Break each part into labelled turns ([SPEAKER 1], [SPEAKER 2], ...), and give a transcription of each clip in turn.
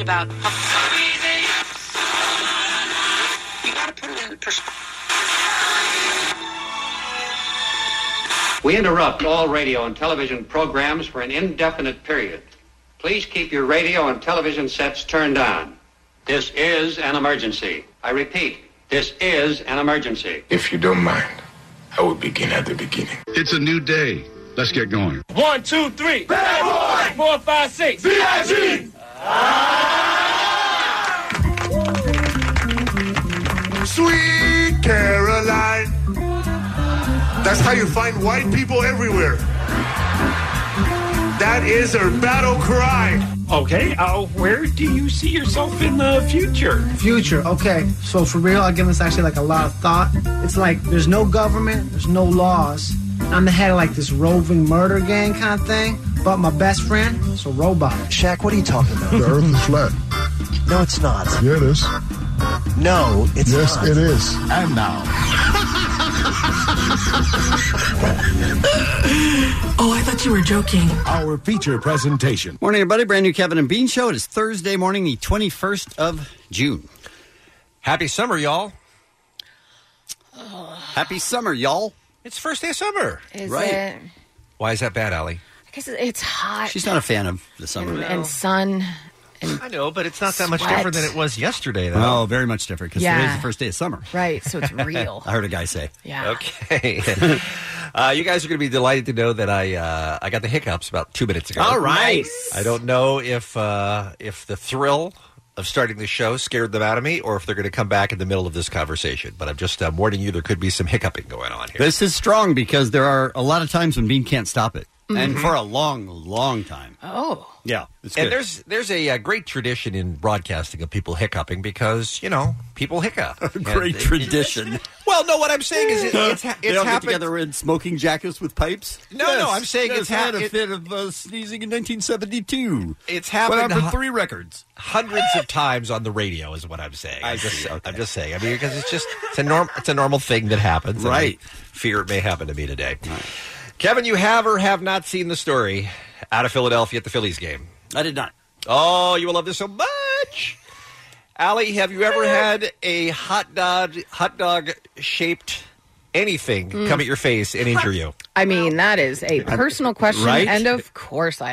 [SPEAKER 1] about. You gotta put it in perspective.
[SPEAKER 2] We interrupt all radio and television programs for an indefinite period. Please keep your radio and television sets turned on. This is an emergency. I repeat, this is an emergency.
[SPEAKER 3] If you don't mind, I will begin at the beginning.
[SPEAKER 4] It's a new day. Let's get going.
[SPEAKER 5] One, two, three. Bad boy. Four, five, six.
[SPEAKER 4] VIG!
[SPEAKER 6] Sweet Caroline. That's how you find white people everywhere. That is their battle cry.
[SPEAKER 5] Okay, uh, where do you see yourself in the future?
[SPEAKER 7] Future, okay. So for real, I've given this actually like a lot of thought. It's like there's no government, there's no laws. I'm the head of like this roving murder gang kind of thing, but my best friend is a robot.
[SPEAKER 8] Shaq, what are you talking about?
[SPEAKER 9] The earth is flat.
[SPEAKER 8] No, it's not.
[SPEAKER 9] Yeah, it is.
[SPEAKER 8] No, it's
[SPEAKER 9] yes,
[SPEAKER 8] not.
[SPEAKER 9] it is.
[SPEAKER 8] And now.
[SPEAKER 10] Oh, I thought you were joking.
[SPEAKER 11] Our feature presentation.
[SPEAKER 12] Morning, everybody. Brand new Kevin and Bean show. It is Thursday morning, the 21st of June. Happy summer, y'all. Uh, Happy summer, y'all.
[SPEAKER 11] It's first day of summer.
[SPEAKER 13] Is
[SPEAKER 12] Right.
[SPEAKER 13] it?
[SPEAKER 11] Why is that bad, Allie?
[SPEAKER 13] I guess it- it's hot.
[SPEAKER 12] She's not a fan of the summer.
[SPEAKER 13] and, and sun.
[SPEAKER 11] I know, but it's not that much
[SPEAKER 13] Sweat.
[SPEAKER 11] different than it was yesterday, though.
[SPEAKER 12] Oh, very much different because today's
[SPEAKER 13] Yeah.
[SPEAKER 12] the first day of summer.
[SPEAKER 13] Right, so it's real.
[SPEAKER 12] I heard a guy say.
[SPEAKER 13] Yeah.
[SPEAKER 11] Okay. uh, you guys are going to be delighted to know that I uh, I got the hiccups about two minutes ago.
[SPEAKER 12] All right.
[SPEAKER 11] I don't know if uh, if the thrill of starting the show scared them out of me, or if they're going to come back in the middle of this conversation. But I'm just uh, warning you, there could be some hiccuping going on here.
[SPEAKER 12] This is strong because there are a lot of times when Bean can't stop it. And
[SPEAKER 11] Mhm.
[SPEAKER 12] for a long, long time.
[SPEAKER 13] Mm-hmm. Oh.
[SPEAKER 12] Yeah. It's
[SPEAKER 11] and
[SPEAKER 12] good.
[SPEAKER 11] there's there's a, uh great tradition in broadcasting of people hiccuping because you know people hiccup.
[SPEAKER 12] great
[SPEAKER 11] And-
[SPEAKER 12] tradition.
[SPEAKER 11] Well, no, what I'm saying is it, it's ha-
[SPEAKER 12] they
[SPEAKER 11] it's
[SPEAKER 12] all get
[SPEAKER 11] happened.
[SPEAKER 12] together in smoking jackets with pipes.
[SPEAKER 11] No,
[SPEAKER 12] Yes,
[SPEAKER 11] no, I'm saying
[SPEAKER 12] yes,
[SPEAKER 11] it's
[SPEAKER 12] I had
[SPEAKER 11] hap-
[SPEAKER 12] a
[SPEAKER 11] it-
[SPEAKER 12] fit of uh, sneezing in 1972.
[SPEAKER 11] It's
[SPEAKER 12] Went
[SPEAKER 11] happened
[SPEAKER 12] on for
[SPEAKER 11] hu-
[SPEAKER 12] three records.
[SPEAKER 11] hundreds of times on the radio is what I'm saying. I'm just, I'm just saying. I mean, because it's just it's a norm, it's a normal thing that happens. and I
[SPEAKER 12] Right.
[SPEAKER 11] fear it may happen to me today. Kevin, you have or have not seen the story out of Philadelphia at the Phillies game.
[SPEAKER 12] I did not.
[SPEAKER 11] Oh, you will love this so much. Allie, have you ever had a hot dog hot dog shaped anything
[SPEAKER 13] Mm.
[SPEAKER 11] come at your face and injure you?
[SPEAKER 13] I mean, that is a personal question,
[SPEAKER 11] Right?
[SPEAKER 13] and of course I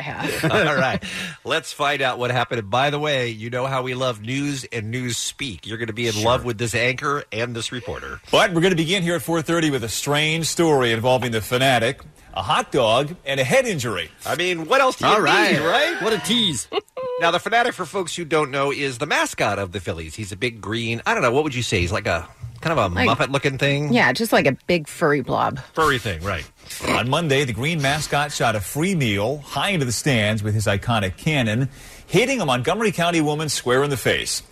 [SPEAKER 13] have.
[SPEAKER 11] All right. Let's find out what happened. And by the way, you know how we love news and news speak. You're going to be in love with this anchor and this reporter.
[SPEAKER 14] But we're going to begin here at 4:30 with a strange story involving the fanatic, a hot dog, and a head injury.
[SPEAKER 11] I mean, what else do you
[SPEAKER 14] All right.
[SPEAKER 11] need, right?
[SPEAKER 12] What a tease.
[SPEAKER 11] now, the fanatic, for folks who don't know, is the mascot of the Phillies. He's a big green, I don't know, what would you say? He's like a kind of a
[SPEAKER 13] Like-
[SPEAKER 11] Muppet looking thing.
[SPEAKER 13] yeah, just like a big furry blob.
[SPEAKER 11] Furry thing, right.
[SPEAKER 14] On Monday, the green mascot shot a free meal high into the stands with his iconic cannon, hitting a Montgomery County woman square in the face.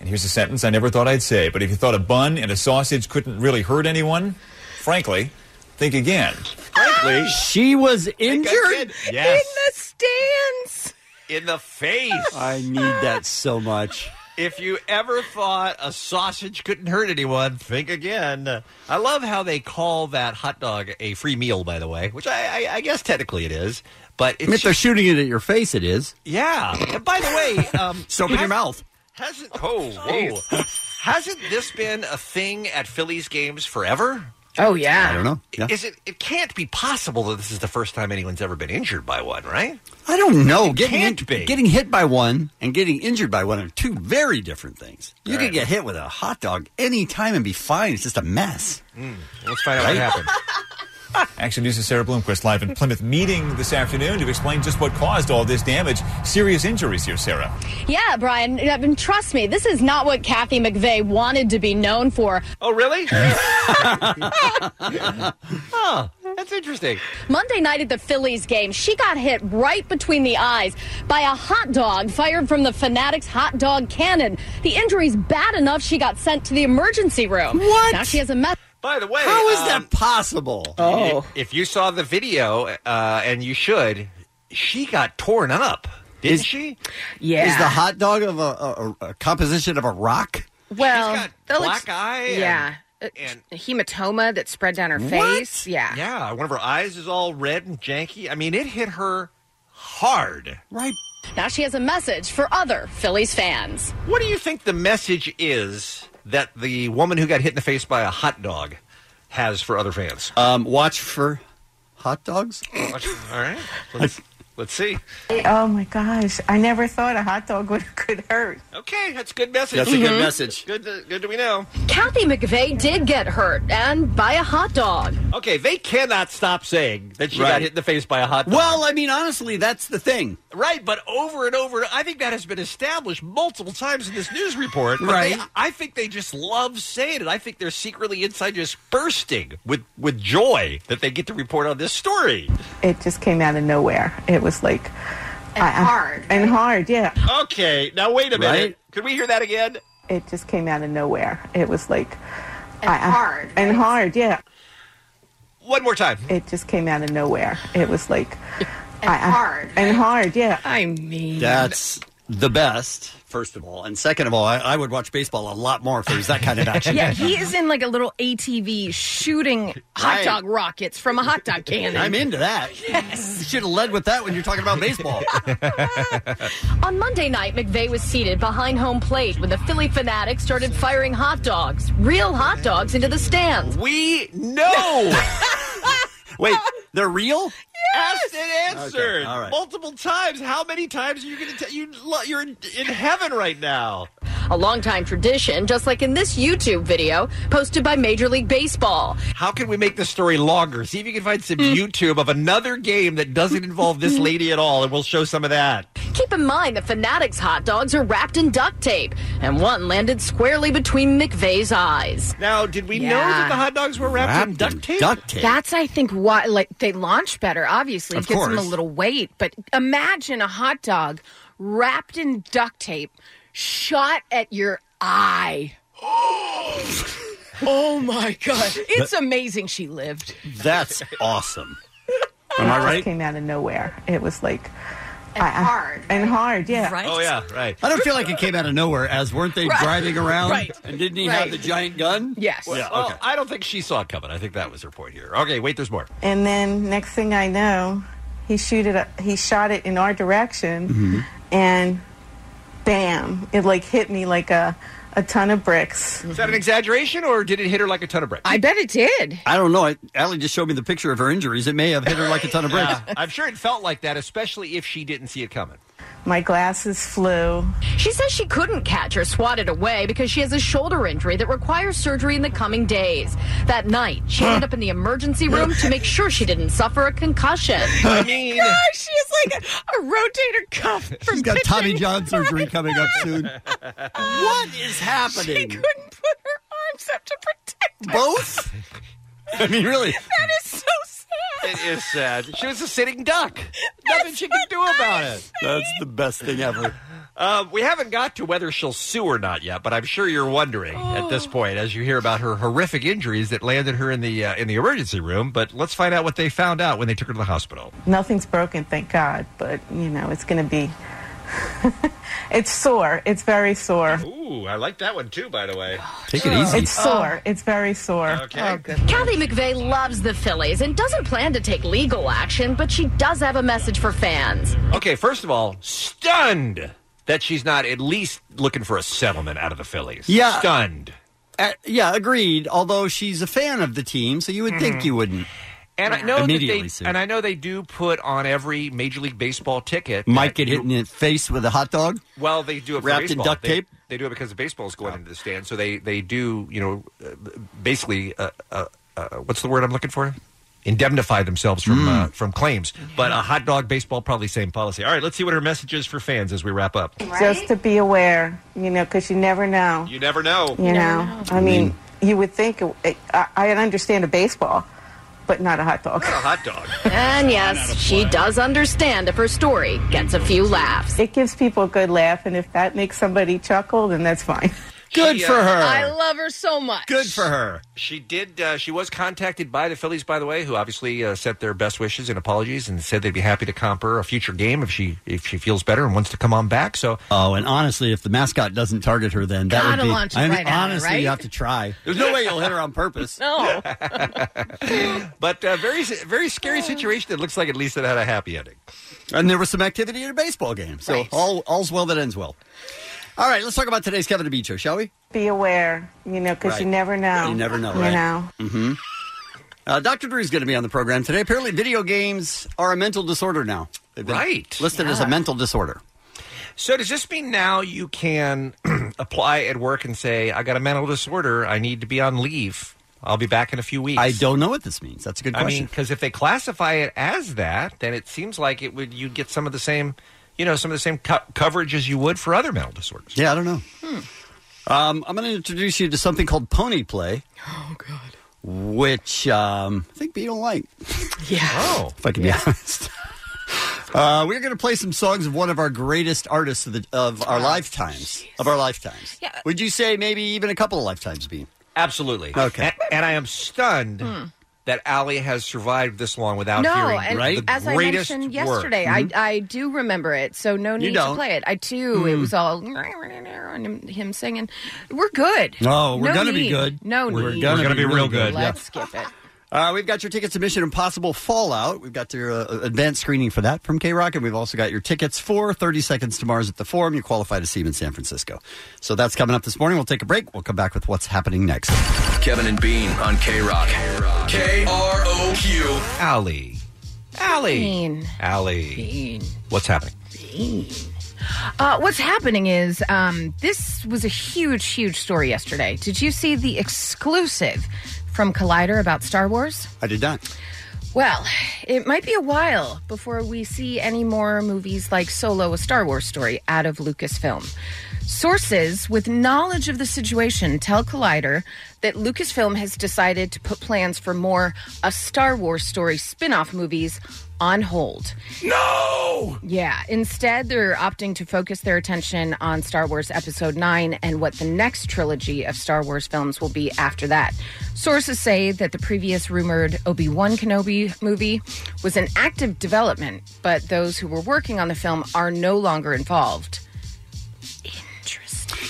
[SPEAKER 14] And here's a sentence I never thought I'd say, but if you thought a bun and a sausage couldn't really hurt anyone, frankly, think again.
[SPEAKER 11] Frankly,
[SPEAKER 12] she was
[SPEAKER 11] injured?
[SPEAKER 14] Yes.
[SPEAKER 13] In the stands.
[SPEAKER 11] In the face.
[SPEAKER 12] I need that so much.
[SPEAKER 11] If you ever thought a sausage couldn't hurt anyone, think again. I love how they call that hot dog a free meal, by the way, which I, I, I guess technically it is. But
[SPEAKER 12] I mean,
[SPEAKER 11] it's
[SPEAKER 12] if they're shooting it at your face, it is.
[SPEAKER 11] yeah. uh, And by the way, um,
[SPEAKER 12] So open your
[SPEAKER 11] has-
[SPEAKER 12] mouth.
[SPEAKER 11] Hasn't oh whoa, hasn't this been a thing at Phillies games forever?
[SPEAKER 13] Oh yeah.
[SPEAKER 12] I don't know. Yeah.
[SPEAKER 11] Is it? It can't be possible that this is the first time anyone's ever been injured by one, right?
[SPEAKER 12] I don't know.
[SPEAKER 11] It
[SPEAKER 12] Getting,
[SPEAKER 11] can't
[SPEAKER 12] in-
[SPEAKER 11] be.
[SPEAKER 12] getting hit by one and getting injured by one are two very different things. You could get hit with a hot dog any time and be fine. It's just a mess.
[SPEAKER 11] Let's find out
[SPEAKER 12] Right?
[SPEAKER 11] what happened.
[SPEAKER 14] Action News' Sarah Bloomquist live in Plymouth meeting this afternoon to explain just what caused all this damage. Serious injuries here, Sarah.
[SPEAKER 15] Yeah, Brian, I mean, trust me, this is not what Kathy McVeigh wanted to be known for.
[SPEAKER 11] Oh, really?
[SPEAKER 15] Huh.
[SPEAKER 11] Huh. That's That's interesting.
[SPEAKER 15] Monday night at the Phillies game, she got hit right between the eyes by a hot dog fired from the Fanatics hot dog cannon. The injury's bad enough she got sent to the emergency room.
[SPEAKER 12] What?
[SPEAKER 15] Now she has a mess.
[SPEAKER 11] By the way, uh,
[SPEAKER 12] How is that possible?
[SPEAKER 11] Oh. Um, If, if you saw the video, uh, and you should, she got torn up, didn't she?
[SPEAKER 12] Yeah. Is the hot dog of a, a, a composition of a rock?
[SPEAKER 13] Well, they'll
[SPEAKER 11] black
[SPEAKER 13] ex-
[SPEAKER 11] eye and-
[SPEAKER 13] Yeah. Uh, hematoma that spread down her face. Yeah.
[SPEAKER 11] Yeah, one of her eyes is all red and janky. I mean, it hit her hard.
[SPEAKER 12] Right.
[SPEAKER 15] Now she has a message for other Phillies fans.
[SPEAKER 11] What do you think the message is that the woman who got hit in the face by a hot dog has for other fans?
[SPEAKER 12] Um, watch for hot dogs.
[SPEAKER 11] all right. Let's, let's see.
[SPEAKER 16] Oh my gosh! I never thought a hot dog would could hurt.
[SPEAKER 11] Okay, that's a good Mm-hmm. message.
[SPEAKER 16] That's a
[SPEAKER 12] Mm-hmm.
[SPEAKER 16] good Mhm. message.
[SPEAKER 11] Good to, good to be know.
[SPEAKER 15] Kathy McVeigh did get hurt and by a hot dog.
[SPEAKER 11] Okay, they cannot stop saying that she
[SPEAKER 12] Right.
[SPEAKER 11] got hit in the face by a hot dog.
[SPEAKER 12] Well, I mean, honestly, that's the thing.
[SPEAKER 11] Right, but over and over, I think that has been established multiple times in this news report. but
[SPEAKER 12] Right.
[SPEAKER 11] they- I think they just love saying it. I think they're secretly inside just bursting with, with joy that they get to report on this story.
[SPEAKER 16] It just came out of nowhere. It was like and hard and hard. Yeah,
[SPEAKER 11] Okay, now wait a minute.
[SPEAKER 16] Right?
[SPEAKER 11] Could we hear that again?
[SPEAKER 16] it just came out of nowhere. It was like and hard and hard. Yeah,
[SPEAKER 11] One more time.
[SPEAKER 16] it just came out of nowhere. It was like and hard and hard. Yeah,
[SPEAKER 13] I mean
[SPEAKER 12] That's the best, first of all. And second of all, I, I would watch baseball a lot more if there was that kind of action.
[SPEAKER 13] yeah, he is in like a little ATV shooting hot
[SPEAKER 12] Right.
[SPEAKER 13] dog rockets from a hot dog cannon.
[SPEAKER 12] I'm into that. Yes. You should have led with that when you're talking about baseball.
[SPEAKER 15] On Monday night, McVeigh was seated behind home plate when the Philly fanatics started firing hot dogs, real hot dogs, into the stands.
[SPEAKER 11] We know.
[SPEAKER 12] Wait, they're real?
[SPEAKER 11] Asked and answered
[SPEAKER 12] Okay, all right.
[SPEAKER 11] multiple times. How many times are you going to tell you? lo- You're in, in heaven right now.
[SPEAKER 15] A longtime tradition, just like in this YouTube video posted by Major League Baseball.
[SPEAKER 11] How can we make the story longer? See if you can find
[SPEAKER 12] Hmm.
[SPEAKER 11] some YouTube of another game that doesn't involve this lady at all, and we'll show some of that.
[SPEAKER 15] Keep in mind the fanatics hot dogs are wrapped in duct tape, and one landed squarely between McVeigh's eyes.
[SPEAKER 11] Now, did we
[SPEAKER 13] know that Yeah. the hot
[SPEAKER 11] dogs were
[SPEAKER 12] wrapped in Wrapped in duct tape? duct tape.
[SPEAKER 13] That's I think why like they launch better. Obviously,
[SPEAKER 12] Of
[SPEAKER 13] it gives them a
[SPEAKER 12] course.
[SPEAKER 13] little weight. But imagine a hot dog wrapped in duct tape, shot at your eye. oh my god! It's amazing she lived.
[SPEAKER 12] That's awesome.
[SPEAKER 16] it
[SPEAKER 12] Am I
[SPEAKER 16] just
[SPEAKER 12] right?
[SPEAKER 16] came out of nowhere. It was like and hard and hard. Yeah,
[SPEAKER 12] Oh,
[SPEAKER 11] yeah, right.
[SPEAKER 12] I don't feel like it came out of nowhere, as weren't they
[SPEAKER 16] Right.
[SPEAKER 12] driving around?
[SPEAKER 16] Right.
[SPEAKER 12] And didn't he
[SPEAKER 16] Right.
[SPEAKER 12] have the giant gun?
[SPEAKER 16] Yes.
[SPEAKER 11] Well,
[SPEAKER 12] Yeah,
[SPEAKER 11] well,
[SPEAKER 12] okay.
[SPEAKER 11] I don't think she saw it coming. I think that was her point here. Okay, wait, there's more.
[SPEAKER 16] And then next thing I know, he shoot it. He shot it in our direction,
[SPEAKER 11] Mm-hmm.
[SPEAKER 12] Mm-hmm.
[SPEAKER 16] and bam! It like hit me like a a ton of bricks.
[SPEAKER 11] Is that an exaggeration, or did it hit her like a ton of bricks?
[SPEAKER 13] I bet it did.
[SPEAKER 12] I don't know. I, Allie just showed me the picture of her injuries. It may have hit her like a ton of bricks.
[SPEAKER 11] Yeah, I'm sure it felt like that, especially if she didn't see it coming.
[SPEAKER 16] My glasses flew.
[SPEAKER 15] She says she couldn't catch her swatted away because she has a shoulder injury that requires surgery in the coming days. That night, she ended up in the emergency room to make sure she didn't suffer a concussion.
[SPEAKER 11] I mean,
[SPEAKER 13] Gosh, she has like a, a rotator cuff. From
[SPEAKER 12] She's got
[SPEAKER 13] pitching.
[SPEAKER 12] Tommy John surgery coming up soon. what is
[SPEAKER 13] Ah, She
[SPEAKER 12] happening?
[SPEAKER 13] couldn't put her arms up to protect
[SPEAKER 12] Both? I mean, really?
[SPEAKER 13] That is so sad.
[SPEAKER 11] It is sad. She was a sitting duck. Nothing she could do about it.
[SPEAKER 12] That's the best thing ever.
[SPEAKER 11] Uh, we haven't got to whether she'll sue or not yet, but I'm sure you're wondering at
[SPEAKER 16] Oh.
[SPEAKER 11] this point as you hear about her horrific injuries that landed her in the uh, in the emergency room. But let's find out what they found out when they took her to the hospital.
[SPEAKER 16] Nothing's broken, thank God. But you know, it's gonna be. it's sore. It's very sore.
[SPEAKER 11] Ooh, I like that one too. By the way,
[SPEAKER 12] take
[SPEAKER 16] It's sore.
[SPEAKER 13] Oh.
[SPEAKER 16] It's very sore.
[SPEAKER 11] Okay.
[SPEAKER 15] Kathy McVeigh loves the Phillies and doesn't plan to take legal action, but she does have a message for fans.
[SPEAKER 11] Okay, first of all, stunned that she's not at least looking for a settlement out of the Phillies.
[SPEAKER 12] Yeah.
[SPEAKER 11] Stunned.
[SPEAKER 12] Uh, yeah, agreed. Although she's a fan of the team, so you would think
[SPEAKER 13] Mm-hmm.
[SPEAKER 12] you wouldn't.
[SPEAKER 11] And I know that
[SPEAKER 12] immediately
[SPEAKER 11] they,
[SPEAKER 12] sue.
[SPEAKER 11] and I know they do put on every Major League Baseball ticket.
[SPEAKER 12] Might
[SPEAKER 11] that
[SPEAKER 12] get hit in the face with a hot dog.
[SPEAKER 11] Well, they do it for
[SPEAKER 12] Wrapped in
[SPEAKER 11] baseball.
[SPEAKER 12] duct
[SPEAKER 11] They-
[SPEAKER 12] tape?
[SPEAKER 11] They, do it because the baseball is going into the stand, so they they do you know uh, basically uh, uh, uh, what's the word I'm looking for? Indemnify themselves from
[SPEAKER 12] Mm.
[SPEAKER 11] uh, from claims. But a hot dog baseball probably same policy. All right, let's see what her message is for fans as we wrap up.
[SPEAKER 16] Just to be aware, you know, because you never know.
[SPEAKER 11] You never know.
[SPEAKER 16] You know, I mean, you would think it, I, I understand a baseball, but not a hot dog.
[SPEAKER 11] A hot dog.
[SPEAKER 15] And yes, she does understand if her story gets a few laughs.
[SPEAKER 16] It gives people a good laugh, and if that makes somebody chuckle, then that's fine.
[SPEAKER 11] Good for her.
[SPEAKER 13] uh, I love her so much.
[SPEAKER 11] Good for her. She did. Uh, she was contacted by the Phillies, by the way, who obviously uh, sent their best wishes and apologies, and said they'd be happy to comp her a future game if she if she feels better and wants to come on back. So
[SPEAKER 12] Oh, and honestly, if the mascot doesn't target her, then that
[SPEAKER 13] Gotta
[SPEAKER 12] would be.
[SPEAKER 13] launch it
[SPEAKER 12] I mean,
[SPEAKER 13] right at her,
[SPEAKER 12] honestly,
[SPEAKER 13] right?
[SPEAKER 12] you have to try. There's no way you'll hit her on purpose.
[SPEAKER 13] No.
[SPEAKER 11] but uh, very very scary situation. It looks like at least it had a happy ending.
[SPEAKER 12] And there was some activity at a baseball game, so all all's well that ends well. All right, let's talk about today's Kevin DeBicho, shall we?
[SPEAKER 16] Be aware, you know, because you
[SPEAKER 12] Right.
[SPEAKER 16] never know.
[SPEAKER 13] Oh,
[SPEAKER 12] You never know,
[SPEAKER 16] You
[SPEAKER 12] right?
[SPEAKER 16] know.
[SPEAKER 12] Mm-hmm. Uh, Dr. Drew's going to be on the program today. Apparently, video games are a mental disorder now. They've been
[SPEAKER 11] Right.
[SPEAKER 12] Listed as a
[SPEAKER 11] Yeah.
[SPEAKER 12] mental disorder.
[SPEAKER 11] So does this mean now you can apply at work and say I got a mental disorder, I need to be on leave. I'll be back in a few weeks.
[SPEAKER 12] I don't know what this means. That's a good
[SPEAKER 11] I mean,
[SPEAKER 12] question.
[SPEAKER 11] because if they classify it as that, then it seems like it would you get some of the same, you know, some of the same co- coverage as you would for other mental disorders.
[SPEAKER 12] yeah, I don't know. Um, I'm going to introduce you to something called pony play. Oh, God. Which um, I think you don't like.
[SPEAKER 13] Yeah.
[SPEAKER 11] Oh.
[SPEAKER 12] If I can be honest. Uh, we're going to play some songs of one of our greatest artists of, the, of our lifetimes. Of our lifetimes. Yeah. Would you say maybe even a couple of lifetimes, Bean?
[SPEAKER 11] Absolutely.
[SPEAKER 12] Okay.
[SPEAKER 11] And, and I am stunned that Allie has survived this long without
[SPEAKER 13] Hmm. no,
[SPEAKER 11] hearing
[SPEAKER 13] and
[SPEAKER 11] the
[SPEAKER 13] as I
[SPEAKER 11] greatest work.
[SPEAKER 13] mentioned
[SPEAKER 11] Hmm? Mm-hmm.
[SPEAKER 13] yesterday, I I do remember it, so no need to
[SPEAKER 11] don't.
[SPEAKER 13] play it. I do. It
[SPEAKER 11] Mm.
[SPEAKER 13] was all and him- him singing. We're good.
[SPEAKER 12] No, Oh, we're
[SPEAKER 13] No
[SPEAKER 12] gonna be
[SPEAKER 13] need.
[SPEAKER 12] good.
[SPEAKER 13] No,
[SPEAKER 12] We're
[SPEAKER 13] need.
[SPEAKER 12] gonna We're gonna be be real real good. good.
[SPEAKER 13] Let's skip it.
[SPEAKER 12] Uh, we've got your tickets to Mission Impossible Fallout. We've got your uh, advanced screening for that from K Rock, and we've also got your tickets for 30 Seconds to Mars at the Forum. You qualify to see him in San Francisco. So that's coming up this morning. We'll take a break. We'll come back with what's happening next.
[SPEAKER 17] Kevin and Bean on K Rock. K R O Q.
[SPEAKER 11] Allie. Allie.
[SPEAKER 13] Bean.
[SPEAKER 11] Allie. What's happening?
[SPEAKER 13] Uh, what's happening is um, this was a huge, huge story yesterday. Did you see the exclusive from Collider about Star Wars?
[SPEAKER 12] I did not.
[SPEAKER 13] Well, it might be a while before we see any more movies like Solo, a Star Wars story, out of Lucasfilm. Sources with knowledge of the situation tell Collider that Lucasfilm has decided to put plans for more a Star Wars story spin off movies on hold.
[SPEAKER 17] No!
[SPEAKER 13] Yeah, instead, they're opting to focus their attention on Star Wars Episode 9 and what the next trilogy of Star Wars films will be after that. Sources say that the previous rumored Obi Wan Kenobi movie was an active development, but those who were working on the film are no longer involved.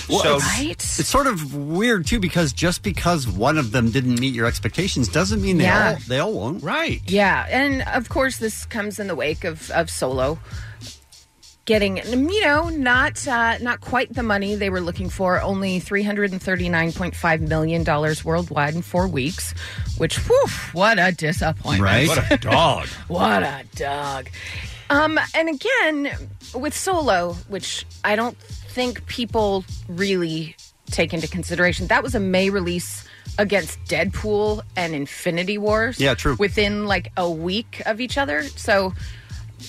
[SPEAKER 12] Well, it's-
[SPEAKER 13] right?
[SPEAKER 12] It's sort of weird too because just because one of them didn't meet your expectations doesn't mean they
[SPEAKER 13] Yeah.
[SPEAKER 12] all they all won't.
[SPEAKER 11] Right.
[SPEAKER 13] Yeah, and of course, this comes in the wake of, of Solo getting, you know, not uh, not quite the money they were looking for. Only three hundred and thirty nine point five million dollars worldwide in four weeks, which, whew, what a disappointment!
[SPEAKER 17] What a dog.
[SPEAKER 13] what a dog. Um, and again, with Solo, which I don't think people really take into consideration, that was a May release against Deadpool and Infinity Wars.
[SPEAKER 12] Yeah, true.
[SPEAKER 13] Within like a week of each other. So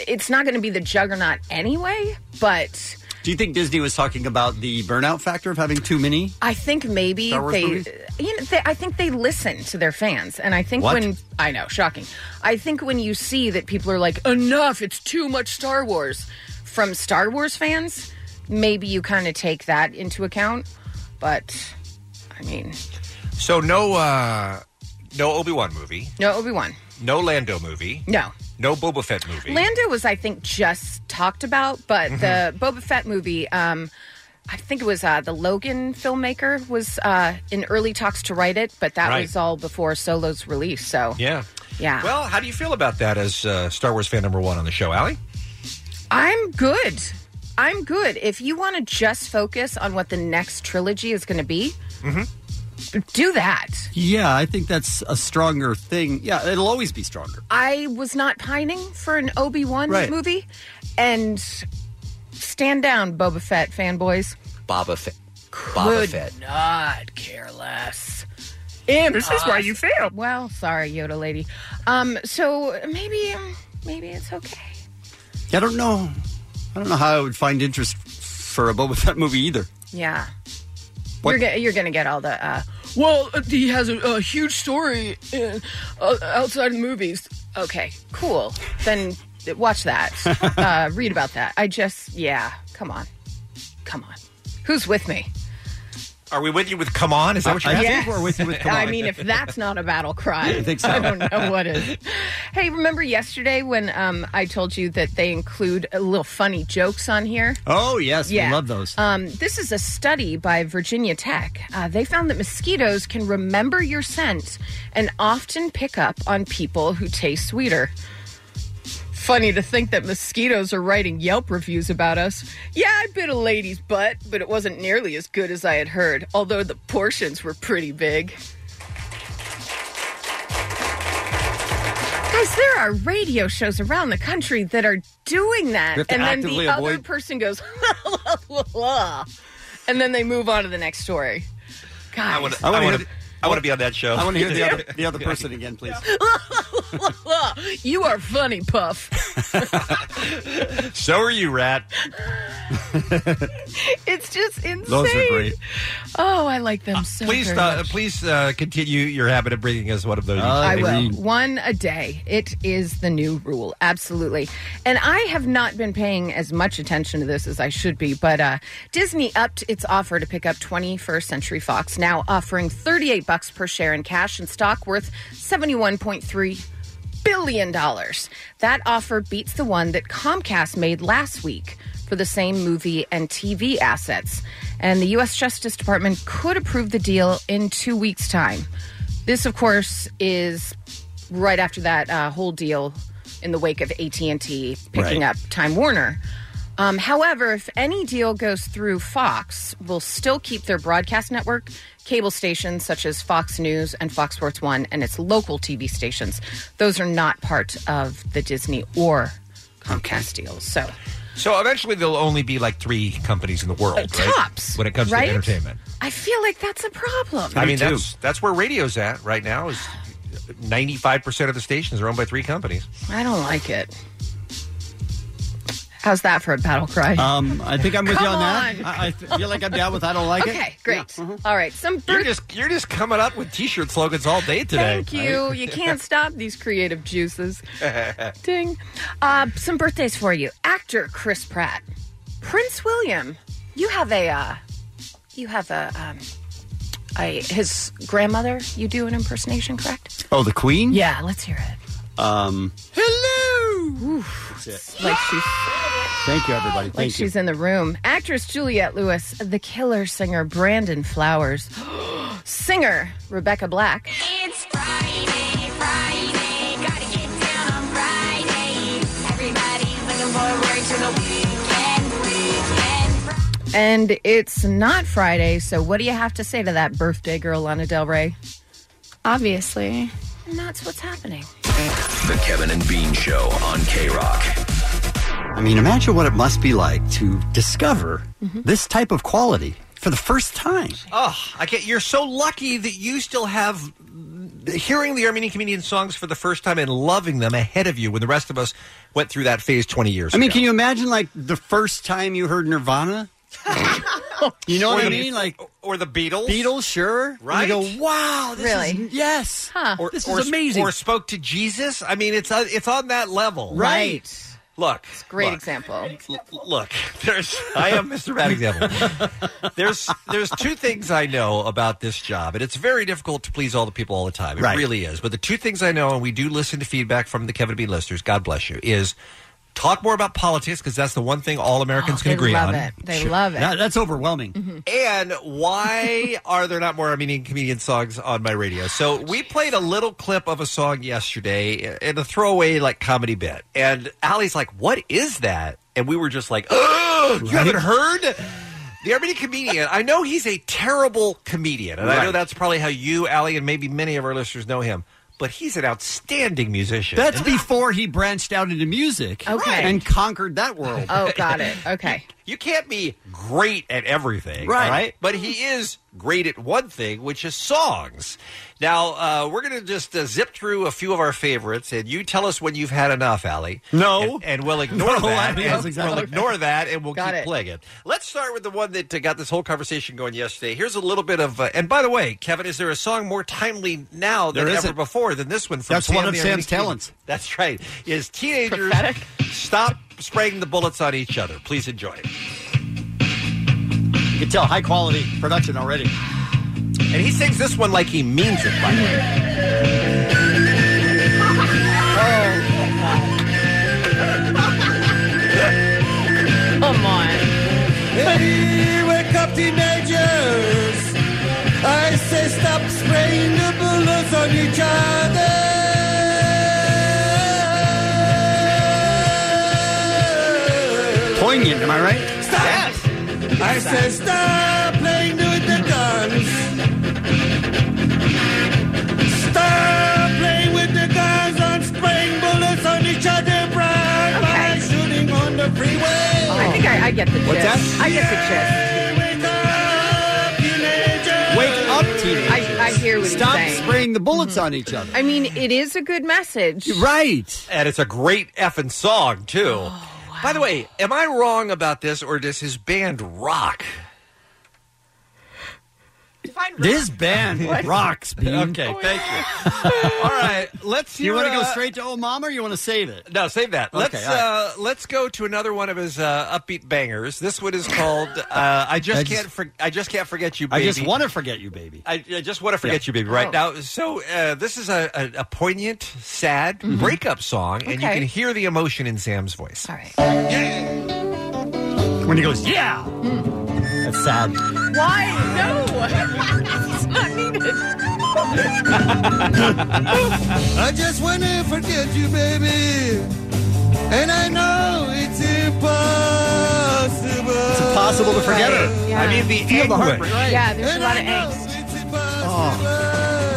[SPEAKER 13] it's not going to be the juggernaut anyway, but.
[SPEAKER 12] Do you think Disney was talking about the burnout factor of having too many?
[SPEAKER 13] I think maybe
[SPEAKER 12] Star Wars
[SPEAKER 13] they,
[SPEAKER 12] movies?
[SPEAKER 13] you know, they, I think they listen to their fans, and I think
[SPEAKER 12] What?
[SPEAKER 13] when I know, shocking. I think when you see that people are like, "Enough! It's too much Star Wars," from Star Wars fans, maybe you kind of take that into account. But I mean,
[SPEAKER 11] So no, uh no Obi Wan movie,
[SPEAKER 13] no Obi Wan,
[SPEAKER 11] no Lando movie,
[SPEAKER 13] no.
[SPEAKER 11] no Boba Fett movie.
[SPEAKER 13] Lando was, I think, just talked about, but
[SPEAKER 12] Mm-hmm.
[SPEAKER 13] the Boba Fett movie, um, I think it was uh, the Logan filmmaker was uh, in early talks to write it, but that
[SPEAKER 11] Right.
[SPEAKER 13] was all before Solo's release. So
[SPEAKER 11] yeah.
[SPEAKER 13] Yeah.
[SPEAKER 11] Well, how do you feel about that as uh, Star Wars fan number one on the show, Allie?
[SPEAKER 13] I'm good. I'm good. If you want to just focus on what the next trilogy is going to be,
[SPEAKER 12] Mm-hmm.
[SPEAKER 13] do that.
[SPEAKER 12] Yeah, I think that's a stronger thing. Yeah, it'll always be stronger.
[SPEAKER 13] I was not pining for an Obi Wan
[SPEAKER 12] Right.
[SPEAKER 13] movie, and stand down, Boba Fett fanboys.
[SPEAKER 17] Boba Fett.
[SPEAKER 13] Could not care less.
[SPEAKER 5] And this is why you
[SPEAKER 13] failed. Well, sorry, Yoda lady. Um, so maybe, um, maybe it's okay.
[SPEAKER 12] I don't know. I don't know how I would find interest for a Boba Fett movie either.
[SPEAKER 13] Yeah.
[SPEAKER 12] What-
[SPEAKER 13] You're, go- you're gonna get all the uh,
[SPEAKER 18] Well, uh, he has a, a huge story in, uh, outside of the movies.
[SPEAKER 13] Okay, cool. Then watch that. uh, read about that. I just, yeah, come on. Come on. Who's with me?
[SPEAKER 11] Are we with you with come on? Is that what you're
[SPEAKER 13] I- I
[SPEAKER 11] asking?
[SPEAKER 13] think we're with you with come I on. mean, if that's not a battle cry,
[SPEAKER 11] I think so.
[SPEAKER 13] I don't know what is. Hey, remember yesterday when um, I told you that they include uh, little funny jokes on here?
[SPEAKER 12] Oh, yes. We love those.
[SPEAKER 13] Um, this is a study by Virginia Tech. Uh, they found that mosquitoes can remember your scent and often pick up on people who taste sweeter. Funny to think that mosquitoes are writing Yelp reviews about us. Yeah, I bit a lady's butt, but it wasn't nearly as good as I had heard, although the portions were pretty big. Guys, there are radio shows around the country that are doing
[SPEAKER 18] We
[SPEAKER 13] that.
[SPEAKER 18] have to
[SPEAKER 13] And then the
[SPEAKER 18] actively
[SPEAKER 13] other
[SPEAKER 18] avoid-
[SPEAKER 13] person goes, and then they move on to the next story.
[SPEAKER 11] I want
[SPEAKER 13] Guys.
[SPEAKER 11] to. I want to. I want to be on that show.
[SPEAKER 12] I want to hear the other, the other person again, please.
[SPEAKER 13] you are funny, Puff.
[SPEAKER 11] So are you, Rat.
[SPEAKER 13] It's just insane.
[SPEAKER 11] Those are great.
[SPEAKER 13] Oh, I like them so
[SPEAKER 11] Please,
[SPEAKER 13] very
[SPEAKER 11] uh,
[SPEAKER 13] much.
[SPEAKER 11] please uh, continue your habit of bringing us one of those.
[SPEAKER 13] I will. One a day. It is the new rule. Absolutely. And I have not been paying as much attention to this as I should be, but uh, Disney upped its offer to pick up 21st Century Fox, now offering 38 bucks per share in cash and stock worth 71.3 billion dollars. That offer beats the one that Comcast made last week for the same movie and TV assets. And the US Justice Department could approve the deal in 2 weeks time. This of course is right after that uh, whole deal in the wake of AT&T picking
[SPEAKER 18] Right.
[SPEAKER 13] up Time Warner. Um, however, if any deal goes through, Fox will still keep their broadcast network, cable stations such as Fox News and Fox Sports One, and its local TV stations. Those are not part of the Disney or Comcast deals. So,
[SPEAKER 11] So eventually, there'll only be like three companies in the world,
[SPEAKER 13] Uh,
[SPEAKER 11] right?
[SPEAKER 13] tops,
[SPEAKER 11] when it comes
[SPEAKER 13] right?
[SPEAKER 11] to entertainment.
[SPEAKER 13] I feel like that's a problem.
[SPEAKER 11] I mean, that's that's where radio's at right now. Is ninety five percent of the stations are owned by three companies.
[SPEAKER 13] I don't like it. How's that for a battle cry?
[SPEAKER 12] Um, I think I'm with
[SPEAKER 13] Come
[SPEAKER 12] you on, that.
[SPEAKER 13] on.
[SPEAKER 12] I, I feel like I'm down with I don't like it. uh-huh.
[SPEAKER 13] okay, great. All right, some birth-
[SPEAKER 11] You're just you're just coming up with T-shirt slogans all day today.
[SPEAKER 13] Thank you. You can't stop these creative juices. Ding. Uh, some birthdays for you. Actor Chris Pratt. Prince William. You have a, uh, you have a, um, a, his grandmother. You do an impersonation, correct?
[SPEAKER 12] Oh, the Queen?
[SPEAKER 13] Yeah, let's hear it.
[SPEAKER 12] Um,
[SPEAKER 13] Hello.
[SPEAKER 12] that's it.
[SPEAKER 13] Like she's
[SPEAKER 12] Thank you, everybody. Thank
[SPEAKER 13] like
[SPEAKER 12] you.
[SPEAKER 13] she's in the room. Actress Juliette Lewis, the killer singer Brandon Flowers, singer Rebecca Black.
[SPEAKER 19] It's Friday, Friday. Gotta get down on Friday. Everybody looking forward to the weekend, weekend.
[SPEAKER 13] And it's not Friday, so what do you have to say to that birthday girl, Lana Del Rey? Obviously. And that's what's happening.
[SPEAKER 17] The Kevin and Bean Show on K Rock.
[SPEAKER 12] I mean, imagine what it must be like to discover
[SPEAKER 13] Mm-hmm.
[SPEAKER 12] this type of quality for the first time.
[SPEAKER 11] Oh, I can't. You're so lucky that you still have hearing the Armenian comedian songs for the first time and loving them ahead of you when the rest of us went through that phase 20 years
[SPEAKER 12] I mean,
[SPEAKER 11] ago.
[SPEAKER 12] can you imagine like the first time you heard Nirvana? you know
[SPEAKER 11] Or
[SPEAKER 12] what I
[SPEAKER 11] the-
[SPEAKER 12] mean? Like
[SPEAKER 11] or the Beatles?
[SPEAKER 12] Beatles, sure. And you
[SPEAKER 11] Right?
[SPEAKER 12] go, wow, this
[SPEAKER 13] really?
[SPEAKER 12] is yes.
[SPEAKER 13] Huh.
[SPEAKER 11] Or,
[SPEAKER 12] This
[SPEAKER 11] or-
[SPEAKER 12] is amazing.
[SPEAKER 11] Or spoke to Jesus. I mean, it's on, it's on that level,
[SPEAKER 12] Right.
[SPEAKER 11] Look,
[SPEAKER 13] Great
[SPEAKER 11] look,
[SPEAKER 13] example.
[SPEAKER 11] l- Look, there's. I am Mr. Bad Example. There's there's two things I know about this job, and it's very difficult to please all the people all the time. It
[SPEAKER 12] Right.
[SPEAKER 11] really is. But the two things I know, and we do listen to feedback from the Kevin B. listeners. God bless you. Is talk more about politics because that's the one thing all Americans can
[SPEAKER 13] Oh, they
[SPEAKER 11] agree
[SPEAKER 13] love
[SPEAKER 11] on.
[SPEAKER 13] it. They love it.
[SPEAKER 12] That- that's overwhelming.
[SPEAKER 11] And why are there not more Armenian comedian songs on my radio? So we played a little clip of a song yesterday in a throwaway like comedy bit, and Ali's like, "What is that?" And we were just like, "Oh, you haven't heard." The Armenian comedian, I know he's a terrible comedian, and I know
[SPEAKER 12] Right.
[SPEAKER 11] that's probably how you, Ali, and maybe many of our listeners know him, but he's an outstanding musician.
[SPEAKER 12] That's before he branched out into music
[SPEAKER 11] Okay.
[SPEAKER 12] and conquered that world.
[SPEAKER 13] Oh, got it. Okay.
[SPEAKER 11] you can't be great at everything,
[SPEAKER 6] Right.
[SPEAKER 11] All right? But he is great at one thing, which is songs. Now uh, we're going to just uh, zip through a few of our favorites, and you tell us when you've had enough, Allie. No, and, and we'll ignore
[SPEAKER 6] No, I
[SPEAKER 11] that.
[SPEAKER 6] mean,
[SPEAKER 11] and
[SPEAKER 6] that's exactly-
[SPEAKER 11] We'll ignore that, and we'll
[SPEAKER 6] Got
[SPEAKER 11] keep
[SPEAKER 6] it.
[SPEAKER 11] playing it. Let's start with the one that uh, got this whole conversation going yesterday. Here's a little bit of, uh, and by the way, Kevin, is there a song more timely now than
[SPEAKER 12] There
[SPEAKER 11] ever
[SPEAKER 12] isn't.
[SPEAKER 11] before than this one? From
[SPEAKER 12] That's
[SPEAKER 11] Sam
[SPEAKER 12] one of
[SPEAKER 11] the
[SPEAKER 12] Sam's
[SPEAKER 11] Irene Key?
[SPEAKER 12] talents.
[SPEAKER 11] That's right. Is teenagers stop spraying the bullets on each other? Please enjoy it.
[SPEAKER 12] You can tell high quality production already.
[SPEAKER 11] And he sings this one like he means it, by the way.
[SPEAKER 19] Come on.
[SPEAKER 6] Hey, wake up, teenagers! I say stop spraying the bullets on each other.
[SPEAKER 12] Poignant, am I right?
[SPEAKER 6] Stop! I say stop playing with the guns. Stop playing with the guns and spraying bullets on each other, Brad, by shooting on the freeway.
[SPEAKER 13] I think I, I get the
[SPEAKER 6] What's
[SPEAKER 13] gist.
[SPEAKER 6] that?
[SPEAKER 13] I get the gist.
[SPEAKER 12] Wake up, teenagers.
[SPEAKER 13] I- I hear what he's
[SPEAKER 12] Stop
[SPEAKER 13] saying. Mm-hmm.
[SPEAKER 12] spraying the bullets on each other.
[SPEAKER 13] I mean, it is a good message.
[SPEAKER 12] Right.
[SPEAKER 11] And it's a great effing song, too. By the way, am I wrong about this, or does his band rock?
[SPEAKER 12] This band rocks, Bean.
[SPEAKER 11] Okay, thank you. All right, let's
[SPEAKER 12] Do
[SPEAKER 11] hear.
[SPEAKER 12] you want to go
[SPEAKER 11] uh,
[SPEAKER 12] straight to old mama or you want to save it?
[SPEAKER 11] No, save that.
[SPEAKER 12] Okay,
[SPEAKER 11] Let's
[SPEAKER 12] all right.
[SPEAKER 11] uh, let's go to another one of his uh, upbeat bangers. This one is called uh, "I Just
[SPEAKER 12] I just-
[SPEAKER 11] Can't For- I Just Can't Forget You."
[SPEAKER 12] I
[SPEAKER 11] Baby.
[SPEAKER 12] just want to forget you, baby.
[SPEAKER 11] I, I just want to forget you, baby, right now. So uh, this is a, a, a poignant, sad breakup song, and you
[SPEAKER 6] Okay.
[SPEAKER 11] can hear the emotion in Sam's voice. All
[SPEAKER 13] right.
[SPEAKER 12] When he goes, yeah. That's sad.
[SPEAKER 13] Why? No. it's not
[SPEAKER 6] I just want to forget you, baby. And I know it's impossible. It's
[SPEAKER 12] impossible to forget her.
[SPEAKER 6] I mean,
[SPEAKER 11] the
[SPEAKER 12] Feel the
[SPEAKER 6] anguish.
[SPEAKER 12] heartbreak.
[SPEAKER 13] Yeah, there's a lot of
[SPEAKER 6] angst.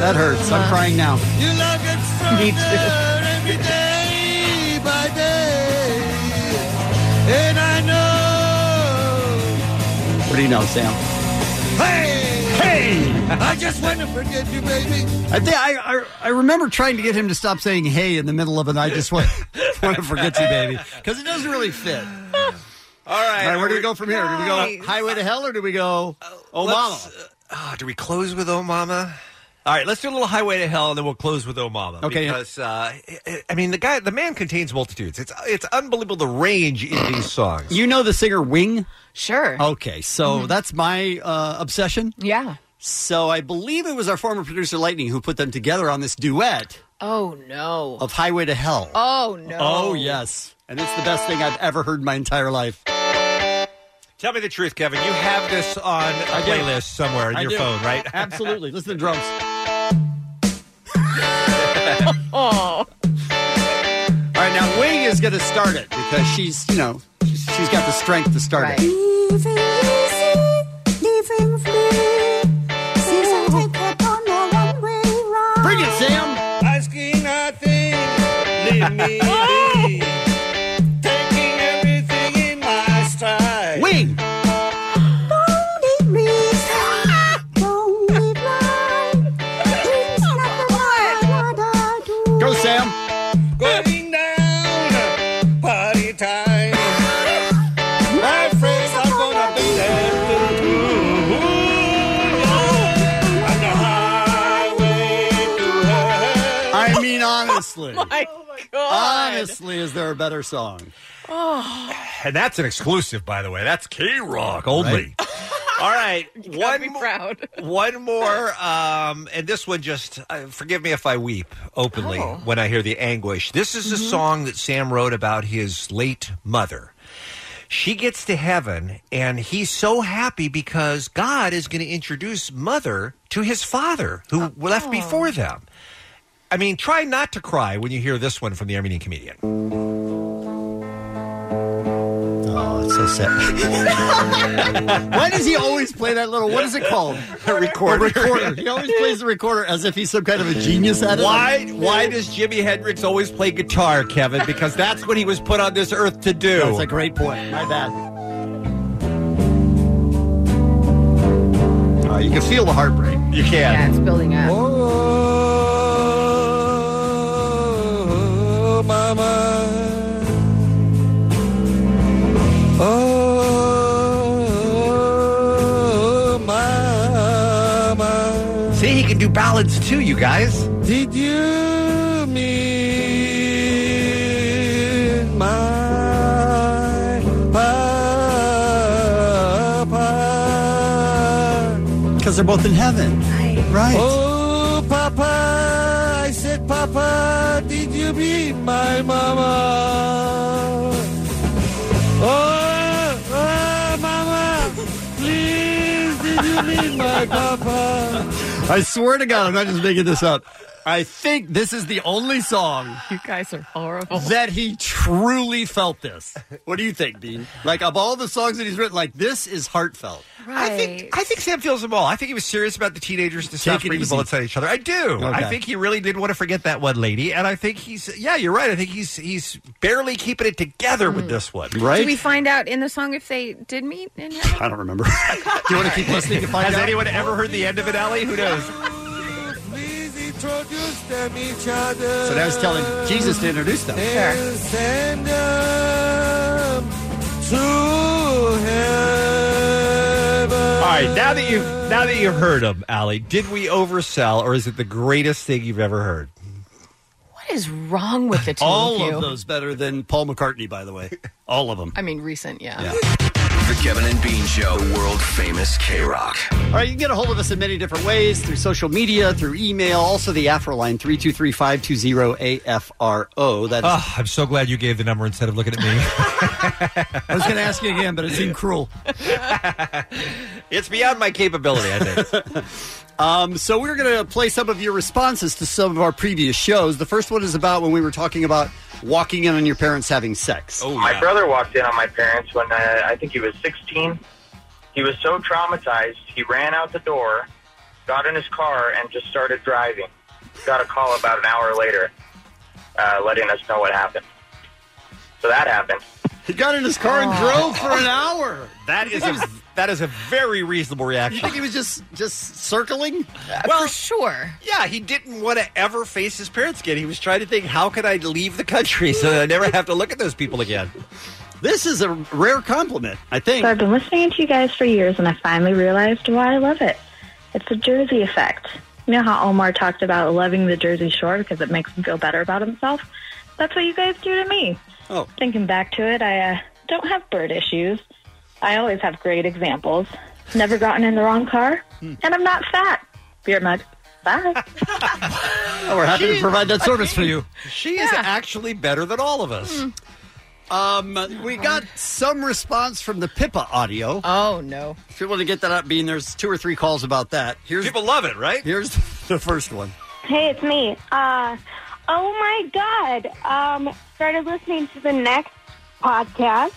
[SPEAKER 12] That hurts. I'm crying now.
[SPEAKER 6] You love it
[SPEAKER 12] Me too.
[SPEAKER 6] stronger every day by day. And I know.
[SPEAKER 12] What do you know, Sam?
[SPEAKER 6] Hey!
[SPEAKER 12] Hey!
[SPEAKER 6] I just want to forget you, baby.
[SPEAKER 12] I, think I, I I remember trying to get him to stop saying "hey" in the middle of an "I just want, want to forget you, baby" because it doesn't really fit.
[SPEAKER 11] All right,
[SPEAKER 12] where do we go from here? Do we go highway to hell, or do we go oh mama?
[SPEAKER 11] let's- Ah, do we close with "Oh Mama"? All right, let's do a little "Highway to Hell" and then we'll close with "Oh Mama."
[SPEAKER 12] Okay.
[SPEAKER 11] because uh, I- I mean the guy, the man contains multitudes. It's it's unbelievable the range in these songs.
[SPEAKER 12] You know the singer Wing?
[SPEAKER 13] Sure. Mm-hmm.
[SPEAKER 12] Okay, so that's my uh, obsession.
[SPEAKER 13] Yeah.
[SPEAKER 12] So I believe it was our former producer Lightning who put them together on this duet
[SPEAKER 13] Oh no.
[SPEAKER 12] of Highway to Hell.
[SPEAKER 13] Oh no.
[SPEAKER 12] Oh, yes. And it's the best thing I've ever heard in my entire life.
[SPEAKER 11] Tell me the truth, Kevin. You have this on a
[SPEAKER 12] do.
[SPEAKER 11] playlist somewhere in
[SPEAKER 12] I
[SPEAKER 11] your
[SPEAKER 12] do.
[SPEAKER 11] phone, right?
[SPEAKER 12] Absolutely. Listen to the drums. All
[SPEAKER 13] Oh.
[SPEAKER 12] right, now Wing is going to start it because she's, you know, she's she's got the strength to start it.
[SPEAKER 19] Living easy, living free. Season ticket on a one-way ride.
[SPEAKER 12] Bring it, Sam.
[SPEAKER 6] Asking nothing, leave me be. Taking everything in my stride.
[SPEAKER 12] Wing!
[SPEAKER 19] Don't need reason, don't need rhyme. It's not the right what I do.
[SPEAKER 12] Go, Sam.
[SPEAKER 6] Going down, party time. My friends are gonna be there too. On the highway to hell.
[SPEAKER 12] I mean, honestly.
[SPEAKER 13] Oh My God.
[SPEAKER 12] honestly, is there a better song?
[SPEAKER 13] Oh.
[SPEAKER 11] And that's an exclusive, by the way. That's K Rock only. All right, one mo- one more, um, and this one just uh, forgive me if I weep openly when I hear the anguish. This is a song that Sam wrote about his late mother. She gets to heaven, and he's so happy because God is going to introduce mother to his father, who left before them. I mean, try not to cry when you hear this one from the Armenian comedian.
[SPEAKER 12] Oh, it's so sad. Why does he always play that little, what is it called?
[SPEAKER 11] A recorder.
[SPEAKER 12] A recorder. He always plays the recorder as if he's some kind of a genius at it.
[SPEAKER 11] Why? Why does Jimi Hendrix always play guitar, Kevin? Because that's what he was put on this earth to do.
[SPEAKER 12] That's a great point. My bad. Uh, you can feel the heartbreak. You can.
[SPEAKER 13] Yeah, it's building up.
[SPEAKER 6] Oh, mama. Oh, mama.
[SPEAKER 11] See, he can do ballads too, you guys.
[SPEAKER 6] Did you mean my papa?
[SPEAKER 12] Because they're both in heaven. Right.
[SPEAKER 6] Oh, Papa, I said, Papa, did you be my mama? Oh, oh mama, please, did you be my papa?
[SPEAKER 12] I swear to God, I'm not just making this up. I think this is the only song
[SPEAKER 13] You guys are horrible.
[SPEAKER 12] that he truly felt this. What do you think, Dean? Like of all the songs that he's written, like this is heartfelt.
[SPEAKER 11] I think I think Sam feels them all. I think he was serious about the teenagers to stop
[SPEAKER 12] Take it
[SPEAKER 11] bringing
[SPEAKER 12] easy.
[SPEAKER 11] bullets at each other. I do.
[SPEAKER 12] Okay.
[SPEAKER 11] I think he really did want to forget that one lady, and I think he's yeah, you're right. I think he's he's barely keeping it together
[SPEAKER 12] Mm.
[SPEAKER 11] with this one,
[SPEAKER 13] Did we find out in the song if they did meet in heaven?
[SPEAKER 12] I don't remember. do you want to keep listening to find
[SPEAKER 11] Has
[SPEAKER 12] out?
[SPEAKER 11] anyone ever heard the end of it, Ellie? Who knows?
[SPEAKER 6] Introduce them each other.
[SPEAKER 12] So now he's telling Jesus to introduce them.
[SPEAKER 6] They'll Send them to heaven.
[SPEAKER 11] All right, now that you've now that you've heard him, Allie, did we oversell, or is it the greatest thing you've ever heard?
[SPEAKER 13] What is wrong with the two
[SPEAKER 12] All
[SPEAKER 13] of you?
[SPEAKER 12] of those better than Paul McCartney, by the way. All of them.
[SPEAKER 13] I mean, recent, yeah.
[SPEAKER 17] The Kevin and Bean Show, the world famous K Rock.
[SPEAKER 12] All right, you can get a hold of us in many different ways through social media, through email, also the AFRO line 323 520 AFRO. That is
[SPEAKER 11] Ah, I'm so glad you gave the number instead of looking at me.
[SPEAKER 12] I was going to ask you again, but it seemed cruel.
[SPEAKER 11] it's beyond my capability, I think.
[SPEAKER 12] um, so we're going to play some of your responses to some of our previous shows. The first one is about when we were talking about walking in on your parents having sex. Oh,
[SPEAKER 2] my brother walked in on my parents when uh, I think he was 16. He was so traumatized, he ran out the door, got in his car, and just started driving. Got a call about an hour later, uh, letting us know what happened. So that happened.
[SPEAKER 12] He got in his car and drove for an hour.
[SPEAKER 11] That is a, that is a very reasonable reaction.
[SPEAKER 12] You think he was just just circling?
[SPEAKER 13] Well, Uh, for sure.
[SPEAKER 11] Yeah, he didn't want to ever face his parents again. He was trying to think, how can I leave the country so that I never have to look at those people again?
[SPEAKER 12] This is a rare compliment, I think.
[SPEAKER 20] So I've been listening to you guys for years, and I finally realized why I love it. It's the Jersey effect. You know how Omar talked about loving the Jersey Shore because it makes him feel better about himself? That's what you guys do to me.
[SPEAKER 12] Oh.
[SPEAKER 20] Thinking back to it, I uh, don't have bird issues. I always have great examples. Never gotten in the wrong car, and I'm not fat. Beer mug. Bye.
[SPEAKER 12] Oh, we're happy to provide that service for you.
[SPEAKER 11] She is actually better than all of us.
[SPEAKER 13] Hmm.
[SPEAKER 12] Um, we got some response from the Pippa audio.
[SPEAKER 13] Oh no!
[SPEAKER 12] If you want to get that up, Bean, there's two or three calls about that. Here's people
[SPEAKER 11] love it, right?
[SPEAKER 12] Here's the first one.
[SPEAKER 21] Hey, it's me. Uh, oh my God. Um, started listening to the next podcast,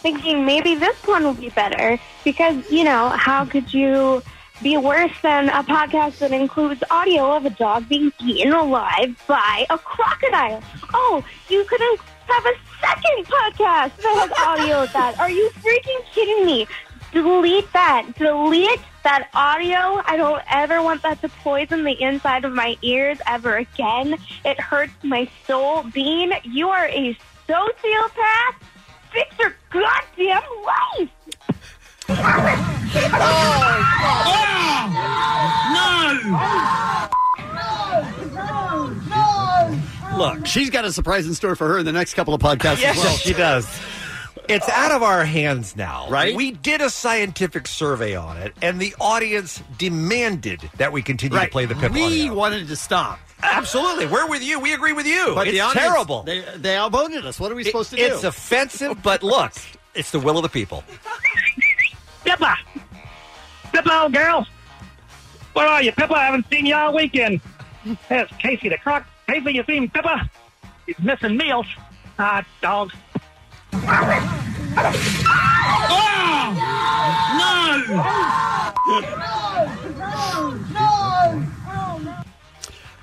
[SPEAKER 21] thinking maybe this one will be better because, you know, how could you be worse than a podcast that includes audio of a dog being eaten alive by a crocodile? Oh, you couldn't have a second podcast that has audio of that. Are you freaking kidding me? Delete that. Delete that audio. I don't ever want that to poison the inside of my ears ever again. It hurts my soul. Bean, you are a sociopath. Fix your goddamn life.
[SPEAKER 12] Look, she's got a surprise in store for her in the next couple of podcasts
[SPEAKER 11] Yes,
[SPEAKER 12] as well.
[SPEAKER 11] she does. It's out of our hands now,
[SPEAKER 12] Right?
[SPEAKER 11] We did a scientific survey on it, and the audience demanded that we continue to play the Pippa
[SPEAKER 12] we
[SPEAKER 11] audio.
[SPEAKER 12] wanted to stop.
[SPEAKER 11] Absolutely, we're with you. We agree with you.
[SPEAKER 12] But
[SPEAKER 11] it's
[SPEAKER 12] the audience,
[SPEAKER 11] terrible.
[SPEAKER 12] They, they outvoted us. What are we supposed to do?
[SPEAKER 11] it's offensive, but look, it's the will of the people.
[SPEAKER 22] Pippa! Pippa, old girl! Where are you, Pippa? I haven't seen you all weekend. There's Casey the croc. Casey, you seen Pippa? He's missing meals. Ah, dog.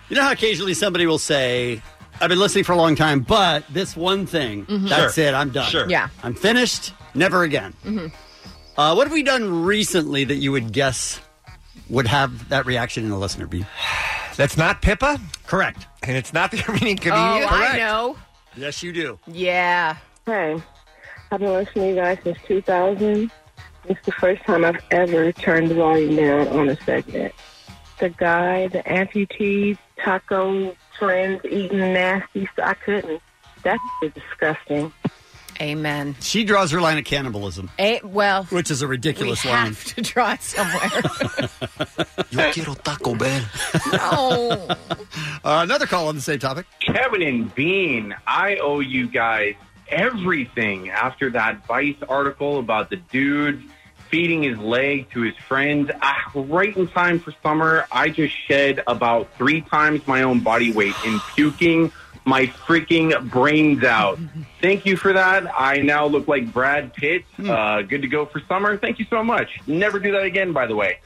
[SPEAKER 12] You know how occasionally somebody will say, I've been listening for a long time, but this one thing,
[SPEAKER 13] Mhm.
[SPEAKER 12] that's
[SPEAKER 13] Sure.
[SPEAKER 12] it, I'm done.
[SPEAKER 13] Sure. Yeah.
[SPEAKER 12] I'm finished, never again.
[SPEAKER 13] Mhm.
[SPEAKER 12] Uh, what have we done recently that you would guess would have that reaction in a listener be?
[SPEAKER 11] That's not Pippa?
[SPEAKER 12] Correct.
[SPEAKER 11] And it's not the Armenian
[SPEAKER 13] Oh,
[SPEAKER 11] comedian?
[SPEAKER 13] I know.
[SPEAKER 12] Yes, you do.
[SPEAKER 13] Yeah.
[SPEAKER 16] Hey, I've been listening to you guys since 2000. It's the first time I've ever turned the volume down on a segment. The guy, the amputee, taco friends eating nasty, so I couldn't. That is disgusting.
[SPEAKER 13] Amen.
[SPEAKER 12] She draws her line at cannibalism,
[SPEAKER 13] Eh, well,
[SPEAKER 12] which is a
[SPEAKER 13] we
[SPEAKER 12] ridiculous line.
[SPEAKER 13] have to draw it somewhere.
[SPEAKER 12] Yo quiero Taco Bell.
[SPEAKER 13] no.
[SPEAKER 12] Uh, another call on the same topic.
[SPEAKER 23] Kevin and Bean, I owe you guys everything after that Vice article about the dude feeding his leg to his friend. Ah, right in time for summer, I just shed about three times my own body weight in puking my freaking brains out. Thank you for that. I now look like Brad Pitt.
[SPEAKER 12] Hmm.
[SPEAKER 23] Uh, good to go for summer. Thank you so much. Never do that again, by the way.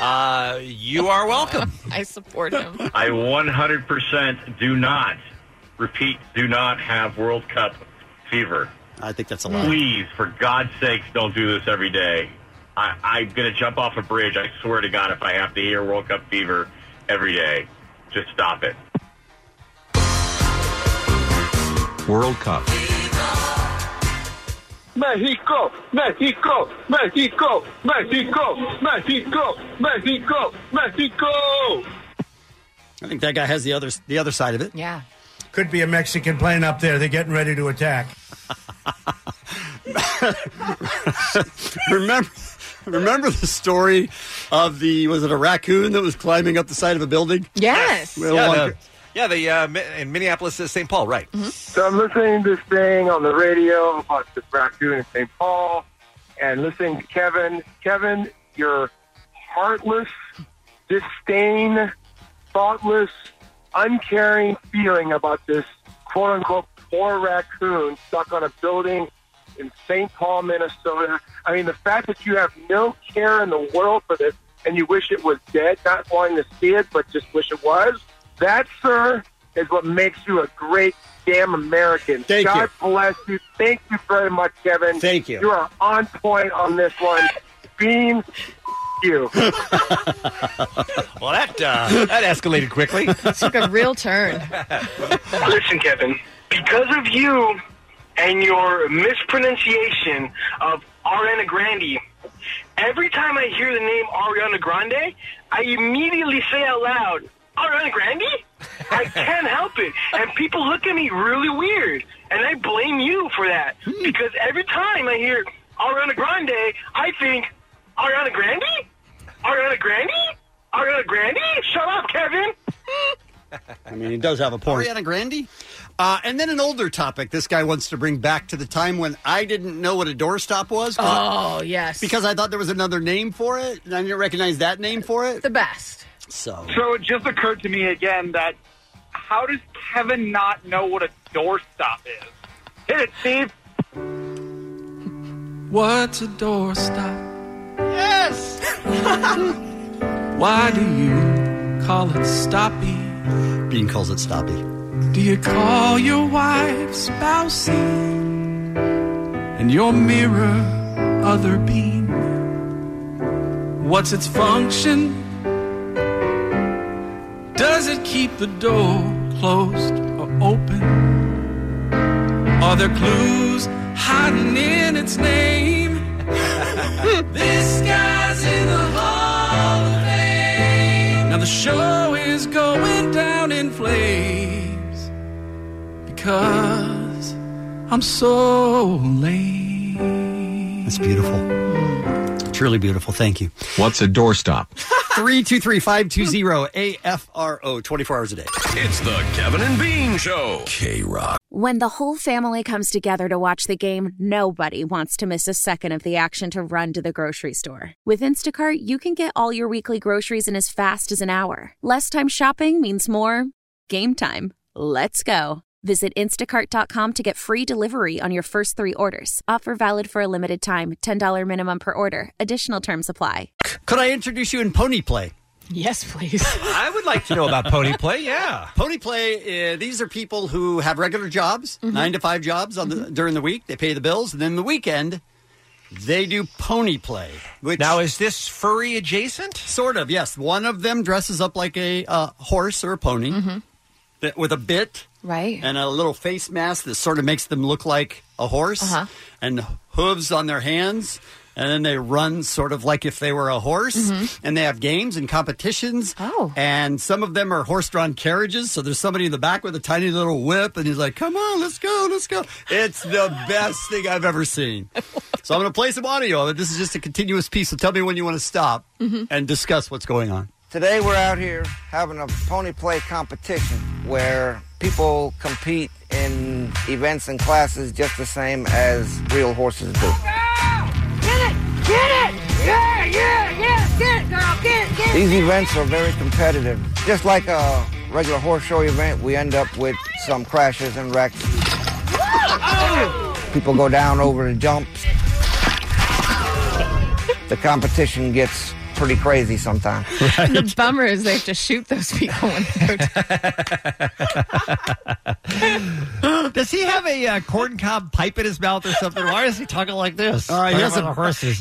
[SPEAKER 11] Uh, you are welcome.
[SPEAKER 13] I support him.
[SPEAKER 24] I 100% do not, repeat, do not have World Cup fever.
[SPEAKER 12] I think that's a
[SPEAKER 24] lie. Please, for God's sakes, don't do this every day. I, I'm going to jump off a bridge, I swear to God, if I have to hear World Cup fever every day. Just stop it.
[SPEAKER 11] World Cup.
[SPEAKER 25] Mexico, Mexico, Mexico, Mexico, Mexico, Mexico, Mexico.
[SPEAKER 12] I think that guy has the other the other side of it.
[SPEAKER 13] Yeah.
[SPEAKER 26] Could be a Mexican plane up there. They're getting ready to attack.
[SPEAKER 12] remember remember the story of the was it a raccoon that was climbing up the side of a building?
[SPEAKER 13] Yes.
[SPEAKER 12] Well,
[SPEAKER 11] yeah,
[SPEAKER 12] like-
[SPEAKER 11] the, yeah, the, uh, Mi- in Minneapolis, uh, St. Paul, right.
[SPEAKER 23] So I'm listening to this thing on the radio about the raccoon in St. Paul and listening to Kevin. Kevin, your heartless, disdain, thoughtless, uncaring feeling about this quote unquote poor raccoon stuck on a building in St. Paul, Minnesota. I mean, the fact that you have no care in the world for this and you wish it was dead, not wanting to see it, but just wish it was, that, sir, is what makes you a great damn American.
[SPEAKER 12] Thank
[SPEAKER 23] God bless you. Thank you very much, Kevin.
[SPEAKER 12] Thank you.
[SPEAKER 23] You are on point on this one. Beans, you.
[SPEAKER 11] Well, that uh, that escalated quickly.
[SPEAKER 13] Took a real turn.
[SPEAKER 23] Listen, Kevin,
[SPEAKER 2] because of you and your mispronunciation of Ariana Grande, every time I hear the name Ariana Grande, I immediately say out loud, Ariana Grande? I can't help it. And people look at me really weird. And I blame you for that. Because every time I hear Ariana Grande, I think, Ariana Grande? Ariana Grande? Ariana Grande? Shut up, Kevin!
[SPEAKER 12] I mean, he does have a point. Ariana Grande. Uh, and then an older topic. This guy wants to bring back to the time when I didn't know what a doorstop was. 'cause-
[SPEAKER 13] Oh, yes.
[SPEAKER 12] because I thought there was another name for it, and I didn't recognize that name for it. The
[SPEAKER 13] best.
[SPEAKER 12] So
[SPEAKER 4] So it just occurred to me again that how does Kevin not know what a doorstop is? Hit it, Steve.
[SPEAKER 25] What's a doorstop?
[SPEAKER 4] Yes.
[SPEAKER 25] Why do you call it stoppy?
[SPEAKER 12] Bean calls it stoppy.
[SPEAKER 25] Do you call your wife spousey? And your mirror other bean? What's its function? Does it keep the door closed or open? Are there clues hiding in its name? this guy's in the Hall of Fame. Now the show is going down in flames because I'm so lame.
[SPEAKER 12] That's beautiful. Truly beautiful. Thank you.
[SPEAKER 27] What's a doorstop?
[SPEAKER 12] Three two three five two zero AFRO. Twenty four hours a day.
[SPEAKER 17] It's the Kevin and Bean Show. K Rock.
[SPEAKER 1] When the whole family comes together to watch the game, nobody wants to miss a second of the action to run to the grocery store. With Instacart, you can get all your weekly groceries in as fast as an hour. Less time shopping means more game time. Let's go. Visit instacart.com to get free delivery on your first three orders. Offer valid for a limited time $10 minimum per order. Additional terms apply.
[SPEAKER 12] Could I introduce you in pony play?
[SPEAKER 13] Yes, please.
[SPEAKER 11] I would like to know about pony play. Yeah.
[SPEAKER 12] Pony play. Uh, these are people who
[SPEAKER 13] Mm-hmm.
[SPEAKER 12] have regular jobs, nine to five jobs on the, during the week. They pay the bills, and then the weekend They do pony play. Which
[SPEAKER 11] now is this furry adjacent?
[SPEAKER 12] Sort of. Yes. One of them dresses up like a uh, horse or a pony that- with a bit
[SPEAKER 13] Mm-hmm. Right.
[SPEAKER 12] and a little face mask that sort of makes them look like a horse
[SPEAKER 13] Uh-huh.
[SPEAKER 12] and hooves on their hands. And then they run sort of like if they were a horse.
[SPEAKER 13] Mhm.
[SPEAKER 12] And they have games and competitions. Mm-hmm. Oh. And some of them are horse drawn carriages. So there's somebody in the back with a tiny little whip. And he's like, come on, let's go, let's go. It's the best thing I've ever seen. So I'm going to play some audio of it. This is just a continuous piece. So tell me when you want to stop
[SPEAKER 7] Mhm.
[SPEAKER 12] and discuss what's going on.
[SPEAKER 7] Today we're out here having a pony play competition where people compete in events and classes just the same as real horses do.
[SPEAKER 19] Get it! Get it! Yeah, yeah, yeah! Get it, girl! Get it, get it!
[SPEAKER 7] These events are very competitive. Just like a regular horse show event, we end up with some crashes and wrecks. People go down over the jumps. The competition gets pretty crazy sometimes.
[SPEAKER 13] The bummer is they have to shoot those people when they go
[SPEAKER 11] Does he have a uh, corncob pipe in his mouth or something? Why is he talking like this?
[SPEAKER 12] All right, he has
[SPEAKER 11] Talking
[SPEAKER 12] a-
[SPEAKER 11] about horses.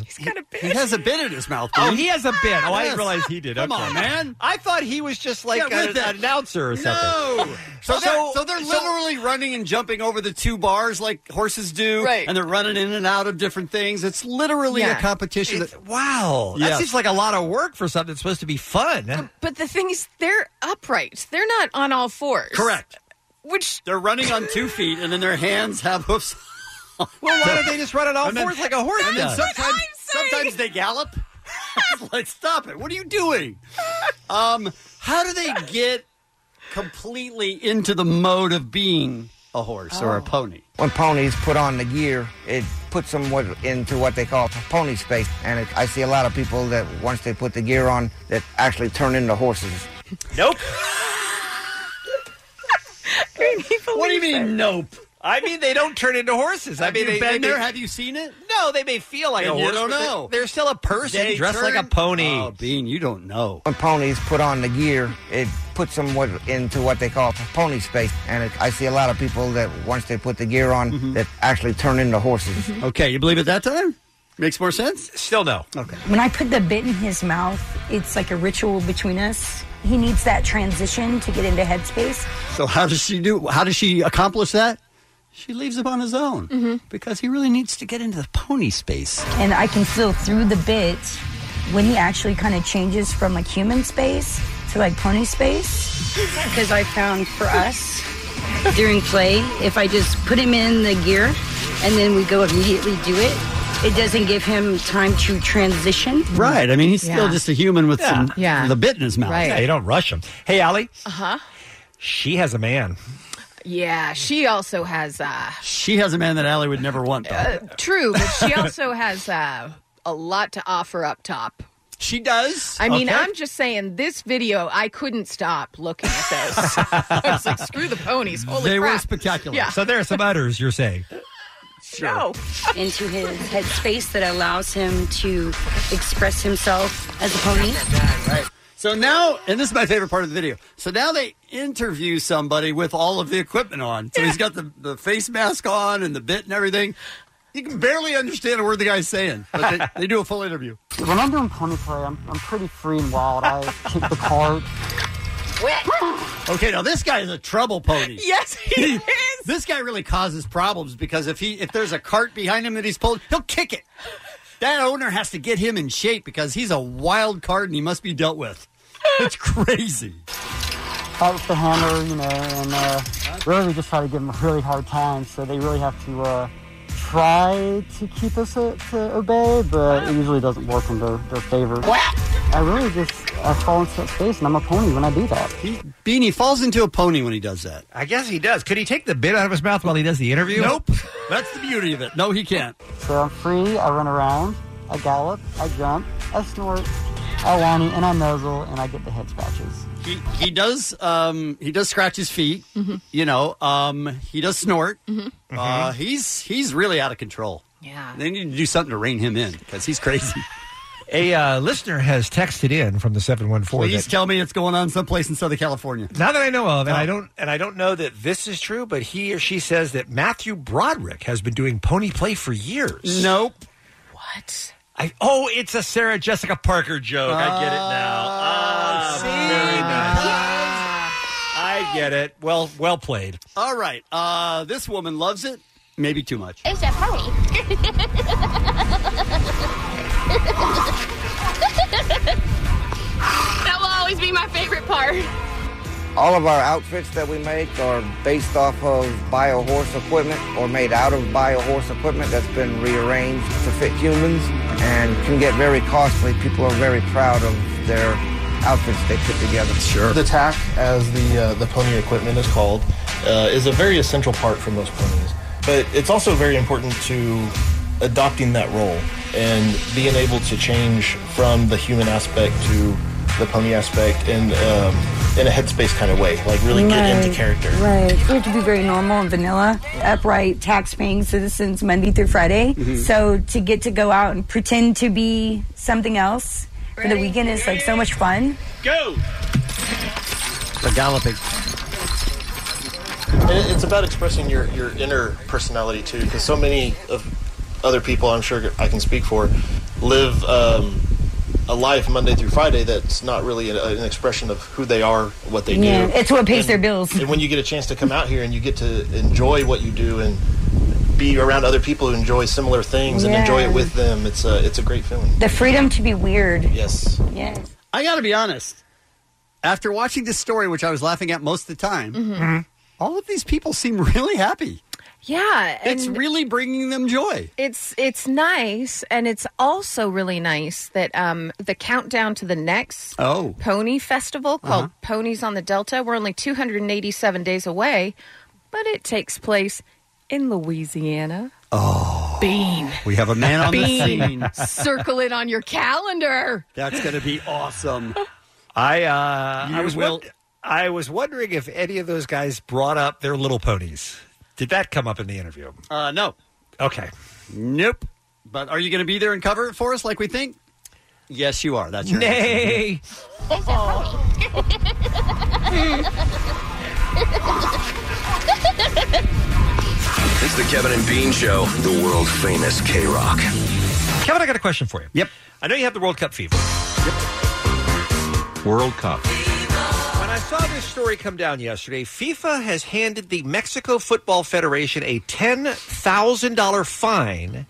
[SPEAKER 12] He has a bit in his mouth.
[SPEAKER 11] Oh,
[SPEAKER 12] dude.
[SPEAKER 11] he has a bit. Oh, I
[SPEAKER 12] Yes.
[SPEAKER 11] didn't realize he did.
[SPEAKER 12] Come
[SPEAKER 11] Okay.
[SPEAKER 12] on, man.
[SPEAKER 11] I thought he was just like
[SPEAKER 12] Yeah,
[SPEAKER 11] an-
[SPEAKER 12] with that-
[SPEAKER 11] an announcer or something.
[SPEAKER 12] No. So,
[SPEAKER 11] So-
[SPEAKER 12] they're, so they're literally running and jumping over the two bars like horses do.
[SPEAKER 11] Right.
[SPEAKER 12] And they're running in and out of different things. It's literally
[SPEAKER 13] Yeah.
[SPEAKER 12] a competition.
[SPEAKER 11] It's- wow. That
[SPEAKER 12] Yes.
[SPEAKER 11] seems like a lot of work for something that's supposed to be fun.
[SPEAKER 13] But the thing is, they're upright. They're not on all fours.
[SPEAKER 12] Correct.
[SPEAKER 13] Which
[SPEAKER 12] they're running on two feet and then their hands have hoofs. well,
[SPEAKER 11] why don't they just run on all fours like a horse
[SPEAKER 12] And
[SPEAKER 11] does?
[SPEAKER 12] then sometimes, sometimes they gallop. It's like, stop it. What are you doing? Um, how do they get completely into the mode of being a horse or a pony?
[SPEAKER 7] Oh. When ponies put on the gear, it puts them what, into what they call pony space. And it, I see a lot of people that once they put the gear on, that actually turn into horses.
[SPEAKER 11] Nope.
[SPEAKER 12] what do you mean, nope?
[SPEAKER 11] I mean, they don't turn into horses. I
[SPEAKER 12] Have
[SPEAKER 11] mean,
[SPEAKER 12] you
[SPEAKER 11] they,
[SPEAKER 12] been
[SPEAKER 11] they may-
[SPEAKER 12] there? Have you seen it?
[SPEAKER 11] No, they may feel like
[SPEAKER 12] Then
[SPEAKER 11] a
[SPEAKER 12] you
[SPEAKER 11] horse.
[SPEAKER 12] don't
[SPEAKER 11] but they-
[SPEAKER 12] know.
[SPEAKER 11] They're still a person
[SPEAKER 7] They
[SPEAKER 11] dressed
[SPEAKER 7] turn-
[SPEAKER 11] like a pony.
[SPEAKER 7] Oh,
[SPEAKER 12] Bean, you don't know.
[SPEAKER 7] When ponies put on the gear, it puts them what, into what they call pony space. And it, I see a lot of people that once they put the gear on,
[SPEAKER 11] Mm-hmm.
[SPEAKER 7] that actually turn into horses.
[SPEAKER 12] Okay, you believe it that time? Makes more sense?
[SPEAKER 11] Still no.
[SPEAKER 12] Okay.
[SPEAKER 28] When I put the bit in his mouth, it's like a ritual between us. He needs that transition to get into headspace.
[SPEAKER 12] So how does she do? How does she accomplish that? She leaves him on his own because he really needs to get into the pony space.
[SPEAKER 28] Mm-hmm. And I can feel through the bit when he actually kind of changes from like human space to like pony space. Because I found for us during play, if I just put him in the gear and then we go immediately do it, it doesn't give him time to transition.
[SPEAKER 12] Right. I mean, he's still
[SPEAKER 28] Yeah.
[SPEAKER 12] just a human with
[SPEAKER 28] Yeah.
[SPEAKER 12] some
[SPEAKER 28] Yeah.
[SPEAKER 12] the bit in his mouth.
[SPEAKER 13] Right. Yeah, you
[SPEAKER 11] don't rush him. Hey, Allie,
[SPEAKER 13] Uh huh.
[SPEAKER 11] she has a man.
[SPEAKER 13] Yeah, she also has. Uh,
[SPEAKER 12] She has a man that Allie would never want. Though.
[SPEAKER 13] uh, true, but she also has uh, a lot to offer up top.
[SPEAKER 12] She does.
[SPEAKER 13] I mean,
[SPEAKER 12] Okay.
[SPEAKER 13] I'm just saying, this video, I couldn't stop looking at this. I was like, screw the ponies. Holy
[SPEAKER 11] They were
[SPEAKER 13] crap.
[SPEAKER 12] Oh. spectacular.
[SPEAKER 13] Yeah.
[SPEAKER 11] So there are some udders, you're saying.
[SPEAKER 28] into his headspace that allows him to express himself as a pony.
[SPEAKER 12] Right. So now, and this is my favorite part of the video. So now they interview somebody with all of the equipment on. So he's got the, the face mask on and the bit and everything. You can barely understand a word the guy's saying, but they, they do a full interview.
[SPEAKER 29] When I'm doing pony play, I'm, I'm pretty free and wild. I kick the cart.
[SPEAKER 12] Okay, now this guy is a trouble pony.
[SPEAKER 13] Yes, he is.
[SPEAKER 12] this guy really causes problems because if he if there's a cart behind him that he's pulling, he'll kick it. That owner has to get him in shape because he's a wild card and he must be dealt with. It's crazy.
[SPEAKER 29] Fight with the hammer, you know, and uh, really just try to give them a really hard time. So they really have to uh, try to keep us uh, to obey, but it usually doesn't work in their, their favor. I really just I fall into that space and I'm a pony when I do that.
[SPEAKER 12] Beanie falls into a pony when he does that.
[SPEAKER 11] I guess he does. Could he take the bit out of his mouth while he does the interview?
[SPEAKER 12] Nope. That's the beauty of it. No, he can't.
[SPEAKER 29] So I'm free, I run around, I gallop, I jump, I snort, I whiny, and I nuzzle, and I get the head scratches.
[SPEAKER 12] He he does um he does scratch his feet.
[SPEAKER 13] Mm-hmm.
[SPEAKER 12] You know, um he does snort. Uh, he's he's really out of control.
[SPEAKER 13] Yeah.
[SPEAKER 12] They need to do something to rein him in because he's crazy.
[SPEAKER 11] A uh, listener has texted in from the 714.
[SPEAKER 12] Please
[SPEAKER 11] that-
[SPEAKER 12] tell me it's going on someplace in Southern California.
[SPEAKER 11] Now that I know of, and I don't, and I don't know that this is true, but he or she says that Matthew Broderick has been doing pony play for years.
[SPEAKER 12] Nope.
[SPEAKER 13] What?
[SPEAKER 11] I, oh, it's a Sarah Jessica Parker joke. I get it now. Ah, very nice. I get it. Well, well played.
[SPEAKER 12] All right. Uh, this woman loves it. Maybe too much.
[SPEAKER 19] It's a party.
[SPEAKER 5] That will always be my favorite part.
[SPEAKER 7] All of our outfits that we make are based off of bio horse equipment or made out of bio horse equipment that's been rearranged to fit humans and can get very costly. People are very proud of their outfits they put together. Sure.
[SPEAKER 30] The tack, as the uh, the pony equipment is called, uh, is a very essential part for most ponies. But it's also very important to adopting that role and being able to change from the human aspect to the pony aspect in um, in a headspace kind of way, like really get into
[SPEAKER 28] Right,
[SPEAKER 30] character.
[SPEAKER 28] Right. We have to be very normal and vanilla, upright, tax paying citizens Monday through Friday.
[SPEAKER 30] Mhm.
[SPEAKER 28] So to get to go out and pretend to be something else for the weekend is like so much fun.
[SPEAKER 30] Go.
[SPEAKER 12] The galloping.
[SPEAKER 30] And it- it's about expressing your, your inner personality too, because so many of other people, I'm sure I can speak for, live um, a life Monday through Friday that's not really a, an expression of who they are, what they
[SPEAKER 28] yeah,
[SPEAKER 30] do.
[SPEAKER 28] it's what pays their bills.
[SPEAKER 30] And when you get a chance to come out here and you get to enjoy what you do and be around other people who enjoy similar things and enjoy
[SPEAKER 28] Yeah.
[SPEAKER 30] it with them, it's a it's a great feeling.
[SPEAKER 28] The freedom to be weird.
[SPEAKER 30] Yes.
[SPEAKER 28] Yes.
[SPEAKER 12] I got to be honest. After watching this story, which I was laughing at most of the time,
[SPEAKER 13] Mm-hmm.
[SPEAKER 12] all of these people seem really happy.
[SPEAKER 13] Yeah,
[SPEAKER 12] It's really bringing them joy.
[SPEAKER 13] It's it's nice, and it's also really nice that um, the countdown to the next
[SPEAKER 12] Oh.
[SPEAKER 13] pony festival called
[SPEAKER 12] Uh-huh.
[SPEAKER 13] Ponies on the Delta. We're only 287 days away, but it takes place in Louisiana.
[SPEAKER 12] Oh.
[SPEAKER 13] Bean.
[SPEAKER 12] We have a man on the
[SPEAKER 13] Bean.
[SPEAKER 12] scene.
[SPEAKER 5] Circle it on your calendar.
[SPEAKER 12] That's going to be awesome.
[SPEAKER 11] I uh,
[SPEAKER 12] Um, You
[SPEAKER 11] I was
[SPEAKER 12] will-
[SPEAKER 11] won- I was wondering if any of those guys brought up their little ponies. Did that come up in the interview?
[SPEAKER 12] Uh, no.
[SPEAKER 11] Okay.
[SPEAKER 12] Nope. But are you going to be there and cover it for us like we think? Yes, you are. That's your
[SPEAKER 11] Nay.
[SPEAKER 19] It's a party.
[SPEAKER 17] It's the Kevin and Bean Show, the world famous K Rock.
[SPEAKER 11] Kevin, I got a question for you. Yep. I know you have the World Cup fever. Yep. World Cup. When I saw this story come down yesterday, FIFA has handed the Mexico Football Federation a $10,000 fine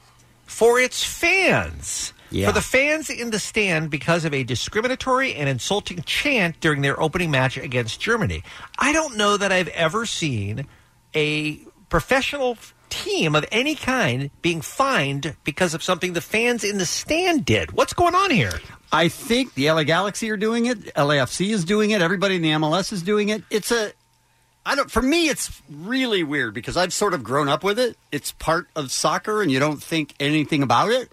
[SPEAKER 11] for its fans. For the fans in the stand because of a discriminatory and insulting chant during their opening match against Germany. I don't know that I've ever seen a professional f- team of any kind being fined because of something the fans in the stand did. What's going on here?
[SPEAKER 12] I think the LA Galaxy are doing it. LAFC is doing it. Everybody in the MLS is doing it. It's a, I don't. For me, it's really weird because I've sort of grown up with it. It's part of soccer, and you don't think anything about it.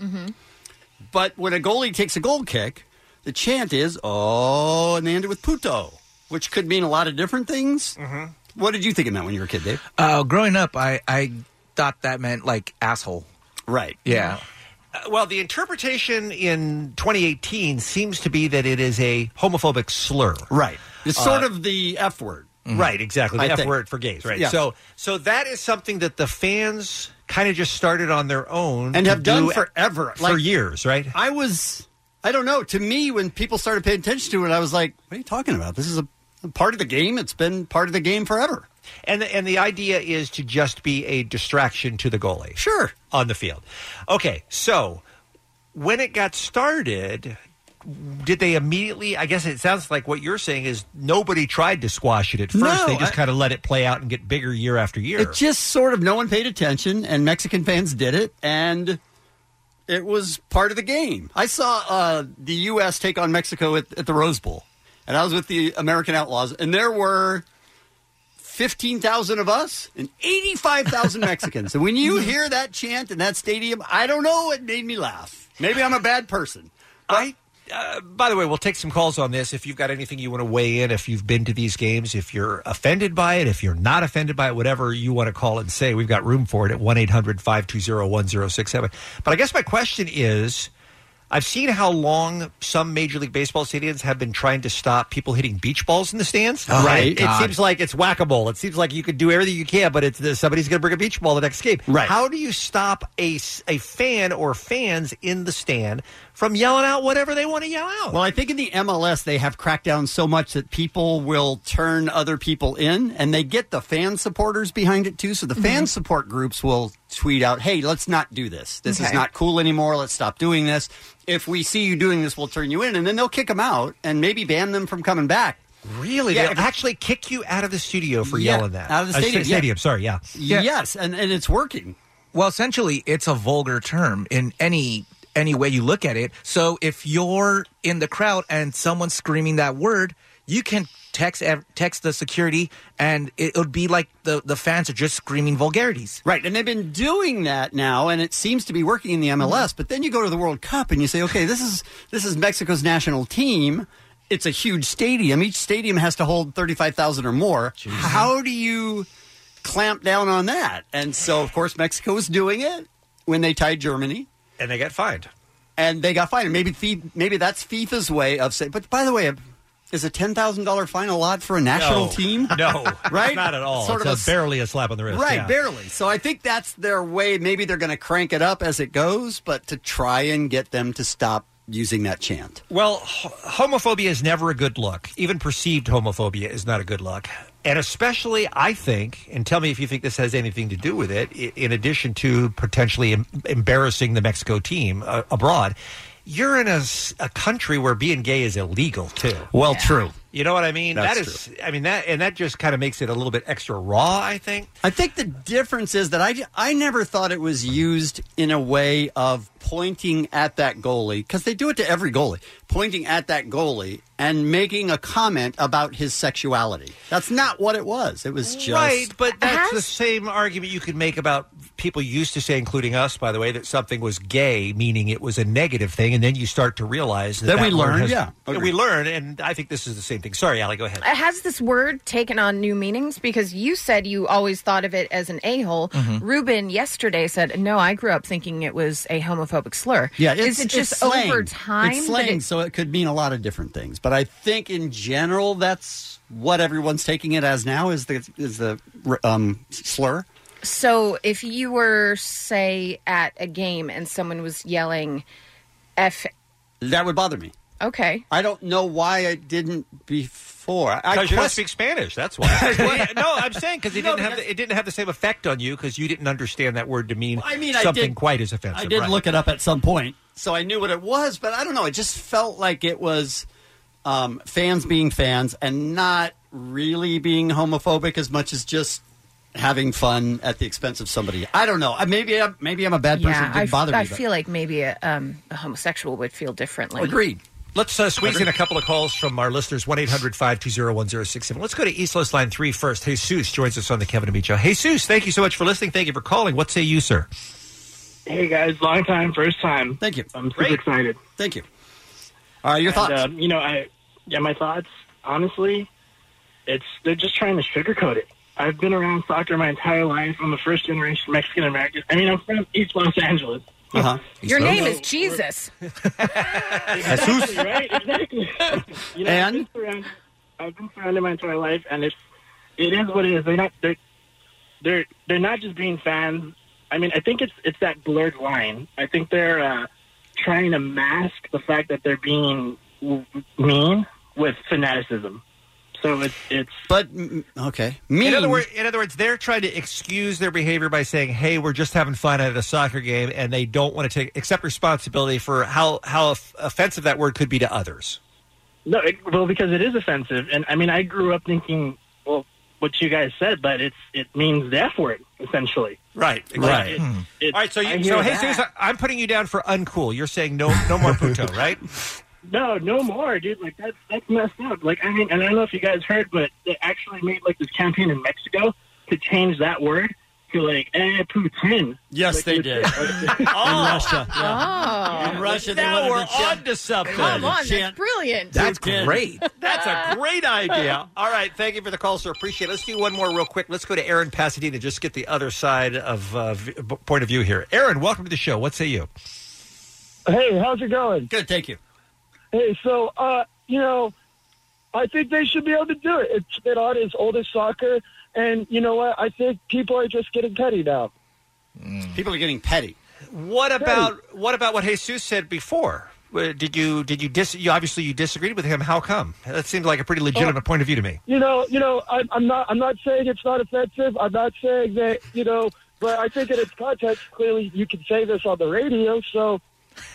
[SPEAKER 12] But when a goalie takes a goal kick, the chant is "Oh," and they end it with "puto," which could mean a lot of different things. What did you think it meant when you were a kid, Dave?
[SPEAKER 16] Uh, growing up, I, I thought that meant like asshole.
[SPEAKER 12] Right.
[SPEAKER 16] Yeah.
[SPEAKER 11] Uh, well, the interpretation in 2018 seems to be that it is a homophobic slur. Uh, Mhm.
[SPEAKER 12] Right. It's sort of the F word.
[SPEAKER 11] Right, exactly. The
[SPEAKER 12] Mm-hmm. I
[SPEAKER 11] F
[SPEAKER 12] think.
[SPEAKER 11] word for gays, right?
[SPEAKER 12] Yeah.
[SPEAKER 11] So so that is something that the fans kind of just started on their own
[SPEAKER 12] and
[SPEAKER 11] to
[SPEAKER 12] have done
[SPEAKER 11] do
[SPEAKER 12] forever
[SPEAKER 11] for years, right?
[SPEAKER 12] I was, I don't know. To me, when people started paying attention to it, I was like, "What are you talking about? This is a, a part of the game. It's been part of the game forever."
[SPEAKER 11] And the, and the idea is to just be a distraction to the goalie.
[SPEAKER 12] Sure.
[SPEAKER 11] On the field. Okay, so when it got started, did they immediately? I guess it sounds like what you're saying is nobody tried to squash it at first.
[SPEAKER 12] No,
[SPEAKER 11] they just
[SPEAKER 12] I-
[SPEAKER 11] kind of let it play out and get bigger year after year.
[SPEAKER 12] It just sort of no one paid attention, and Mexican fans did it, and it was part of the game. I saw uh, the U.S. take on Mexico at, at the Rose Bowl, and I was with the American Outlaws, and there were. 15,000 of us and 85,000 Mexicans. and when you hear that chant in that stadium, I don't know, it made me laugh. Maybe I'm a bad person.
[SPEAKER 11] I. Uh, by the way, we'll take some calls on this. If you've got anything you want to weigh in, if you've been to these games, if you're offended by it, if you're not offended by it, whatever you want to call and say, we've got room for it at 1 800 520 1067. But I guess my question is I've seen how long some Major League Baseball stadiums have been trying to stop people hitting beach balls in the stands.
[SPEAKER 16] Oh,
[SPEAKER 11] right. It
[SPEAKER 16] God.
[SPEAKER 11] seems like it's whack a mole. It seems like you could do everything you can, but it's somebody's going to bring a beach ball the next game. Right. How do you stop a, s- a fan or fans in the stand from yelling out whatever they want to yell out?
[SPEAKER 12] Oh. Well, I think in the MLS they have cracked down so much that people will turn other people in, and they get the fan supporters behind it too. So
[SPEAKER 11] Mm-hmm.
[SPEAKER 12] the fan support groups will tweet out, "Hey, let's not do this. This is
[SPEAKER 31] Okay.
[SPEAKER 12] not cool anymore. Let's stop doing this. If we see you doing this, we'll turn you in, and then they'll kick them out and maybe ban them from coming back."
[SPEAKER 11] Really? They'll actually kick you out of the studio for yelling that.
[SPEAKER 12] Out of the
[SPEAKER 11] Uh,
[SPEAKER 12] stadium.
[SPEAKER 11] sta-
[SPEAKER 12] yeah.
[SPEAKER 11] stadium, sorry, yeah.
[SPEAKER 12] Yes, and, and it's working.
[SPEAKER 16] Well, essentially, it's a vulgar term in any any way you look at it. So if you're in the crowd and someone's screaming that word, you can text ev- text the security, and it would be like the the fans are just screaming vulgarities.
[SPEAKER 12] Right, and they've been doing that now, and it seems to be working in the
[SPEAKER 16] Mm-hmm.
[SPEAKER 12] MLS. But then you go to the World Cup and you say, okay, this is this is Mexico's national team. It's a huge stadium. Each stadium has to hold thirty five thousand or more. How do you clamp down on that? And so, of course, Mexico was doing it when they tied Germany,
[SPEAKER 11] and they got fined.
[SPEAKER 12] And they got fined. Maybe Fi- maybe that's FIFA's way of saying. But by the way. Is a ten thousand dollar fine a lot for a national
[SPEAKER 11] No.
[SPEAKER 12] team?
[SPEAKER 11] No,
[SPEAKER 12] right?
[SPEAKER 11] Not at all.
[SPEAKER 12] Sort
[SPEAKER 11] it's
[SPEAKER 12] of
[SPEAKER 11] a
[SPEAKER 12] s-
[SPEAKER 11] barely a slap on the wrist.
[SPEAKER 12] Right,
[SPEAKER 11] yeah.
[SPEAKER 12] barely. So I think that's their way. Maybe they're going to crank it up as it goes, but to try and get them to stop using that chant.
[SPEAKER 11] Well, h- homophobia is never a good look. Even perceived homophobia is not a good look. And especially, I think, and tell me if you think this has anything to do with it, i- in addition to potentially em- embarrassing the Mexico team uh, abroad, you're in a, s- a country where being gay is illegal, too.
[SPEAKER 12] Well, true.
[SPEAKER 11] You know what I mean?
[SPEAKER 12] That's
[SPEAKER 11] that is, I mean, that, and that just kind of makes it a little bit extra raw, I think.
[SPEAKER 12] I think the difference is that I, I never thought it was used in a way of pointing at that goalie, because they do it to every goalie, pointing at that goalie and making a comment about his sexuality. That's not what it was. It was just.
[SPEAKER 11] Right, but that's the same argument you could make about people used to say, including us, by the way, that something was gay, meaning it was a negative thing, and then you start to realize that
[SPEAKER 12] Then we
[SPEAKER 11] that word
[SPEAKER 12] learn,
[SPEAKER 11] has-
[SPEAKER 12] yeah.
[SPEAKER 11] we learn, and I think this is the same thing. Sorry, Allie, go ahead.
[SPEAKER 13] Uh, Has this word taken on new meanings? Because you said you always thought of it as an a hole.
[SPEAKER 12] Mm-hmm.
[SPEAKER 11] Mhm.
[SPEAKER 13] Ruben yesterday said, No, I grew up thinking it was a homophobic slur.
[SPEAKER 12] Yeah,
[SPEAKER 13] Is
[SPEAKER 12] it's,
[SPEAKER 13] it just
[SPEAKER 12] it's slang.
[SPEAKER 13] over time?
[SPEAKER 12] It's
[SPEAKER 13] that
[SPEAKER 12] slang,
[SPEAKER 13] it-
[SPEAKER 12] so it could mean a lot of different things. But I think in general, that's what everyone's taking it as now is the is the um, slur.
[SPEAKER 13] so if you were, say, at a game and someone was yelling F.
[SPEAKER 12] That would bother me.
[SPEAKER 13] Okay.
[SPEAKER 12] I don't know why I didn't before. I
[SPEAKER 11] Because you don't
[SPEAKER 12] quest-
[SPEAKER 11] speak Spanish, that's why. Well, no, I'm saying because it didn't have the, it didn't have the same effect on you because you didn't understand that word to mean
[SPEAKER 12] I mean, I
[SPEAKER 11] something
[SPEAKER 12] did-
[SPEAKER 11] quite as offensive.
[SPEAKER 12] I did
[SPEAKER 11] right?
[SPEAKER 12] look it up at some point, so I knew what it was. But I don't know. It just felt like it was um, fans being fans and not really being homophobic as much as just having fun at the expense of somebody. I don't know. I- Maybe I'm, maybe I'm a bad person.
[SPEAKER 13] Yeah,
[SPEAKER 12] it
[SPEAKER 13] I,
[SPEAKER 12] didn't bother
[SPEAKER 13] I
[SPEAKER 12] me. but-
[SPEAKER 13] feel like maybe a, um, a homosexual would feel
[SPEAKER 11] Oh,
[SPEAKER 13] differently.
[SPEAKER 11] Let's uh, squeeze in a couple of calls from our listeners 1 800 520 1067. Let's go to East Coast Line 3 first. Jesus joins us on the Kevin and Beach Show. Jesus, thank you so much for listening. Thank you for calling. What say you, sir?
[SPEAKER 32] Hey guys, long time, first time.
[SPEAKER 12] Thank you.
[SPEAKER 32] I'm super excited.
[SPEAKER 12] Thank you. All right, your
[SPEAKER 32] thoughts? you know, I yeah, my thoughts. Honestly, it's they're just trying to sugarcoat it. I've been around soccer my entire life. I'm a first generation Mexican American. I mean, I'm from East Los Angeles.
[SPEAKER 12] Uh-huh.
[SPEAKER 13] Your name
[SPEAKER 32] Oh.
[SPEAKER 13] is Jesus.
[SPEAKER 32] Exactly, right? Exactly. You know,
[SPEAKER 13] And?
[SPEAKER 32] I've been, surrounded, I've been surrounded my entire life, and it's it is what it is. They're not they're they're they're not just being fans. I mean, I think it's it's that blurred line. I think they're uh, trying to mask the fact that they're being w- mean with fanaticism. So it's it's
[SPEAKER 12] but okay.
[SPEAKER 11] In other, wor- in other words, they're trying to excuse their behavior by saying, hey, we're just having fun at a soccer game, and they don't want to take accept responsibility for how, how off- offensive that word could be to others.
[SPEAKER 32] No, it, well, because it is offensive, and I mean, I grew up thinking, well, what you guys said, but it's it means the F word essentially.
[SPEAKER 11] Right,
[SPEAKER 32] Like,
[SPEAKER 11] exactly.
[SPEAKER 32] it-
[SPEAKER 11] Hmm.
[SPEAKER 32] it-
[SPEAKER 11] All right, so,
[SPEAKER 32] I hear
[SPEAKER 11] you, so
[SPEAKER 32] that.
[SPEAKER 11] Jesus, I- I'm putting you down for uncool. You're saying no, no more puto, right?
[SPEAKER 32] No, no more, dude. Like that's that's messed up. Like I mean, and I don't know if you guys heard, but they actually made like this campaign in Mexico to change that word to like eh Putin.
[SPEAKER 12] Yes,
[SPEAKER 32] Like,
[SPEAKER 12] they
[SPEAKER 32] it's-
[SPEAKER 12] did.
[SPEAKER 32] In
[SPEAKER 12] Russia,
[SPEAKER 13] Oh.
[SPEAKER 12] In Russia, they
[SPEAKER 32] Now
[SPEAKER 12] wanted
[SPEAKER 32] we're
[SPEAKER 12] to chant-
[SPEAKER 11] on to something.
[SPEAKER 12] they
[SPEAKER 13] Come
[SPEAKER 12] wanted
[SPEAKER 13] on,
[SPEAKER 12] to
[SPEAKER 13] that's
[SPEAKER 12] chant-
[SPEAKER 13] brilliant.
[SPEAKER 11] That's
[SPEAKER 12] Putin.
[SPEAKER 11] great. That's a great idea. All right. Thank you for the call, sir. Appreciate it. Let's do one more real quick. Let's go to Aaron Pasadena. Just get the other side of uh, v- point of view here. Aaron, welcome to the show. What say you?
[SPEAKER 31] Hey, how's it going?
[SPEAKER 12] Good, thank you.
[SPEAKER 31] Hey, so uh, you know, I think they should be able to do it. It's been on as old as soccer, and you know what? I think people are just getting petty now.
[SPEAKER 12] People are getting petty.
[SPEAKER 11] Mm. What about what about what Jesus said before? Uh, Did you did you dis? You, obviously, you disagreed with him. How come? That seemed like a pretty
[SPEAKER 31] Oh.
[SPEAKER 11] legitimate point of view to me.
[SPEAKER 31] You know, you know, I, I'm not, I'm not saying it's not offensive. I'm not saying that, you know, but I think in its context, clearly, you can say this on the radio. So,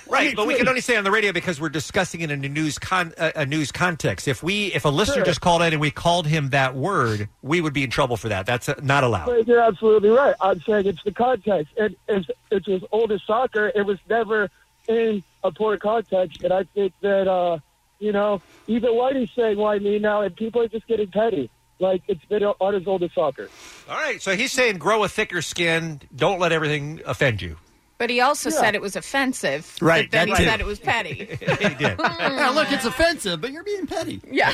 [SPEAKER 11] Right, but we can only say on the radio because we're discussing it in a news con- uh, a a news context. If we if a listener
[SPEAKER 31] Sure.
[SPEAKER 11] just called in and we called him that word, we would be in trouble for that. That's uh, not allowed.
[SPEAKER 31] But you're absolutely right. I'm saying it's the context. And it's, it's as old as soccer. It was never in a poor context. And I think that, uh, you know, even Whitey's saying, why me now? And people are just getting petty. Like, it's been on as old as soccer.
[SPEAKER 11] All right, so he's saying grow a thicker skin. Don't let everything offend you.
[SPEAKER 13] But he also said it was offensive.
[SPEAKER 11] Right,
[SPEAKER 13] But then
[SPEAKER 11] that
[SPEAKER 13] he
[SPEAKER 11] too.
[SPEAKER 13] said it was petty.
[SPEAKER 11] He did.
[SPEAKER 12] Now, look, it's offensive, but you're being petty.
[SPEAKER 13] yeah.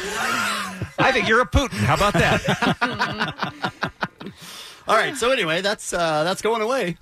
[SPEAKER 11] I think you're a Putin. How about that?
[SPEAKER 12] All right. So anyway, that's uh, that's going away.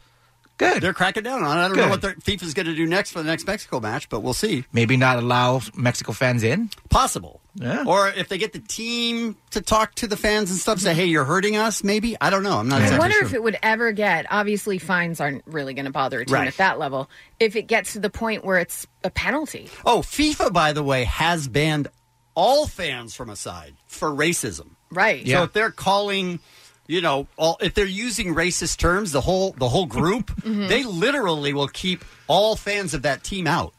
[SPEAKER 11] Good.
[SPEAKER 12] They're cracking down on it. I don't know
[SPEAKER 16] Good.
[SPEAKER 12] what their thief is going to do next for the next Mexico match, but we'll see.
[SPEAKER 16] Maybe not allow Mexico fans in.
[SPEAKER 12] Possible.
[SPEAKER 16] Yeah.
[SPEAKER 12] Or if they get the team to talk to the fans and stuff, say, "Hey, you're hurting us." Maybe I don't know. I'm not.
[SPEAKER 13] I
[SPEAKER 12] exactly
[SPEAKER 13] wonder
[SPEAKER 12] sure.
[SPEAKER 13] if it would ever get. Obviously, fines aren't really going to bother a team
[SPEAKER 12] Right.
[SPEAKER 13] at that level. If it gets to the point where it's a penalty,
[SPEAKER 12] Oh, FIFA, by the way, has banned all fans from a side for racism.
[SPEAKER 13] right?
[SPEAKER 12] So if they're calling, you know, all if they're using racist terms, the whole the whole group,
[SPEAKER 13] Mhm.
[SPEAKER 12] they literally will keep all fans of that team out.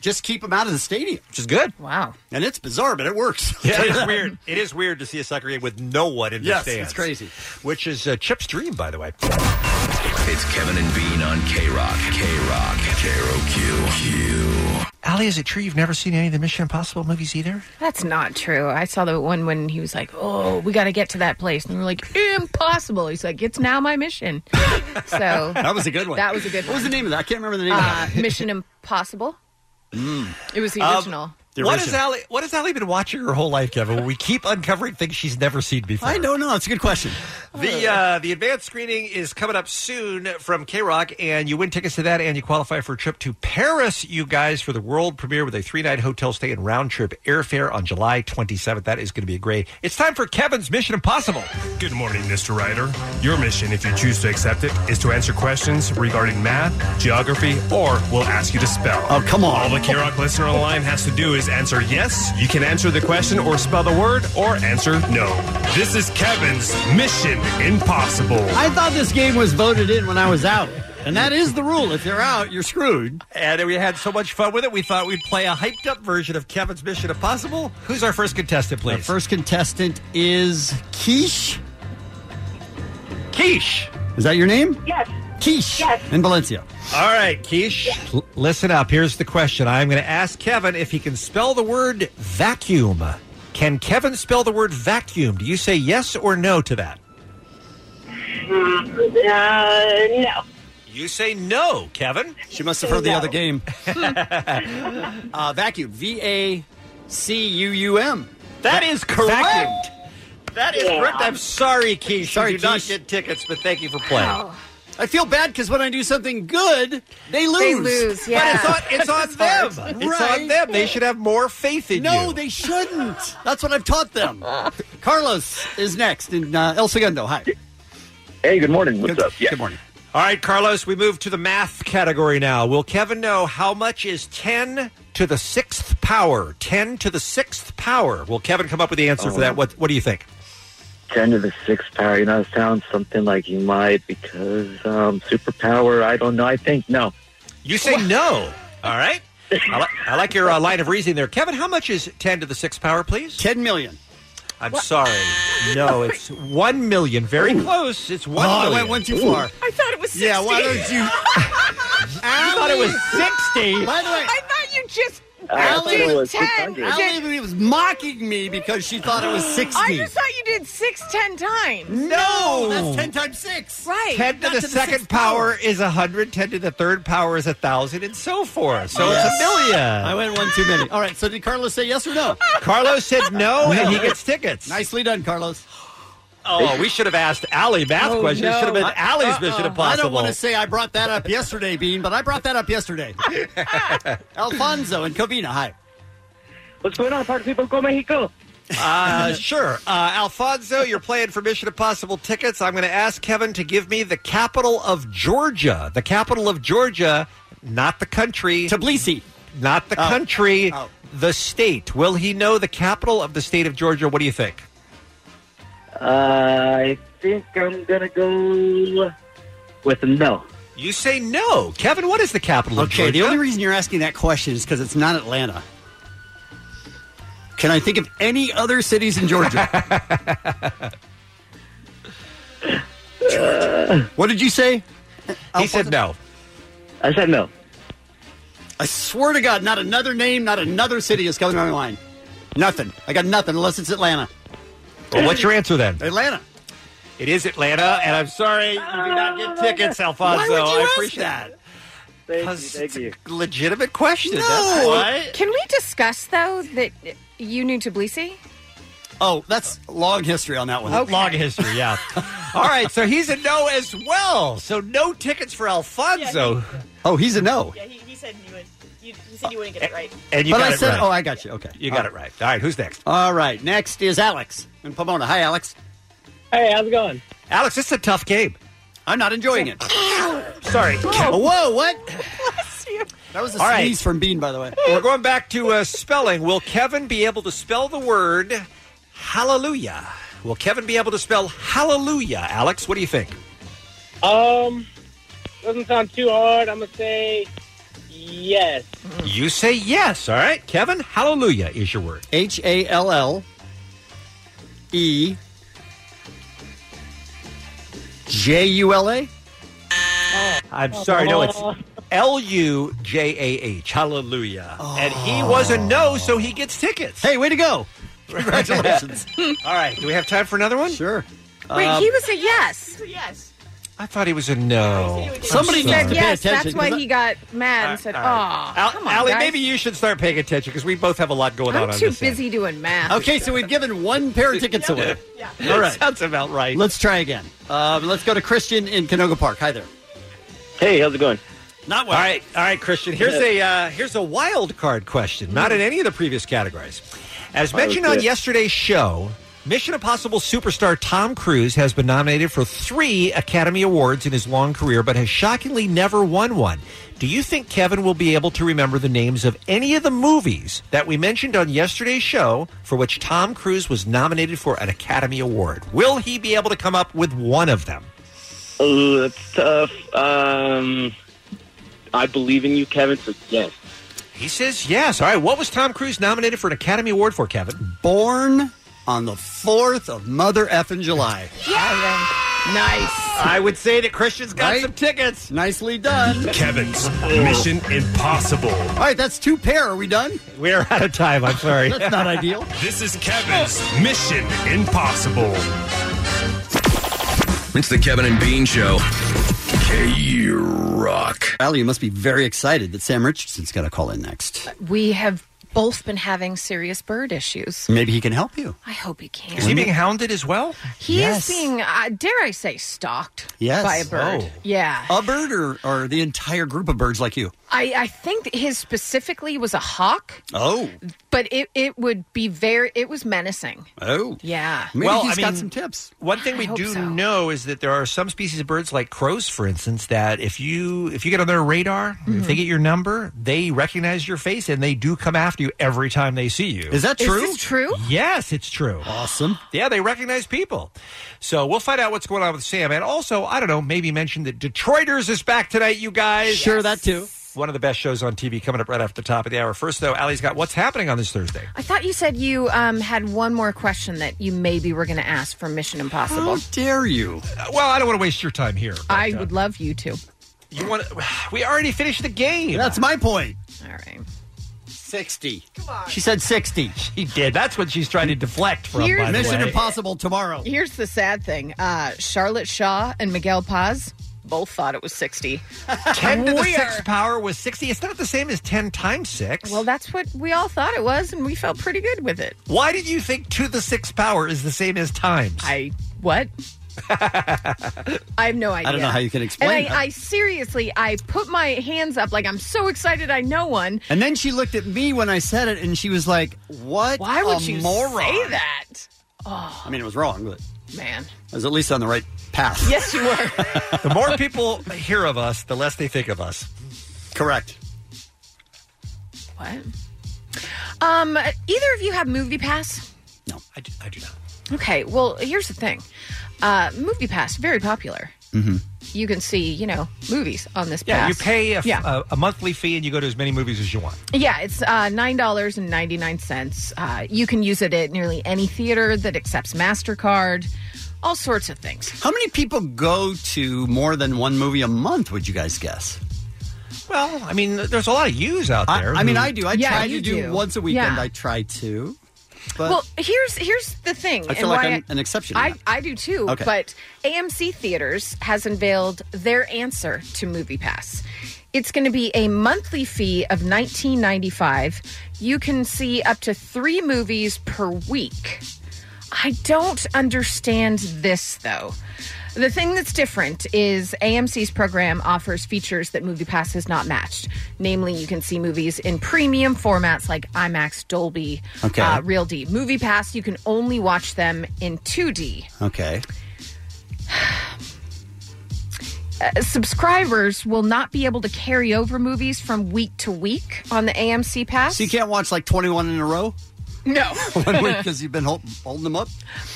[SPEAKER 12] Just keep them out of the stadium, which
[SPEAKER 16] is good.
[SPEAKER 13] Wow,
[SPEAKER 12] and it's bizarre, but it works.
[SPEAKER 11] Yeah, it is weird. It is weird to see a soccer game with no one in
[SPEAKER 12] Yes,
[SPEAKER 11] the stands.
[SPEAKER 12] it's crazy.
[SPEAKER 11] Which is uh, Chip's dream, by the way.
[SPEAKER 17] It's Kevin and Bean on K Rock. K Rock. K R O Q.
[SPEAKER 11] Ali, is it true you've never seen any of the Mission Impossible movies either?
[SPEAKER 13] That's not true. I saw the one when he was like, "Oh, we got to get to that place," and we we're like, "Impossible." He's like, "It's now my mission." So
[SPEAKER 12] that was a good one.
[SPEAKER 13] That was a good
[SPEAKER 12] What was the
[SPEAKER 13] one.
[SPEAKER 12] name of that? I can't remember the name
[SPEAKER 13] Uh,
[SPEAKER 12] of that.
[SPEAKER 13] mission Impossible.
[SPEAKER 12] Mm.
[SPEAKER 13] It was the
[SPEAKER 11] Um,
[SPEAKER 13] original.
[SPEAKER 12] The
[SPEAKER 11] what has
[SPEAKER 12] original.
[SPEAKER 11] Ali? What has Ali been watching her whole life, Kevin? We keep uncovering things she's never seen before.
[SPEAKER 12] I don't know. It's a good question.
[SPEAKER 11] The uh, the advanced screening is coming up soon from K Rock, and you win tickets to that, and you qualify for a trip to Paris, you guys, for the world premiere with a three night hotel stay and round trip airfare on July 27th. That is going to be great. It's time for Kevin's Mission Impossible.
[SPEAKER 31] Good morning, Mr. Ryder. Your mission, if you choose to accept it, is to answer questions regarding math, geography, or we'll ask you to spell. Oh,
[SPEAKER 12] come on.
[SPEAKER 31] All the K-Rock listener online has to do is answer yes, you can answer the question or spell the word, or answer no. This is Kevin's Mission Impossible.
[SPEAKER 12] I thought this game was voted in when I was out, and that is the rule. If you're out, you're screwed.
[SPEAKER 11] And we had so much fun with it, we thought we'd play a hyped up version of Kevin's Mission Impossible. Who's our first contestant,
[SPEAKER 12] Our
[SPEAKER 11] please?
[SPEAKER 12] first contestant is Quiche.
[SPEAKER 11] Quiche.
[SPEAKER 12] Is that your name?
[SPEAKER 31] Yes.
[SPEAKER 12] Quiche. Yes. In Valencia.
[SPEAKER 11] All right, Keish, l- listen up. Here's the question. I'm going to ask Kevin if he can spell the word vacuum. Can Kevin spell the word vacuum? Do you say yes or no to that?
[SPEAKER 19] no.
[SPEAKER 11] You say no, Kevin.
[SPEAKER 12] She must have heard the other game. uh, vacuum. V A C U U M.
[SPEAKER 11] That is correct. That is
[SPEAKER 12] Yeah.
[SPEAKER 11] correct. I'm sorry, Keish.
[SPEAKER 12] Sorry,
[SPEAKER 11] you do not
[SPEAKER 12] Keish.
[SPEAKER 11] get tickets, but thank you for playing.
[SPEAKER 12] I feel bad because when I do something good, they lose.
[SPEAKER 11] lose, yeah. But it's on- it's on them. It's on them. They should have more faith in
[SPEAKER 12] no,
[SPEAKER 11] you.
[SPEAKER 12] they shouldn't. That's what I've taught them. Carlos is next in uh, El Segundo. Hi.
[SPEAKER 15] Hey, good morning. What's up? Yeah.
[SPEAKER 12] Good morning.
[SPEAKER 11] All right, Carlos, we move to the math category now. Will Kevin know how much is 10 to the sixth power? 10 to the sixth power. Will Kevin come up with the answer for that? What, what do you think?
[SPEAKER 15] 10 to the 6th power. You know, it sounds something like you might because um, superpower, I don't know. I think no.
[SPEAKER 11] You say no. All right. I, li- I like your uh, line of reasoning there. Kevin, how much is 10 to the sixth power, please?
[SPEAKER 12] 10 million.
[SPEAKER 11] I'm sorry. No, it's 1 million. Very
[SPEAKER 12] Ooh.
[SPEAKER 11] close. It's
[SPEAKER 12] Oh,
[SPEAKER 11] one.
[SPEAKER 12] I
[SPEAKER 11] million.
[SPEAKER 12] went one too far.
[SPEAKER 19] I thought it was 60.
[SPEAKER 12] Yeah, why don't you? I
[SPEAKER 11] thought it was 60.
[SPEAKER 12] By the way,
[SPEAKER 19] I thought you just.
[SPEAKER 33] Uh,
[SPEAKER 12] Allie,
[SPEAKER 19] did
[SPEAKER 12] was
[SPEAKER 19] 10.
[SPEAKER 12] was mocking me because she thought it was 60.
[SPEAKER 19] I just thought you did six ten times.
[SPEAKER 11] No! That's 10
[SPEAKER 12] times six.
[SPEAKER 19] Right.
[SPEAKER 11] 10 to the, second power, is is 100, 10 to the third power is 1,000, and so forth. So it's a million.
[SPEAKER 12] I went one too many. All right, so did Carlos say yes or no?
[SPEAKER 11] Carlos said no, and he gets tickets.
[SPEAKER 12] Nicely done, Carlos.
[SPEAKER 11] Oh, we should have asked Allie math
[SPEAKER 12] Oh,
[SPEAKER 11] questions. It should have been
[SPEAKER 12] no.
[SPEAKER 11] Allie's
[SPEAKER 12] Uh-uh.
[SPEAKER 11] Mission Impossible.
[SPEAKER 12] I don't want to say I brought that up yesterday, Bean, but I brought that up yesterday. Alfonso and Covina, hi.
[SPEAKER 33] What's going on, party people? Go Mexico.
[SPEAKER 11] Uh, sure. Uh, Alfonso, you're playing for Mission Impossible tickets. I'm going to ask Kevin to give me the capital of Georgia. The capital of Georgia, not the country.
[SPEAKER 12] Tbilisi.
[SPEAKER 11] Not the
[SPEAKER 12] Oh.
[SPEAKER 11] country,
[SPEAKER 12] Oh.
[SPEAKER 11] the state. Will he know the capital of the state of Georgia? What do you think?
[SPEAKER 33] Uh, I think I'm gonna go with a no.
[SPEAKER 11] You say no. Oh, Kevin, what is the capital
[SPEAKER 12] okay, the only reason you're asking that question is because it's not Atlanta. Can I think of any other cities in Georgia? what did you say? He said
[SPEAKER 11] no.
[SPEAKER 33] I said no.
[SPEAKER 12] I swear to God, not another name, not another city is coming to my mind. Nothing. I got nothing unless it's Atlanta.
[SPEAKER 11] Well, what's your answer then?
[SPEAKER 12] Atlanta.
[SPEAKER 11] It is Atlanta, and I'm sorry you do not get tickets, Alfonso.
[SPEAKER 12] Why would you
[SPEAKER 11] I
[SPEAKER 12] ask
[SPEAKER 11] appreciate
[SPEAKER 12] that.
[SPEAKER 11] Thank you, thank you. Legitimate question. That's
[SPEAKER 13] No.
[SPEAKER 11] why.
[SPEAKER 13] Can we discuss though that you knew Tbilisi?
[SPEAKER 12] Oh, that's long history on that one.
[SPEAKER 13] Okay.
[SPEAKER 11] Long history, yeah. All right, so he's a no as well. So no tickets for Alfonso.
[SPEAKER 12] Oh, he's a no.
[SPEAKER 33] Yeah, he, he said you would. You, you said you wouldn't get it right.
[SPEAKER 11] And you
[SPEAKER 12] but
[SPEAKER 11] got
[SPEAKER 12] I
[SPEAKER 11] it
[SPEAKER 12] said,
[SPEAKER 11] right.
[SPEAKER 12] oh, I got you. Okay.
[SPEAKER 11] You got it right. All right, who's next?
[SPEAKER 12] All right. Next is Alex in Pomona. Hi, Alex.
[SPEAKER 33] Hey, how's it going?
[SPEAKER 11] Alex, this is a tough game.
[SPEAKER 12] I'm not enjoying it.
[SPEAKER 11] Sorry.
[SPEAKER 12] Whoa, what? That was a
[SPEAKER 11] All right.
[SPEAKER 12] sneeze from Bean, by the way.
[SPEAKER 11] We're going back to uh, spelling. Will Kevin be able to spell the word hallelujah? Will Kevin be able to spell hallelujah? Alex, what do you think?
[SPEAKER 33] Um, doesn't sound too hard. I'm gonna say yes.
[SPEAKER 11] You say yes. All right, Kevin. Hallelujah is your word.
[SPEAKER 12] H A L L E J U L A.
[SPEAKER 11] Oh. I'm sorry. No, it's L U J A H. Hallelujah. And he was a no, so he gets tickets.
[SPEAKER 12] Oh. Hey, way to go!
[SPEAKER 11] Congratulations. All right. Do we have time for another one?
[SPEAKER 12] Sure.
[SPEAKER 11] Uh,
[SPEAKER 12] Um,
[SPEAKER 13] Wait, he was a yes.
[SPEAKER 33] Yes.
[SPEAKER 11] I thought he was a no.
[SPEAKER 13] Somebody said yes. That's why he got mad and said, "Oh,
[SPEAKER 11] Al-
[SPEAKER 13] come on,
[SPEAKER 11] Allie,
[SPEAKER 13] guys.
[SPEAKER 11] maybe you should start paying attention because we both have a lot going on
[SPEAKER 13] I'm
[SPEAKER 11] on
[SPEAKER 13] too
[SPEAKER 11] this. end.
[SPEAKER 13] busy doing math."
[SPEAKER 12] Okay, so we've given one pair of tickets away.
[SPEAKER 11] Yeah. Sounds about right.
[SPEAKER 12] Let's try again. Um, let's go to Christian in Canoga Park. Hi there.
[SPEAKER 33] Hey, how's it going?
[SPEAKER 12] Not
[SPEAKER 11] well. All right, all right, Christian. Here's a uh, here's a wild card question. Not in any of the previous categories. As
[SPEAKER 33] All right,
[SPEAKER 11] mentioned
[SPEAKER 33] let's
[SPEAKER 11] on
[SPEAKER 33] do it.
[SPEAKER 11] yesterday's show, Mission Impossible superstar Tom Cruise has been nominated for three Academy Awards in his long career, but has shockingly never won one. Do you think Kevin will be able to remember the names of any of the movies that we mentioned on yesterday's show for which Tom Cruise was nominated for an Academy Award? Will he be able to come up with one of them?
[SPEAKER 33] Oh, that's tough. Um, I believe in you, Kevin. So yes.
[SPEAKER 11] He says yes. All right, what was Tom Cruise nominated for an Academy Award for, Kevin?
[SPEAKER 12] Born on the 4th of Mother effing July.
[SPEAKER 13] Nice.
[SPEAKER 11] I would say that Christian's got some tickets. Oh.
[SPEAKER 12] Nicely done.
[SPEAKER 11] Kevin's Mission Impossible.
[SPEAKER 12] All right, that's two pair. Are we done?
[SPEAKER 11] We are out of time. I'm sorry.
[SPEAKER 12] That's not ideal.
[SPEAKER 34] This is Kevin's Mission Impossible.
[SPEAKER 17] It's the Kevin and Bean Show.
[SPEAKER 12] K Rock. Allie, you must be very excited that Sam Richardson's going to call in next.
[SPEAKER 13] We have both been having serious bird issues.
[SPEAKER 12] Maybe he can help you.
[SPEAKER 13] I hope he can.
[SPEAKER 12] Is he being
[SPEAKER 11] hounded as well?
[SPEAKER 13] He
[SPEAKER 12] Yes.
[SPEAKER 13] is being, uh, dare I say, stalked
[SPEAKER 12] Yes. Oh.
[SPEAKER 13] by a bird. Yeah.
[SPEAKER 12] A bird or, or the entire group of birds like you?
[SPEAKER 13] I, I think that his specifically was a hawk,
[SPEAKER 12] Oh.
[SPEAKER 13] but it, it would be very, it was menacing.
[SPEAKER 12] Oh.
[SPEAKER 13] Yeah.
[SPEAKER 11] well,
[SPEAKER 13] he's
[SPEAKER 11] I mean,
[SPEAKER 12] tips.
[SPEAKER 11] One thing we
[SPEAKER 13] I hope
[SPEAKER 11] do
[SPEAKER 13] so.
[SPEAKER 11] know is that there are some species of birds, like crows, for instance, that if you if you get on their radar, if they get your number, they recognize your face and they do come after you every time they see you.
[SPEAKER 12] Is that Is true? this
[SPEAKER 13] true?
[SPEAKER 11] Yes, it's true.
[SPEAKER 12] Awesome.
[SPEAKER 11] Yeah, they recognize people. So we'll find out what's going on with Sam, and also I don't know, maybe mention that Detroiters is back tonight, you guys.
[SPEAKER 12] Sure, that too.
[SPEAKER 11] One of the best shows on TV coming up right after the top of the hour. First, though, Allie's got what's happening on this Thursday.
[SPEAKER 13] I thought you said you um, had one more question that you maybe were going to ask for Mission Impossible.
[SPEAKER 12] dare you?
[SPEAKER 11] Uh, Well, I don't want to waste your time here.
[SPEAKER 13] I would love you to.
[SPEAKER 11] You want? We already finished the game.
[SPEAKER 12] That's my point.
[SPEAKER 13] All right.
[SPEAKER 12] 60. Come on. She said 60.
[SPEAKER 11] She did. That's what she's trying to deflect from.
[SPEAKER 13] Here's-
[SPEAKER 11] by the
[SPEAKER 13] Mission
[SPEAKER 11] way.
[SPEAKER 12] Impossible tomorrow.
[SPEAKER 13] Here's the sad thing uh, Charlotte Shaw and Miguel Paz both thought it was 60.
[SPEAKER 11] 10 to the
[SPEAKER 13] We are-
[SPEAKER 11] 6th power was 60. It's not the same as 10 times 6.
[SPEAKER 13] Well, that's what we all thought it was, and we felt pretty good with it.
[SPEAKER 11] Why did you think to the 6th power is the same as times?
[SPEAKER 13] I. What? I have no idea.
[SPEAKER 12] I don't know how you can explain
[SPEAKER 13] And
[SPEAKER 12] that.
[SPEAKER 13] I, I seriously, I put my hands up like I'm so excited I know one.
[SPEAKER 12] And then she looked at me when I said it, and she was like, "What?
[SPEAKER 13] Why would
[SPEAKER 12] a
[SPEAKER 13] you
[SPEAKER 12] moron.
[SPEAKER 13] say that? Oh,
[SPEAKER 12] I mean, it was wrong, but
[SPEAKER 13] man.
[SPEAKER 12] I was at least on the right path.
[SPEAKER 13] Yes, you were.
[SPEAKER 11] the more people hear of us, the less they think of us.
[SPEAKER 12] Correct.
[SPEAKER 13] What? Um, either of you have Movie Pass?
[SPEAKER 11] I do, I do not.
[SPEAKER 13] Okay, well, here's the thing. Uh, movie Pass, very popular.
[SPEAKER 11] Mm-hmm.
[SPEAKER 13] You can see, you know, movies on this
[SPEAKER 11] Yeah,
[SPEAKER 13] pass.
[SPEAKER 11] you pay a, f-
[SPEAKER 13] yeah.
[SPEAKER 11] a- a monthly fee and you go to as many movies as you want.
[SPEAKER 13] Yeah, it's uh, nine dollars and ninety nine cents. Uh, you can use it at nearly any theater that accepts Mastercard. All sorts of things.
[SPEAKER 12] How many people go to more than one movie a month? Would you guys guess?
[SPEAKER 11] Well, I mean, there's a lot of yous out
[SPEAKER 12] I-
[SPEAKER 11] there.
[SPEAKER 12] I, mean,
[SPEAKER 11] who-
[SPEAKER 12] I do. I
[SPEAKER 13] Yeah,
[SPEAKER 12] try
[SPEAKER 13] you
[SPEAKER 12] to do,
[SPEAKER 13] do.
[SPEAKER 12] once a weekend.
[SPEAKER 13] Yeah.
[SPEAKER 12] I try to. But
[SPEAKER 13] well, here's here's the thing.
[SPEAKER 12] I feel
[SPEAKER 13] and
[SPEAKER 12] like
[SPEAKER 13] why
[SPEAKER 12] I'm an exception to
[SPEAKER 13] I,
[SPEAKER 12] that.
[SPEAKER 13] I do too.
[SPEAKER 12] Okay.
[SPEAKER 13] But AMC Theaters has unveiled their answer to Movie Pass. It's going to be a monthly fee of nineteen ninety five. You can see up to three movies per week. I don't understand this though. The thing that's different is AMC's program offers features that MoviePass has not matched. Namely, you can see movies in premium formats like IMAX, Dolby,
[SPEAKER 12] Okay.
[SPEAKER 13] uh, Real D. MoviePass, you can only watch them in 2D.
[SPEAKER 12] okay.
[SPEAKER 13] Uh, subscribers will not be able to carry over movies from week to week on the AMC Pass.
[SPEAKER 12] So you can't watch like 21 in a row
[SPEAKER 13] no.
[SPEAKER 12] one week because you've been hold- holding them up.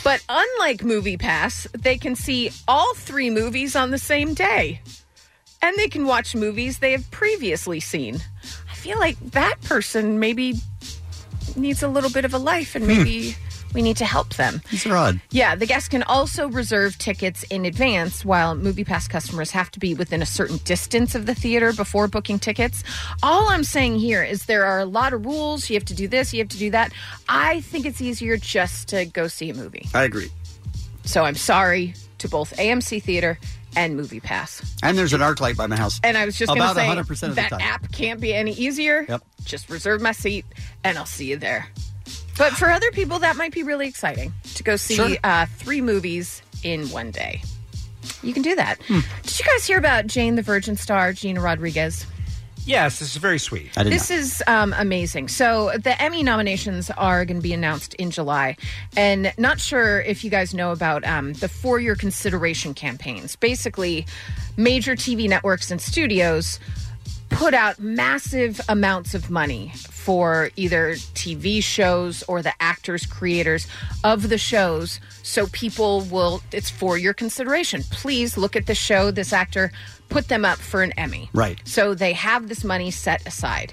[SPEAKER 13] But unlike Movie Pass, they can see all three movies on the same day. And they can watch movies they have previously seen. I feel like that person maybe needs a little bit of a life and maybe we need to help them.
[SPEAKER 12] These are odd.
[SPEAKER 13] Yeah, the guests can also reserve tickets in advance while MoviePass customers have to be within a certain distance of the theater before booking tickets. All I'm saying here is there are a lot of rules. You have to do this, you have to do that. I think it's easier just to go see a movie.
[SPEAKER 12] I agree.
[SPEAKER 13] So I'm sorry to both AMC Theater and MoviePass.
[SPEAKER 12] And there's an arc light by my house.
[SPEAKER 13] And I was just going to
[SPEAKER 12] about
[SPEAKER 13] say
[SPEAKER 12] 100% of
[SPEAKER 13] that
[SPEAKER 12] the time.
[SPEAKER 13] app can't be any easier.
[SPEAKER 12] Yep.
[SPEAKER 13] Just reserve my seat and I'll see you there. But for other people, that might be really exciting to go see
[SPEAKER 19] Sure.
[SPEAKER 13] uh, three movies in one day. You can do that.
[SPEAKER 12] Hmm.
[SPEAKER 13] Did you guys hear about Jane the Virgin star, Gina Rodriguez?
[SPEAKER 11] Yes, this is very sweet.
[SPEAKER 13] this is um, amazing. So the Emmy nominations are going to be announced in July, and not sure if you guys know about um, the four-year consideration campaigns. Basically, major TV networks and studios put out massive amounts of money for either TV shows or the actors, creators of the shows. So people will, it's for your consideration. Please look at the show, this actor, put them up for an Emmy.
[SPEAKER 12] Right.
[SPEAKER 13] So they have this money set aside.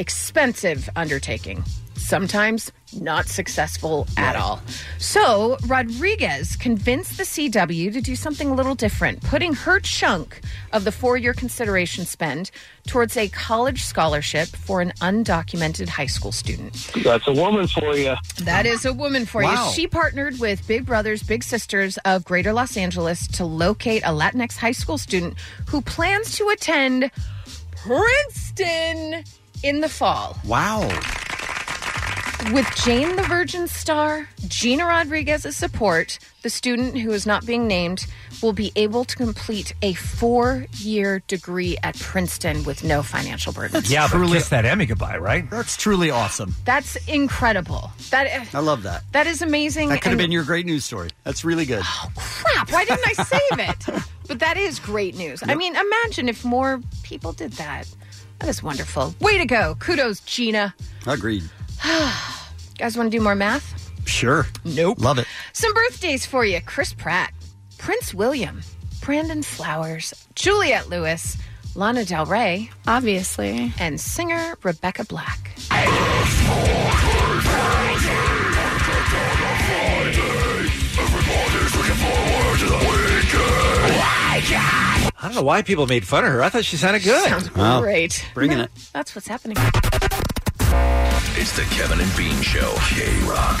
[SPEAKER 13] Expensive undertaking. Sometimes not successful at all. So Rodriguez convinced the CW to do something a little different, putting her chunk of the four year consideration spend towards a college scholarship for an undocumented high school student.
[SPEAKER 33] That's a woman for you.
[SPEAKER 13] That is a woman for
[SPEAKER 33] Wow.
[SPEAKER 13] you. She partnered with Big Brothers Big Sisters of Greater Los Angeles to locate a Latinx high school student who plans to attend Princeton in the fall.
[SPEAKER 12] Wow.
[SPEAKER 13] With Jane the Virgin star, Gina Rodriguez's support, the student who is not being named will be able to complete a four year degree at Princeton with no financial burden.
[SPEAKER 11] yeah, but kiss that Emmy goodbye, right?
[SPEAKER 12] That's truly awesome.
[SPEAKER 13] That's incredible. That
[SPEAKER 12] I love that.
[SPEAKER 13] that is amazing.
[SPEAKER 12] That could have
[SPEAKER 13] and- Oh,
[SPEAKER 12] been your great news story. That's really good.
[SPEAKER 13] crap. Why didn't I save it? But that is great news. I mean, imagine if more people did that. That is wonderful. Way to go. Kudos, Gina.
[SPEAKER 12] Agreed.
[SPEAKER 13] Guys, want to do more math?
[SPEAKER 12] Sure.
[SPEAKER 13] Nope.
[SPEAKER 12] Love it.
[SPEAKER 13] Some birthdays for you Chris Pratt, Prince William, Brandon Flowers, Juliette Lewis, Lana Del Rey, obviously, and singer Rebecca Black.
[SPEAKER 11] I don't know why people made fun of her. I thought she sounded good.
[SPEAKER 13] Sounds great. No, That's what's happening.
[SPEAKER 17] It's the Kevin and Bean Show. K Rock.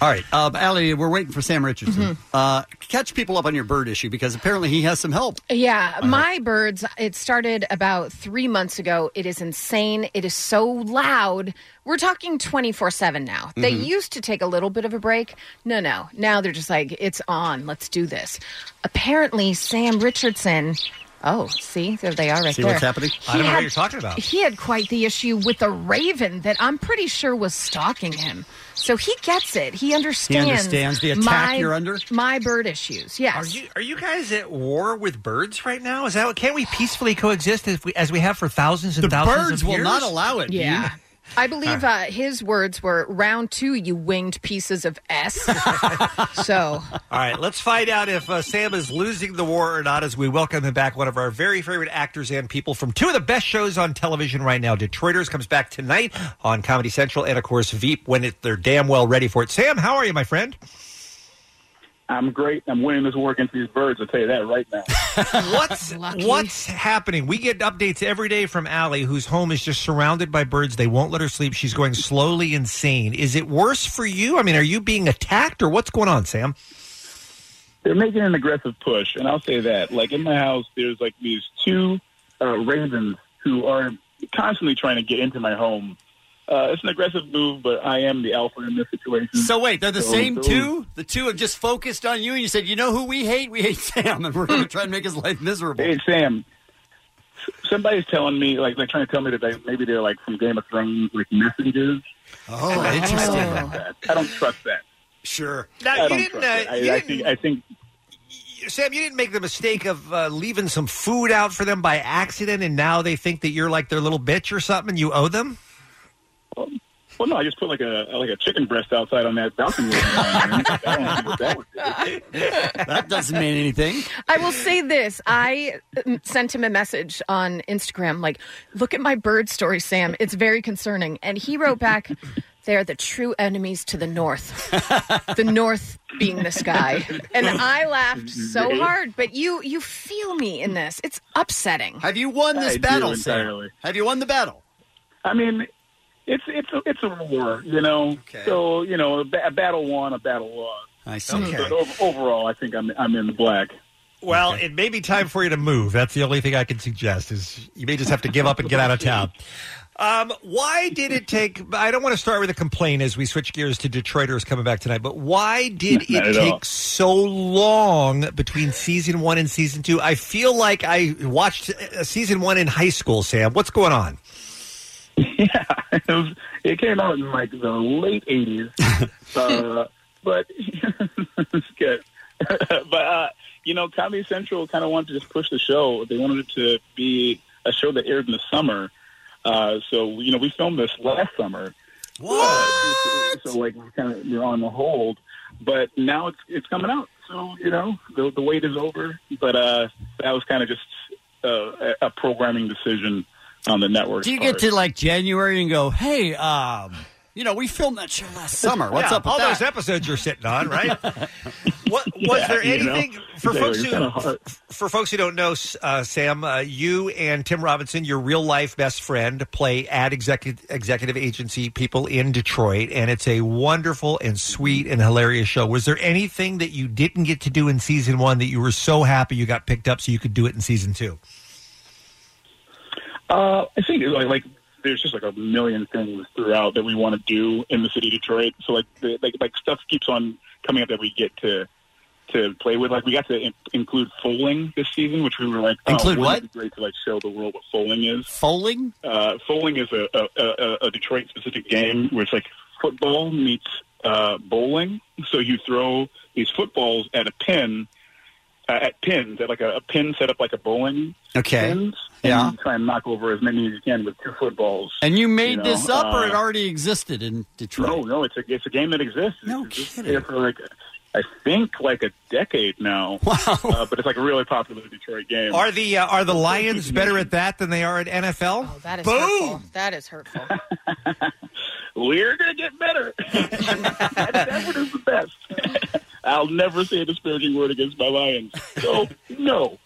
[SPEAKER 12] All right, uh, Allie, we're waiting for Sam Richardson.
[SPEAKER 13] Mm-hmm.
[SPEAKER 12] Uh, catch people up on your bird issue because apparently he has some help.
[SPEAKER 13] Yeah,
[SPEAKER 12] Uh-huh.
[SPEAKER 13] my birds, it started about three months ago. It is insane. It is so loud. We're talking 24 7 now. They
[SPEAKER 12] Mm-hmm.
[SPEAKER 35] Mhm.
[SPEAKER 13] used to take a little bit of a break. No, no. Now they're just like, it's on. Let's do this. Apparently, Sam Richardson. Oh, see, there they are right
[SPEAKER 12] See
[SPEAKER 13] there.
[SPEAKER 12] what's happening?
[SPEAKER 13] He
[SPEAKER 12] I don't know what
[SPEAKER 13] had-
[SPEAKER 12] you're talking about.
[SPEAKER 13] He had quite the issue with a raven that I'm pretty sure was stalking him. So he gets it. He understands.
[SPEAKER 12] understands the attack
[SPEAKER 13] my-
[SPEAKER 12] you're under?
[SPEAKER 13] My bird issues. Yes.
[SPEAKER 11] Are you are you guys at war with birds right now? Is that what- can't we peacefully coexist if we, as we have for thousands and
[SPEAKER 12] The
[SPEAKER 11] thousands?
[SPEAKER 12] birds
[SPEAKER 11] of
[SPEAKER 12] will
[SPEAKER 11] years?
[SPEAKER 12] not allow it,
[SPEAKER 13] Yeah. I believe uh, his words were round two, you winged pieces of S. so,
[SPEAKER 11] All right, let's find out if uh, Sam is losing the war or not as we welcome him back. One of our very favorite actors and people from two of the best shows on television right now. Detroiters comes back tonight on Comedy Central and, of course, Veep when it, they're damn well ready for it. Sam, how are you, my friend?
[SPEAKER 4] I'm great. I'm winning this war against these birds. I'll tell you that right now.
[SPEAKER 11] What's what's happening? We get updates every day from Allie, whose home is just surrounded by birds. They won't let her sleep. She's going slowly insane. Is it worse for you? I mean, are you being attacked or what's going on, Sam?
[SPEAKER 4] They're making an aggressive push, and I'll say that. Like in my house, there's like these two uh, ravens who are constantly trying to get into my home. Uh, it's an aggressive move, but I am the alpha in this situation.
[SPEAKER 12] So wait, they're the
[SPEAKER 4] So
[SPEAKER 12] same
[SPEAKER 4] those-
[SPEAKER 12] two. The two have just focused on you, and you said, "You know who we hate? We hate Sam, and we're going to try and make his life miserable."
[SPEAKER 4] Hey Sam, s- somebody's telling me like they're trying to tell me that they maybe they're like from Game of Thrones, like messengers.
[SPEAKER 12] Oh,
[SPEAKER 4] interesting. I don't trust that. I don't trust that.
[SPEAKER 12] Sure.
[SPEAKER 11] Now,
[SPEAKER 4] I
[SPEAKER 11] you
[SPEAKER 4] don't
[SPEAKER 11] didn't,
[SPEAKER 4] trust it.
[SPEAKER 11] uh,
[SPEAKER 4] I,
[SPEAKER 11] you
[SPEAKER 4] I
[SPEAKER 11] didn't-
[SPEAKER 4] think I think
[SPEAKER 11] Sam, you didn't make the mistake of uh, leaving some food out for them by accident, and now they think that you're like their little bitch or something, and you owe them.
[SPEAKER 4] Well, no, I just put like a like a chicken breast outside on that balcony. I don't know what that would do.
[SPEAKER 12] That doesn't mean anything.
[SPEAKER 13] I will say this I um, sent him a message on Instagram, like, look at my bird story, Sam. It's very concerning. And he wrote back, they're the true enemies to the north, the north being the sky. And I laughed so hard, but you you feel me in this. It's upsetting.
[SPEAKER 12] Have you won
[SPEAKER 4] this I do battle, Sam? entirely.
[SPEAKER 12] Have you won the battle?
[SPEAKER 4] I mean, it's it's a, it's a war, you know. So you know, a, ba- a battle won, a battle lost.
[SPEAKER 12] I
[SPEAKER 4] see.
[SPEAKER 11] Okay.
[SPEAKER 4] But ov- overall, I think I'm I'm in the black.
[SPEAKER 11] Well, it may be time for you to move. That's the only thing I can suggest is you may just have to give up and get out of town. Um, why did it take? I don't want to start with a complaint as we switch gears to Detroiters coming back tonight, but why did
[SPEAKER 4] Not
[SPEAKER 11] it
[SPEAKER 4] at all.
[SPEAKER 11] take so long between season one and season two? I feel like I watched uh, season one in high school, Sam. What's going on?
[SPEAKER 4] it, was, it came out in like the late '80s, uh, but it's good. but uh, you know, Comedy Central kind of wanted to just push the show. They wanted it to be a show that aired in the summer. Uh, so you know, we filmed this last summer. What? so like, we kind of we're on the hold, but now it's it's coming out. So you know, the the wait is over. But uh, that was kind of just uh, a a programming decision on the network.
[SPEAKER 12] Do you get to like January and go, "Hey, um, you know, we filmed that show last summer. What's
[SPEAKER 11] Yeah,
[SPEAKER 12] up? With
[SPEAKER 11] all
[SPEAKER 12] that?
[SPEAKER 11] those episodes you're sitting on, right? what was
[SPEAKER 12] Yeah,
[SPEAKER 11] there
[SPEAKER 12] you know,
[SPEAKER 11] anything for
[SPEAKER 12] they
[SPEAKER 11] folks
[SPEAKER 12] were
[SPEAKER 11] who
[SPEAKER 12] kinda hard.
[SPEAKER 11] for folks who don't know, S- uh, Sam, uh, you and Tim Robinson, your real life best friend, play ad executive executive agency people in Detroit, and it's a wonderful and sweet and hilarious show. Was there anything that you didn't get to do in season one that you were so happy you got picked up so you could do it in season two?
[SPEAKER 4] Uh, I think like, like there's just like a million things throughout that we want to do in the city of Detroit. So like the, like like stuff keeps on coming up that we get to to play with. Like we got to in- include foaling this season, which we were like oh,
[SPEAKER 12] Include
[SPEAKER 4] wouldn't
[SPEAKER 12] what?
[SPEAKER 4] It be great to like show the world what foaling is.
[SPEAKER 12] Foaling.
[SPEAKER 4] Uh, foaling is a a, a, a Detroit specific game where it's like football meets uh, bowling. So you throw these footballs at a pin uh, at pins, at like a, a pin set up like a bowling.
[SPEAKER 12] Okay.
[SPEAKER 4] Pins,
[SPEAKER 12] Yeah.
[SPEAKER 4] And try and knock over as many as you can with two footballs.
[SPEAKER 12] And you made
[SPEAKER 4] know,
[SPEAKER 12] this up, or it
[SPEAKER 4] uh,
[SPEAKER 12] already existed in Detroit?
[SPEAKER 4] No, no, it's a it's a game that exists. No it's kidding. There for like I think like a decade now. Wow. Uh, but it's like a really popular Detroit game.
[SPEAKER 11] Are the uh, are the Lions better at that than they are at NFL?
[SPEAKER 13] Oh, That is
[SPEAKER 11] Boom!
[SPEAKER 13] hurtful. That is hurtful.
[SPEAKER 4] We're gonna get better. That is the best. I'll never say a disparaging word against my Lions. So no.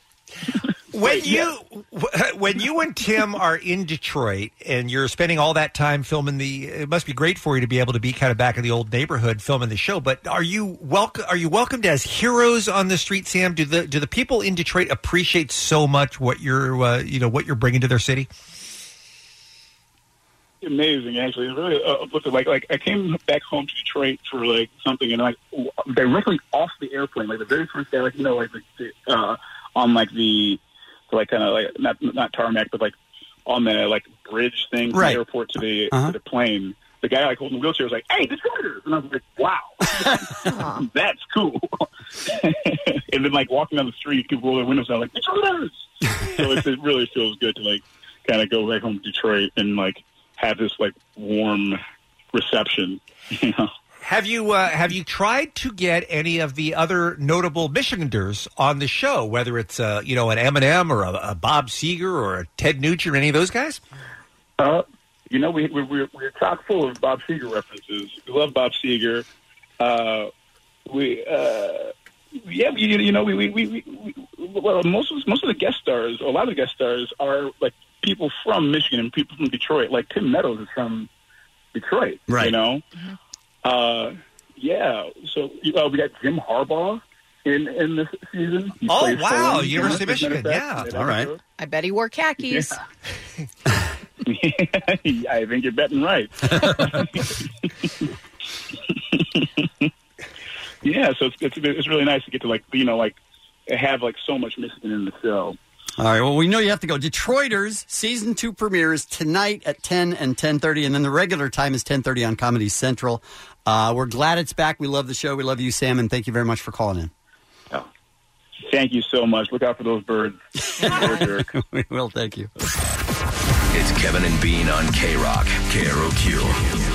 [SPEAKER 11] When you when you and Tim are in Detroit and you're spending all that time filming the, it must be great for you to be able to be kind of back in the old neighborhood filming the show. But are you welcome? Are you welcomed as heroes on the street, Sam? Do the do the people in Detroit appreciate so much what you're uh, you know what you're bringing to their city?
[SPEAKER 4] amazing actually It's really uh, uplifting. like like i came back home to detroit for like something and like w- directly off the airplane like the very first day like you know like the, the, uh on like the like kind of like not not tarmac but like on the like bridge thing from
[SPEAKER 12] Right.
[SPEAKER 4] the airport to the
[SPEAKER 12] Uh-huh.
[SPEAKER 4] to the plane the guy like holding the wheelchair was like hey detroiters and i was like wow that's cool and then like walking down the street people roll their windows down like detroiters so it's, it really feels good to like kind of go back home to Detroit and like have this like warm reception. You know,
[SPEAKER 11] Have you uh, have you tried to get any of the other notable Michiganders on the show? Whether it's uh, you know an Eminem or a, a Bob Seger or a Ted Nugent or any of those guys?
[SPEAKER 4] uh, you know, we we we're, we're chock full of Bob Seger references. We love Bob Seger. Uh, we uh, yeah, you, you know, we we, we, we we- well most of, most of the guest stars, a lot of the guest stars are like people from Michigan and people from Detroit. Like Tim Meadows is from Detroit, right? You know, uh, yeah. So uh, we got Jim Harbaugh. In, in this season. He
[SPEAKER 11] Oh,
[SPEAKER 4] plays
[SPEAKER 11] wow,
[SPEAKER 4] Solon.
[SPEAKER 11] University of Michigan, yeah.
[SPEAKER 4] That
[SPEAKER 11] All right.
[SPEAKER 13] I bet he wore khakis.
[SPEAKER 4] I think you're betting right. yeah, so it's, it's it's really nice to get to like you know like have like so much Michigan in the show.
[SPEAKER 12] All right. Well, we know you have to go. Detroiters season two premieres tonight at ten and ten thirty, and then the regular time is ten thirty on Comedy Central. Uh, we're glad it's back. We love the show. We love you, Sam, and thank you very much for calling in.
[SPEAKER 4] Thank you so much. Look out for those birds. Bird jerk.
[SPEAKER 12] we will. Thank you.
[SPEAKER 17] It's Kevin and Bean on K Rock, K R O Q.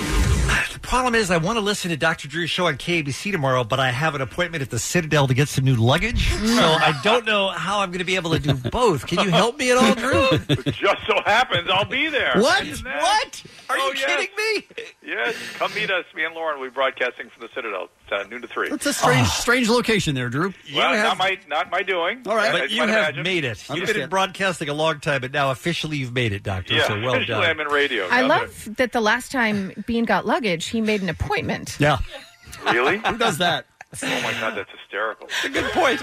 [SPEAKER 11] The problem is, I want to listen to Dr. Drew's show on KABC tomorrow, but I have an appointment at the Citadel to get some new luggage, so I don't know how I'm going to be able to do both. Can you help me at all, Drew?
[SPEAKER 36] Just so happens I'll be there.
[SPEAKER 11] What?
[SPEAKER 36] Imagine that.
[SPEAKER 11] What? Are
[SPEAKER 36] Oh,
[SPEAKER 11] you
[SPEAKER 36] yes.
[SPEAKER 11] kidding me?
[SPEAKER 36] Yes, come meet us. Me and Lauren will be broadcasting from the Citadel uh, noon to three.
[SPEAKER 12] That's a
[SPEAKER 11] Ah.
[SPEAKER 12] strange,
[SPEAKER 13] Ah.
[SPEAKER 12] strange location there, Drew.
[SPEAKER 36] well, not my not my doing.
[SPEAKER 11] All right,
[SPEAKER 36] As
[SPEAKER 11] but you
[SPEAKER 36] might
[SPEAKER 11] have
[SPEAKER 36] imagine.
[SPEAKER 11] made it. You've been in
[SPEAKER 36] Understand.
[SPEAKER 11] broadcasting a long time, but now officially you've made it, Doctor.
[SPEAKER 36] Yeah,
[SPEAKER 11] so well
[SPEAKER 36] officially
[SPEAKER 11] done.
[SPEAKER 36] I'm in radio.
[SPEAKER 13] I
[SPEAKER 36] Now
[SPEAKER 13] love that the last time Bean got luggage, he made an appointment.
[SPEAKER 12] Yeah.
[SPEAKER 36] Really?
[SPEAKER 12] Who does that?
[SPEAKER 36] Oh my god, that's hysterical.
[SPEAKER 11] Good point.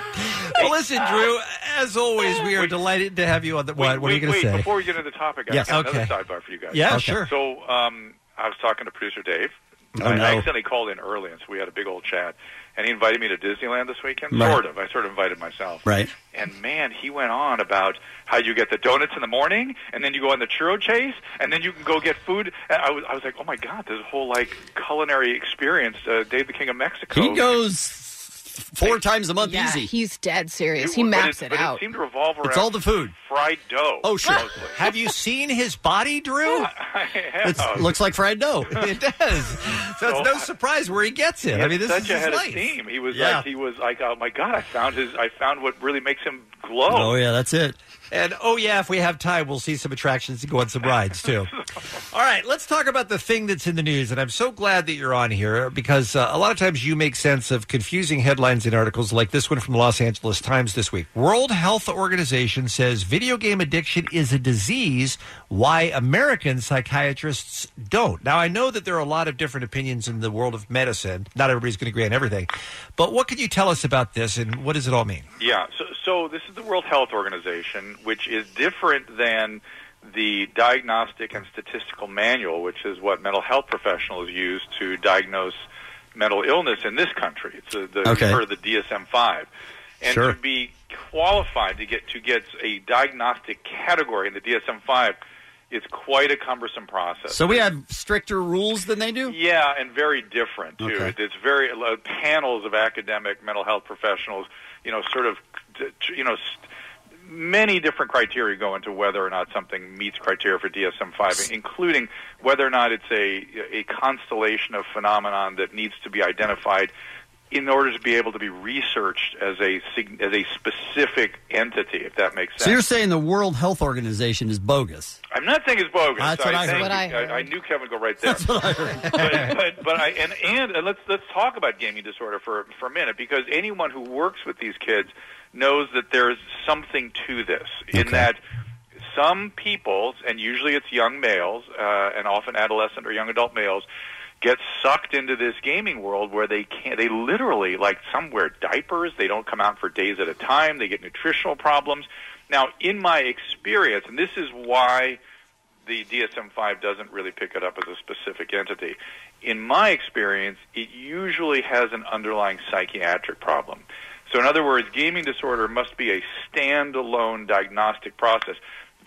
[SPEAKER 11] Well, listen,
[SPEAKER 36] uh,
[SPEAKER 11] Drew. As always, we are delighted to have you on the. what? what are
[SPEAKER 36] wait,
[SPEAKER 11] you going to
[SPEAKER 36] wait,
[SPEAKER 11] say?
[SPEAKER 36] Before we get into the topic, I
[SPEAKER 11] Yes.
[SPEAKER 36] got
[SPEAKER 11] Okay.
[SPEAKER 36] another sidebar for you guys.
[SPEAKER 11] Yeah, Okay. sure.
[SPEAKER 36] So um, I was talking to producer Dave.
[SPEAKER 11] Oh,
[SPEAKER 36] I, I
[SPEAKER 11] no.
[SPEAKER 36] accidentally called in early, and so we had a big old chat. And he invited me to Disneyland this weekend.
[SPEAKER 12] Right.
[SPEAKER 36] Sort of. I sort of invited myself.
[SPEAKER 12] Right.
[SPEAKER 36] And man, he went on about how you get the donuts in the morning, and then you go on the churro chase, and then you can go get food. And I was, I was like, oh my god, this whole like culinary experience. Uh, Dave, the King of Mexico.
[SPEAKER 12] He goes four times a month
[SPEAKER 13] Yeah,
[SPEAKER 12] easy.
[SPEAKER 13] he's dead serious. He
[SPEAKER 36] But
[SPEAKER 13] maps it
[SPEAKER 36] but
[SPEAKER 13] out.
[SPEAKER 36] It seemed to revolve around
[SPEAKER 12] It's all the food.
[SPEAKER 36] fried dough.
[SPEAKER 12] Oh, sure.
[SPEAKER 36] mostly.
[SPEAKER 11] Have you seen his body, Drew?
[SPEAKER 12] It looks like fried dough.
[SPEAKER 11] it does. So it's no surprise where he gets it. I mean, this
[SPEAKER 36] such
[SPEAKER 11] is
[SPEAKER 36] a
[SPEAKER 11] his
[SPEAKER 36] head
[SPEAKER 11] life.
[SPEAKER 36] of steam. He was
[SPEAKER 11] Yeah.
[SPEAKER 36] like, he was like, oh my god, I found his, I found what really makes him glow.
[SPEAKER 11] Oh,
[SPEAKER 12] yeah, that's it.
[SPEAKER 11] And oh yeah, if we have time, we'll see some attractions and go on some rides too. All right, let's talk about the thing that's in the news, and I'm so glad that you're on here because uh, a lot of times you make sense of confusing headlines in articles like this one from the Los Angeles Times this week. World Health Organization says video game addiction is a disease. Why American psychiatrists don't? Now I know that there are a lot of different opinions in the world of medicine. Not everybody's going to agree on everything, but what can you tell us about this, and what does it all mean?
[SPEAKER 36] Yeah. So, so this is the World Health Organization, which is different than the Diagnostic and Statistical Manual, which is what mental health professionals use to diagnose mental illness in this country. It's uh the,
[SPEAKER 12] Okay.
[SPEAKER 36] for the DSM five, and
[SPEAKER 12] Sure.
[SPEAKER 36] to be qualified to get to get a diagnostic category in the DSM five. it's quite a cumbersome process.
[SPEAKER 12] So we have stricter rules than they do?
[SPEAKER 36] Yeah, and very different too.
[SPEAKER 12] Okay.
[SPEAKER 36] It- It's very uh, panels of academic mental health professionals. You know, sort of, t- t- you know, st- many different criteria go into whether or not something meets criteria for DSM five, including whether or not it's a a constellation of phenomenon that needs to be identified in order to be able to be researched as a sig- as a specific entity, if that makes sense.
[SPEAKER 12] So you're saying the World Health Organization is bogus?
[SPEAKER 36] I'm not saying it's bogus.
[SPEAKER 12] That's what I
[SPEAKER 36] think-
[SPEAKER 12] heard. What I
[SPEAKER 36] knew Kevin would go right there. That's what I heard. but, but, but I and, and and let's let's talk about gaming disorder for for a minute because anyone who works with these kids knows that there's something to this in that some people and usually it's young males uh, and often adolescent or young adult males get sucked into this gaming world where they can't they literally like some wear diapers they don't come out for days at a time they get nutritional problems now in my experience and this is why the dsm-5 doesn't really pick it up as a specific entity in my experience it usually has an underlying psychiatric problem so in other words gaming disorder must be a standalone diagnostic process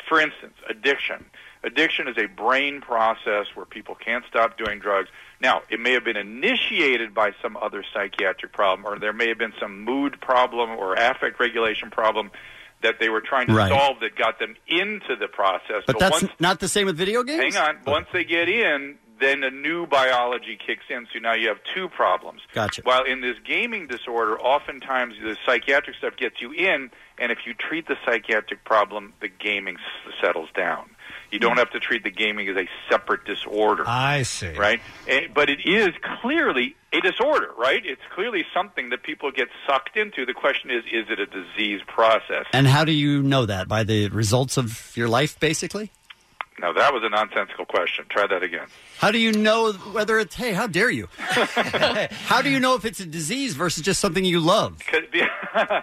[SPEAKER 36] for instance addiction addiction is a brain process where people can't stop doing drugs. Now, it may have been initiated by some other psychiatric problem, or there may have been some mood problem or affect regulation problem that they were trying to
[SPEAKER 12] Right.
[SPEAKER 36] solve that got them into the process.
[SPEAKER 12] But that's
[SPEAKER 36] once,
[SPEAKER 12] not the same with video games?
[SPEAKER 36] hang on, once they get in, then a new biology kicks in, so now you have two problems.
[SPEAKER 12] Gotcha.
[SPEAKER 36] While in this gaming disorder, oftentimes the psychiatric stuff gets you in, and if you treat the psychiatric problem, the gaming s- settles down. You
[SPEAKER 12] Hmm.
[SPEAKER 36] don't have to treat the gaming as a separate disorder.
[SPEAKER 11] I see.
[SPEAKER 36] Right? Eh, But it is clearly a disorder, right? It's clearly something that people get sucked into. The question is is it a disease process?
[SPEAKER 12] And how do you know that? By the results of your life, basically?
[SPEAKER 36] Now, that was a nonsensical question. Try that again.
[SPEAKER 12] How do you know whether it's, hey, how dare you? how do you know if it's a disease versus just something you love?
[SPEAKER 36] Could be-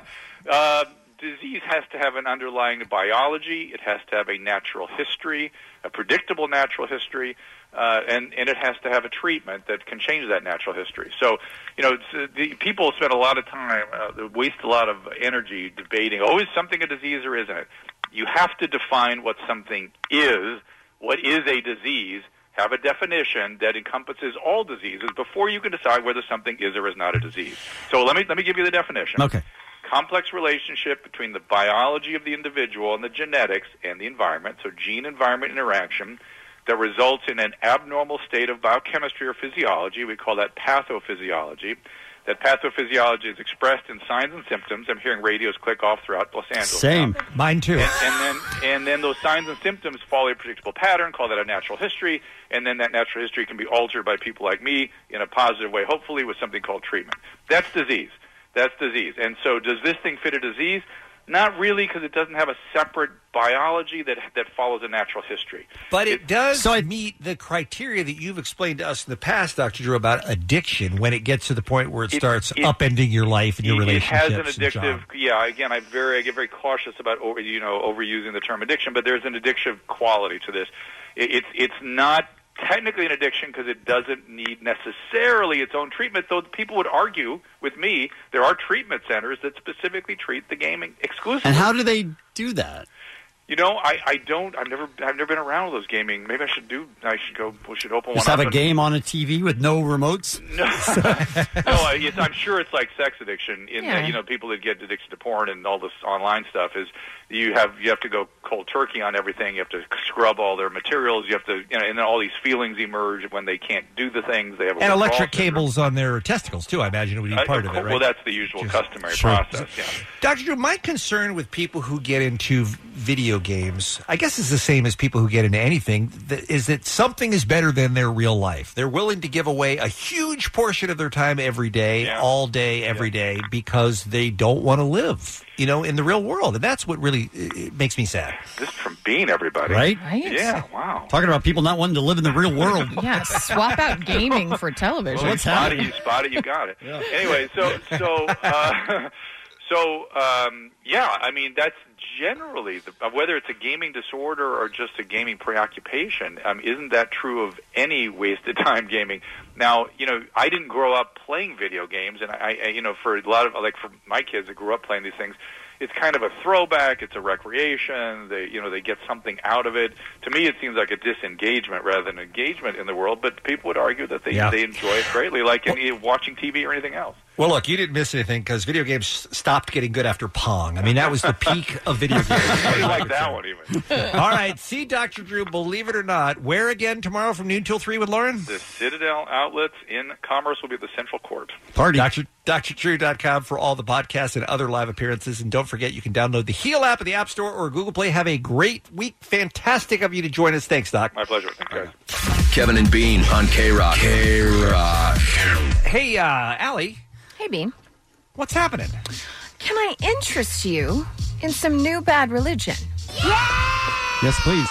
[SPEAKER 36] uh, disease has to have an underlying biology. It has to have a natural history, a predictable natural history, uh, and and it has to have a treatment that can change that natural history. So, you know, it's, uh, the people spend a lot of time, uh, they waste a lot of energy debating. Oh, is something a disease or isn't it? You have to define what something is. What is a disease? Have a definition that encompasses all diseases before you can decide whether something is or is not a disease. So let me let me give you the definition
[SPEAKER 12] Okay.
[SPEAKER 36] complex relationship between the biology of the individual and the genetics and the environment, so gene environment interaction, that results in an abnormal state of biochemistry or physiology. We call that pathophysiology. That pathophysiology is expressed in signs and symptoms. I'm hearing radios click off throughout Los Angeles.
[SPEAKER 11] Same. Mine too.
[SPEAKER 36] And, and then and then those signs and symptoms follow a predictable pattern, call that a natural history, and then that natural history can be altered by people like me in a positive way, hopefully with something called treatment. That's disease. That's disease. And so does this thing fit a disease? Not really because it doesn't have a separate biology that that follows a natural history.
[SPEAKER 11] But it does meet the criteria that you've explained to us in the past, Dr. Drew, about addiction when it gets to the point where it,
[SPEAKER 36] It-
[SPEAKER 11] starts
[SPEAKER 36] it-
[SPEAKER 11] upending your life and your
[SPEAKER 36] it, it
[SPEAKER 11] relationships.
[SPEAKER 36] has an
[SPEAKER 11] and job.
[SPEAKER 36] addictive. Yeah, again, I very I get very cautious about over you know overusing the term addiction, but there's an addictive quality to this. It, it's it's not technically an addiction because it doesn't need necessarily its own treatment. Though people would argue with me, there are treatment centers that specifically treat the gaming exclusively.
[SPEAKER 12] And how do they do that?
[SPEAKER 36] You know, I, I don't. I've never I've never been around those gaming. Maybe I should do. I should go. We should open
[SPEAKER 12] Just
[SPEAKER 36] one.
[SPEAKER 12] have
[SPEAKER 36] up
[SPEAKER 12] a
[SPEAKER 36] and-
[SPEAKER 12] game on a TV with no remotes?
[SPEAKER 36] no, no I, it's, I'm sure it's like sex addiction. In
[SPEAKER 12] Yeah.
[SPEAKER 36] that, you know, people that get addicted to porn and all this online stuff is you have you have to go cold turkey on everything. You have to scrub all their materials. You have to, you know, and then all these feelings emerge when they can't do the things they have. a
[SPEAKER 11] And
[SPEAKER 36] withdrawal
[SPEAKER 11] electric
[SPEAKER 36] syndrome.
[SPEAKER 11] cables on their testicles, too, I imagine would be
[SPEAKER 36] Uh,
[SPEAKER 11] part of
[SPEAKER 36] course,
[SPEAKER 11] it, right?
[SPEAKER 36] Well, that's the usual customary
[SPEAKER 11] Sure.
[SPEAKER 36] process. Yeah.
[SPEAKER 11] Dr. Drew, my concern with people who get into v- video games, I guess is the same as people who get into anything, th- is that something is better than their real life. They're willing to give away a huge portion of their time every day, all day, every day, because they don't want to live, you know, in the real world. And that's what really uh, uh, makes me sad.
[SPEAKER 36] Just from being everybody.
[SPEAKER 12] Right?
[SPEAKER 36] Yeah. Wow.
[SPEAKER 12] Talking about people not wanting to live in the real world.
[SPEAKER 13] Yeah, swap out gaming for television.
[SPEAKER 36] Well, spot it, you spot it, you got it. Anyway, so so uh, so um, yeah, I mean that's generally the, uh, whether it's a gaming disorder or just a gaming preoccupation. Um, isn't that true of any wasted time gaming? Now, you know, I didn't grow up playing video games, and I, I you know, for a lot of like for my kids that grew up playing these things, it's kind of a throwback. It's a recreation. They, you know, they get something out of it. To me, it seems like a disengagement rather than engagement in the world. But people would argue that they
[SPEAKER 11] Yeah.
[SPEAKER 36] they enjoy it greatly, like any watching TV or anything else.
[SPEAKER 11] Well, look, you didn't miss anything because video games stopped getting good after Pong. I mean, that was the peak of video games.
[SPEAKER 36] I like that one even.
[SPEAKER 11] All right, see Dr. Drew, believe it or not, where again tomorrow from noon till 3 with Lauren?
[SPEAKER 36] The Citadel outlets in Commerce will be at the Central Court.
[SPEAKER 11] Party. Dr. DrDrew.com for all the podcasts and other live appearances. And don't forget, you can download the Heal app at the App Store or Google Play. Have a great week. Fantastic of you to join us. Thanks, Doc.
[SPEAKER 36] My pleasure. Thank you. guys.
[SPEAKER 17] Kevin and Bean on K Rock. K Rock.
[SPEAKER 11] Hey, uh, Allie.
[SPEAKER 13] Hey, Bean.
[SPEAKER 11] What's happening?
[SPEAKER 13] Can I interest you in some new bad religion?
[SPEAKER 12] Yes, please.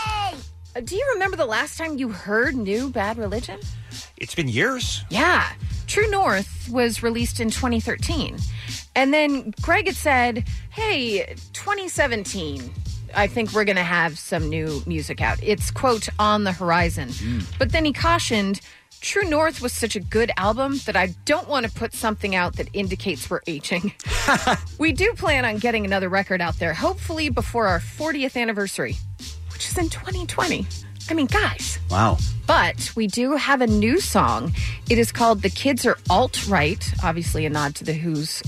[SPEAKER 13] Uh, Do you remember the last time you heard new bad religion?
[SPEAKER 11] It's been years.
[SPEAKER 13] Yeah. True North was released in 2013. And then Greg had said, hey, 2017, I think we're going to have some new music out. It's, quote, on the horizon. But then he cautioned, True North was such a good album that I don't want to put something out that indicates we're aging. we do plan on getting another record out there, hopefully before our 40th anniversary, which is in 2020. I mean, guys.
[SPEAKER 12] Wow.
[SPEAKER 13] But we do have a new song. It is called The Kids Are Alt Right, obviously a nod to the Who's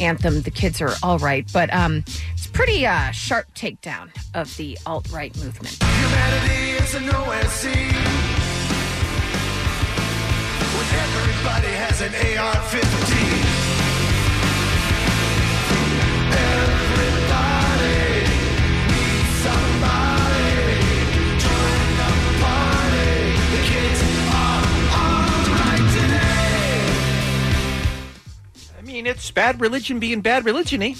[SPEAKER 13] anthem, The Kids Are All Right. But um, it's pretty uh, sharp takedown of the alt right movement.
[SPEAKER 6] Humanity is an OSC. When everybody has an AR 15. Everybody needs somebody. Join the party. The kids are alright today.
[SPEAKER 11] I mean, it's bad religion being bad religion eh? y.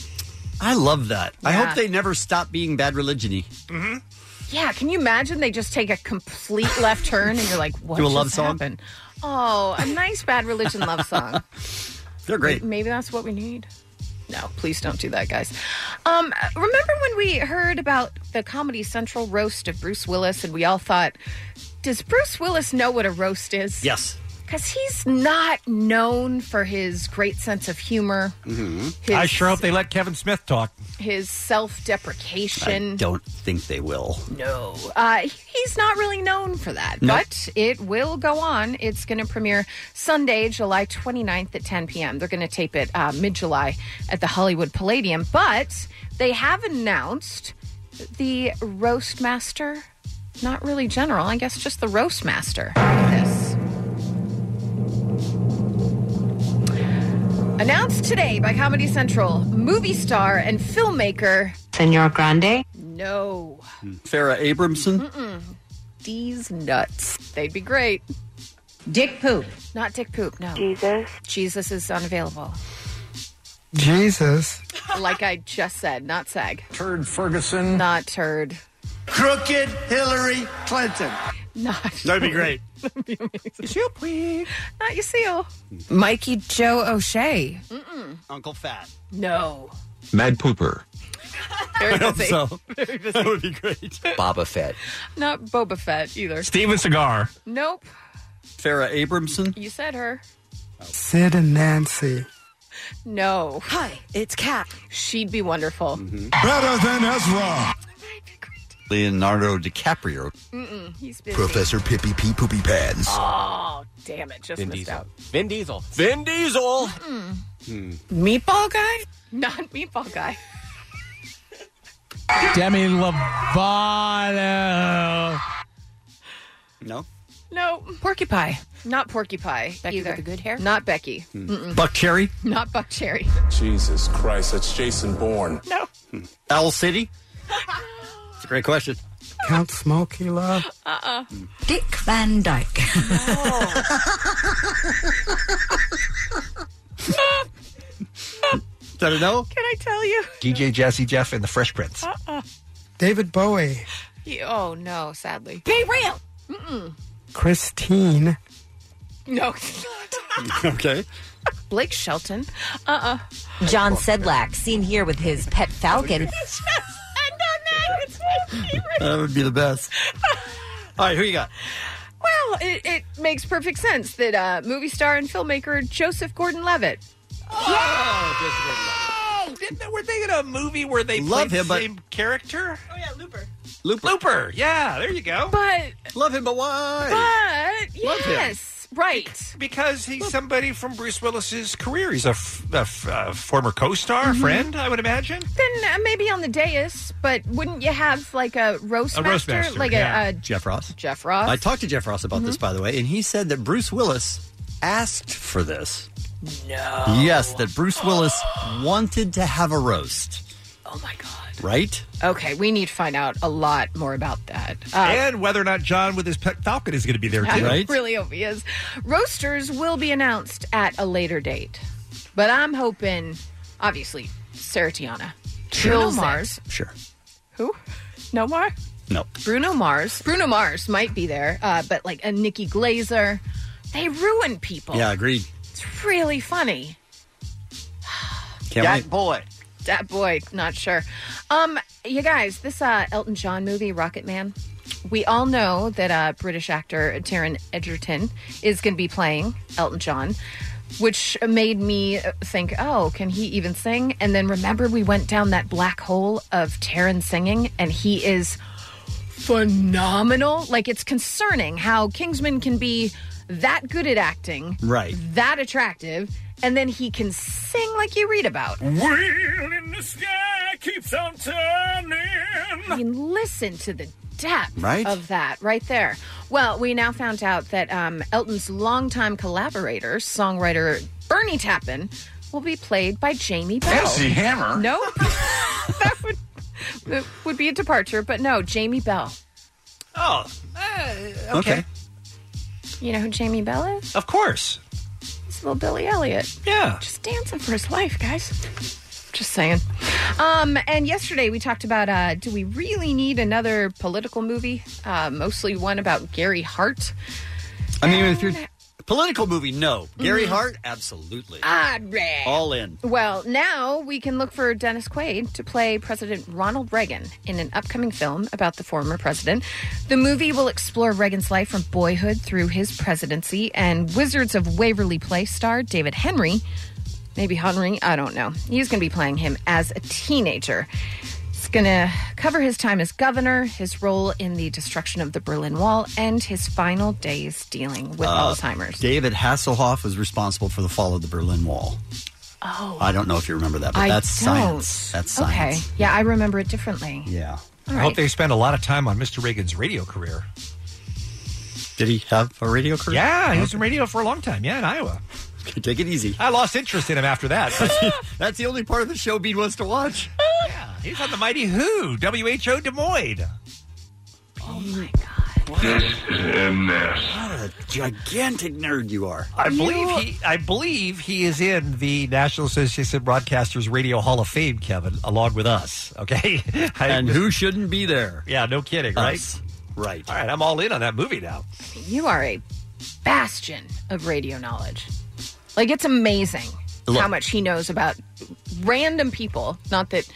[SPEAKER 12] I love that. I
[SPEAKER 13] Yeah.
[SPEAKER 12] hope they never stop being bad religion y.
[SPEAKER 13] Mm-hmm. Yeah, can you imagine they just take a complete left turn and you're like, what
[SPEAKER 12] Do a
[SPEAKER 13] just
[SPEAKER 12] love song?
[SPEAKER 13] happened? Oh, a nice bad religion love song.
[SPEAKER 12] They're great.
[SPEAKER 13] Maybe that's what we need. No, please don't do that, guys. Um, remember when we heard about the Comedy Central roast of Bruce Willis and we all thought, does Bruce Willis know what a roast is?
[SPEAKER 12] Yes.
[SPEAKER 13] Because he's not known for his great sense of humor,
[SPEAKER 12] Mm-hmm.
[SPEAKER 13] His- I sure hope
[SPEAKER 11] they let Kevin Smith talk.
[SPEAKER 13] his self
[SPEAKER 12] I
[SPEAKER 13] deprecation.
[SPEAKER 12] don't think they will.
[SPEAKER 13] No. Uh, he's not really known for that,
[SPEAKER 12] No.
[SPEAKER 13] but it will go on. It's going to premiere Sunday, July 29th at 10 p.m. They're going to tape it uh, mid July at the Hollywood Palladium, but they have announced the roast master. Not really general, I guess just the roast master. Look at This. Announced today by Comedy Central, movie star and filmmaker.
[SPEAKER 12] Senor Grande?
[SPEAKER 13] No.
[SPEAKER 12] Farrah Abramson?
[SPEAKER 13] Mm-mm. These nuts. They'd be great. Dick poop. Not dick poop, no. Jesus. Jesus is unavailable.
[SPEAKER 35] Jesus.
[SPEAKER 13] Like I just said, not sag.
[SPEAKER 35] Turd Ferguson.
[SPEAKER 13] Not turd.
[SPEAKER 35] Crooked Hillary Clinton.
[SPEAKER 13] Not.
[SPEAKER 35] That'd be great.
[SPEAKER 13] That'd be amazing. Not Yasiel.
[SPEAKER 18] Mikey Joe O'Shea.
[SPEAKER 13] Mm-mm.
[SPEAKER 12] Uncle Fat.
[SPEAKER 13] No.
[SPEAKER 18] Mad Pooper.
[SPEAKER 13] Very
[SPEAKER 18] I hope
[SPEAKER 13] busy.
[SPEAKER 18] so.
[SPEAKER 13] Very busy.
[SPEAKER 18] That would
[SPEAKER 12] be great.
[SPEAKER 18] Boba Fett.
[SPEAKER 13] Not Boba Fett either.
[SPEAKER 18] Steven Cigar.
[SPEAKER 13] Nope.
[SPEAKER 12] Farrah Abramson?
[SPEAKER 13] You said her.
[SPEAKER 35] Sid and Nancy.
[SPEAKER 13] No. Hi, it's Kat. She'd be wonderful.
[SPEAKER 35] Mm-hmm.
[SPEAKER 12] Better than Ezra. Leonardo DiCaprio.
[SPEAKER 13] Mm-mm. He's busy.
[SPEAKER 2] Professor Pippy P. Poopy Pants.
[SPEAKER 13] Oh, damn it. Just missed out.
[SPEAKER 18] Vin Diesel. Vin Diesel.
[SPEAKER 13] Mm-mm.
[SPEAKER 2] Hmm.
[SPEAKER 18] Meatball guy?
[SPEAKER 13] Mm. Not meatball guy.
[SPEAKER 18] Demi Lovato.
[SPEAKER 12] No.
[SPEAKER 13] No. Porky Pie. Not Porky Pie either. the good hair. Not Becky. Mm-mm.
[SPEAKER 12] Hmm. Buck Cherry?
[SPEAKER 13] Not Buck Cherry.
[SPEAKER 18] Jesus Christ, that's Jason Bourne.
[SPEAKER 13] No.
[SPEAKER 12] Owl City? It's a great question.
[SPEAKER 35] Count Smokey Love.
[SPEAKER 18] Uh-uh.
[SPEAKER 35] Dick Van Dyke.
[SPEAKER 11] Is that a no?
[SPEAKER 13] Can I tell you?
[SPEAKER 11] DJ Jazzy Jeff and the Fresh Prince.
[SPEAKER 13] Uh-uh.
[SPEAKER 35] David Bowie.
[SPEAKER 13] He- oh no, sadly. Be real. Mm-mm.
[SPEAKER 35] Christine.
[SPEAKER 13] No.
[SPEAKER 12] okay.
[SPEAKER 13] Blake Shelton. Uh uh
[SPEAKER 20] John Sedlak, seen here with his pet falcon.
[SPEAKER 12] That would be the best. All right, who you got?
[SPEAKER 13] Well, it, it makes perfect sense that uh, movie star and filmmaker Joseph Gordon Levitt.
[SPEAKER 12] Oh,
[SPEAKER 11] didn't they, were they in a movie where they
[SPEAKER 12] Love
[SPEAKER 11] played
[SPEAKER 12] him,
[SPEAKER 11] the
[SPEAKER 12] but-
[SPEAKER 11] same character?
[SPEAKER 5] Oh yeah, Looper.
[SPEAKER 12] Looper.
[SPEAKER 11] Looper. Yeah, there you go.
[SPEAKER 5] But
[SPEAKER 12] love him, but why?
[SPEAKER 5] But
[SPEAKER 11] Love him.
[SPEAKER 5] yes, right.
[SPEAKER 11] Because he's somebody from Bruce Willis's career. He's a, f- a f- a former co-star,
[SPEAKER 12] Mm-hmm.
[SPEAKER 11] friend, I would imagine.
[SPEAKER 13] Then uh, maybe on the dais, but wouldn't you have like a roast,
[SPEAKER 12] A roast master,
[SPEAKER 13] like
[SPEAKER 12] yeah.
[SPEAKER 13] a, a
[SPEAKER 12] Jeff Ross.
[SPEAKER 13] Jeff Ross? Mm-hmm.
[SPEAKER 12] I talked to Jeff Ross about this, by the way, and he said that Bruce Willis asked for this. No.
[SPEAKER 13] Oh.
[SPEAKER 12] Yes, that Bruce Willis wanted to have a roast.
[SPEAKER 13] Oh my god!
[SPEAKER 12] Right?
[SPEAKER 13] Okay, we need to find out a lot more about that. Uh,
[SPEAKER 11] and whether or not John with his pet falcon is going to be there,
[SPEAKER 13] I
[SPEAKER 11] too.
[SPEAKER 13] really hope he is. Roasters will be announced at a later date, but I'm hoping, obviously, Sarah Tiana, Bruno Mars,
[SPEAKER 12] Sure.
[SPEAKER 13] who? No more.
[SPEAKER 12] No.
[SPEAKER 13] Bruno Mars. Bruno Mars might be there, uh, but like a Nikki Glazer, they ruin people.
[SPEAKER 12] Yeah, agreed.
[SPEAKER 13] it's really funny.
[SPEAKER 12] Can't
[SPEAKER 13] That
[SPEAKER 12] wait. boy.
[SPEAKER 13] That boy, not sure. Um, you guys, this uh, Elton John movie, Rocket Man. We all know that uh, British actor Taron Egerton is going to be playing Elton John, which made me think, oh, can he even sing? And then remember, we went down that black hole of Taron singing, and he is phenomenal. Like, it's concerning how Kingsman can be that good at acting,
[SPEAKER 12] Right.
[SPEAKER 13] that attractive, and then he can sing like you read about.
[SPEAKER 34] Wheel in the sky keeps on turning.
[SPEAKER 13] I mean, listen to the depth
[SPEAKER 34] Right?
[SPEAKER 13] of that right there. Well, we now found out that um, Elton's longtime collaborator, songwriter Bernie Taupin, will be played by Jamie Bell.
[SPEAKER 7] Elsie Hammer?
[SPEAKER 13] No, that would that would be a departure, but no, Jamie Bell.
[SPEAKER 11] Oh,
[SPEAKER 12] okay.
[SPEAKER 13] You know who Jamie Bell is?
[SPEAKER 11] Of course.
[SPEAKER 13] It's little Billy Elliot.
[SPEAKER 11] Yeah.
[SPEAKER 13] Just dancing for his life, guys. Just saying. Um, and yesterday we talked about uh, do we really need another political movie? Uh, mostly one about Gary Hart.
[SPEAKER 12] I mean, if you're political movie, no. Gary
[SPEAKER 13] Mhm.
[SPEAKER 12] Hart, absolutely.
[SPEAKER 13] Ah, right.
[SPEAKER 12] All in.
[SPEAKER 13] Well, now we can look for Dennis Quaid to play President Ronald Reagan in an upcoming film about the former president. The movie will explore Reagan's life from boyhood through his presidency, and Wizards of Waverly Place star David Henry, maybe Henry, I don't know. He's going to be playing him as a teenager. It's going to cover his time as governor, his role in the destruction of the Berlin Wall, and his final days dealing with
[SPEAKER 12] Uh,
[SPEAKER 13] Alzheimer's.
[SPEAKER 12] David Hasselhoff was responsible for the fall of the Berlin Wall.
[SPEAKER 13] Oh.
[SPEAKER 12] I don't know if you remember that, but
[SPEAKER 13] I
[SPEAKER 12] that's
[SPEAKER 13] don't.
[SPEAKER 12] science. That's science.
[SPEAKER 13] Okay. Yeah, I remember it differently.
[SPEAKER 12] Yeah.
[SPEAKER 13] All
[SPEAKER 11] I hope
[SPEAKER 13] right.
[SPEAKER 11] they spend a lot of time on Mr. Reagan's radio career.
[SPEAKER 12] Did he have a radio career?
[SPEAKER 11] Yeah, he was in radio for a long time. Yeah, in Iowa.
[SPEAKER 12] Take it easy.
[SPEAKER 11] I lost interest in him after that. but-
[SPEAKER 12] That's the only part of the show Bean wants to watch.
[SPEAKER 11] yeah, he's on the Mighty Who, WHO Des Moines.
[SPEAKER 13] Oh my
[SPEAKER 11] This
[SPEAKER 2] is a mess.
[SPEAKER 12] What a gigantic nerd you are.
[SPEAKER 11] I believe he. I believe he is in the National Association of Broadcasters Radio Hall of Fame, Kevin, along with us. Okay,
[SPEAKER 12] And who shouldn't be there?
[SPEAKER 11] Yeah, no kidding,
[SPEAKER 12] Us.
[SPEAKER 11] right?
[SPEAKER 12] Right.
[SPEAKER 11] All right, I'm all in on that movie now.
[SPEAKER 13] You are a bastion of radio knowledge. Like it's amazing
[SPEAKER 12] Look.
[SPEAKER 13] how much he knows about random people. Not that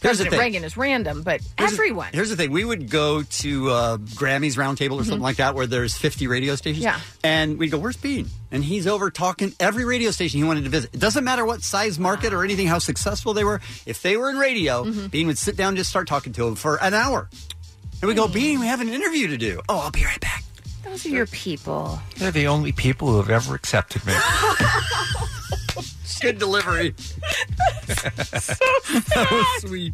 [SPEAKER 12] Here's the
[SPEAKER 13] President
[SPEAKER 12] thing.
[SPEAKER 13] Reagan is random, but everyone.
[SPEAKER 12] Here's the thing: we would go to uh, Grammys roundtable or something
[SPEAKER 13] Mhm.
[SPEAKER 12] like that, where there's 50 radio stations.
[SPEAKER 13] Yeah.
[SPEAKER 12] and we'd go, "Where's Bean?" And he's over talking every radio station he wanted to visit. It doesn't matter what size market or anything, how successful they were. If they were in radio,
[SPEAKER 13] Mm-hmm.
[SPEAKER 12] Bean would sit down, and just start talking to him for an hour, and we go, "Bean, we have an interview to do." Oh, I'll be right back.
[SPEAKER 13] Mm. Those are your people.
[SPEAKER 11] They're the only people who have ever accepted me.
[SPEAKER 12] Good delivery. that was sweet.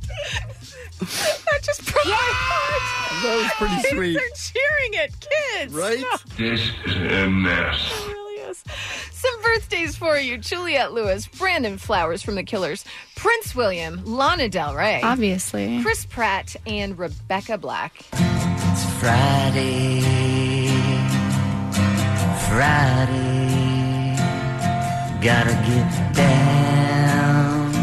[SPEAKER 13] that just broke my heart.
[SPEAKER 12] That was pretty sweet.
[SPEAKER 13] They're cheering it, kids.
[SPEAKER 12] Right?
[SPEAKER 2] This is a mess.
[SPEAKER 13] Some birthdays for you Juliette Lewis, Brandon Flowers from The Killers, Prince William, Lana Del Rey.
[SPEAKER 5] Obviously.
[SPEAKER 13] Chris Pratt and Rebecca Black.
[SPEAKER 19] It's Friday. Friday. Gotta get down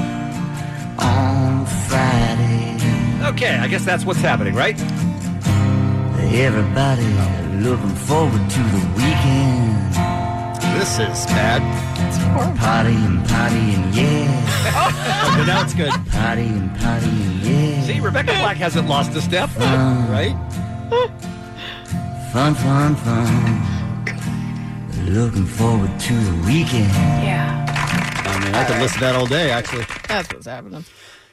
[SPEAKER 19] on Friday.
[SPEAKER 11] okay, I guess that's what's happening, right?
[SPEAKER 19] Everybody looking forward to the weekend.
[SPEAKER 12] This is bad.
[SPEAKER 19] It's horrible. Party and party and yeah.
[SPEAKER 12] okay, now it's good.
[SPEAKER 19] Party and party and yeah.
[SPEAKER 11] See, Rebecca Black hasn't lost a step,
[SPEAKER 12] right?
[SPEAKER 19] Fun, fun, fun. Looking forward to the weekend.
[SPEAKER 13] Yeah.
[SPEAKER 12] I mean, thing. I could listen to that all day, actually.
[SPEAKER 37] That's what's happening.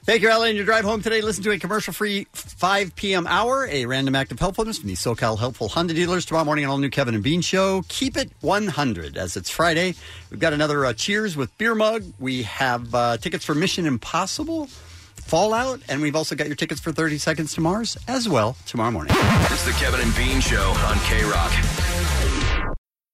[SPEAKER 12] Thank you, Ellen. Your drive home today, listen to a commercial free 5 p.m. hour, a random act of helpfulness from the SoCal Helpful Honda Dealers. Tomorrow morning, an all new Kevin and Bean show. Keep it 100 as it's Friday. We've got another uh, Cheers with Beer Mug. We have uh, tickets for Mission Impossible, Fallout, and we've also got your tickets for 30 Seconds to Mars as well tomorrow morning.
[SPEAKER 17] It's the Kevin and Bean Show on K Rock.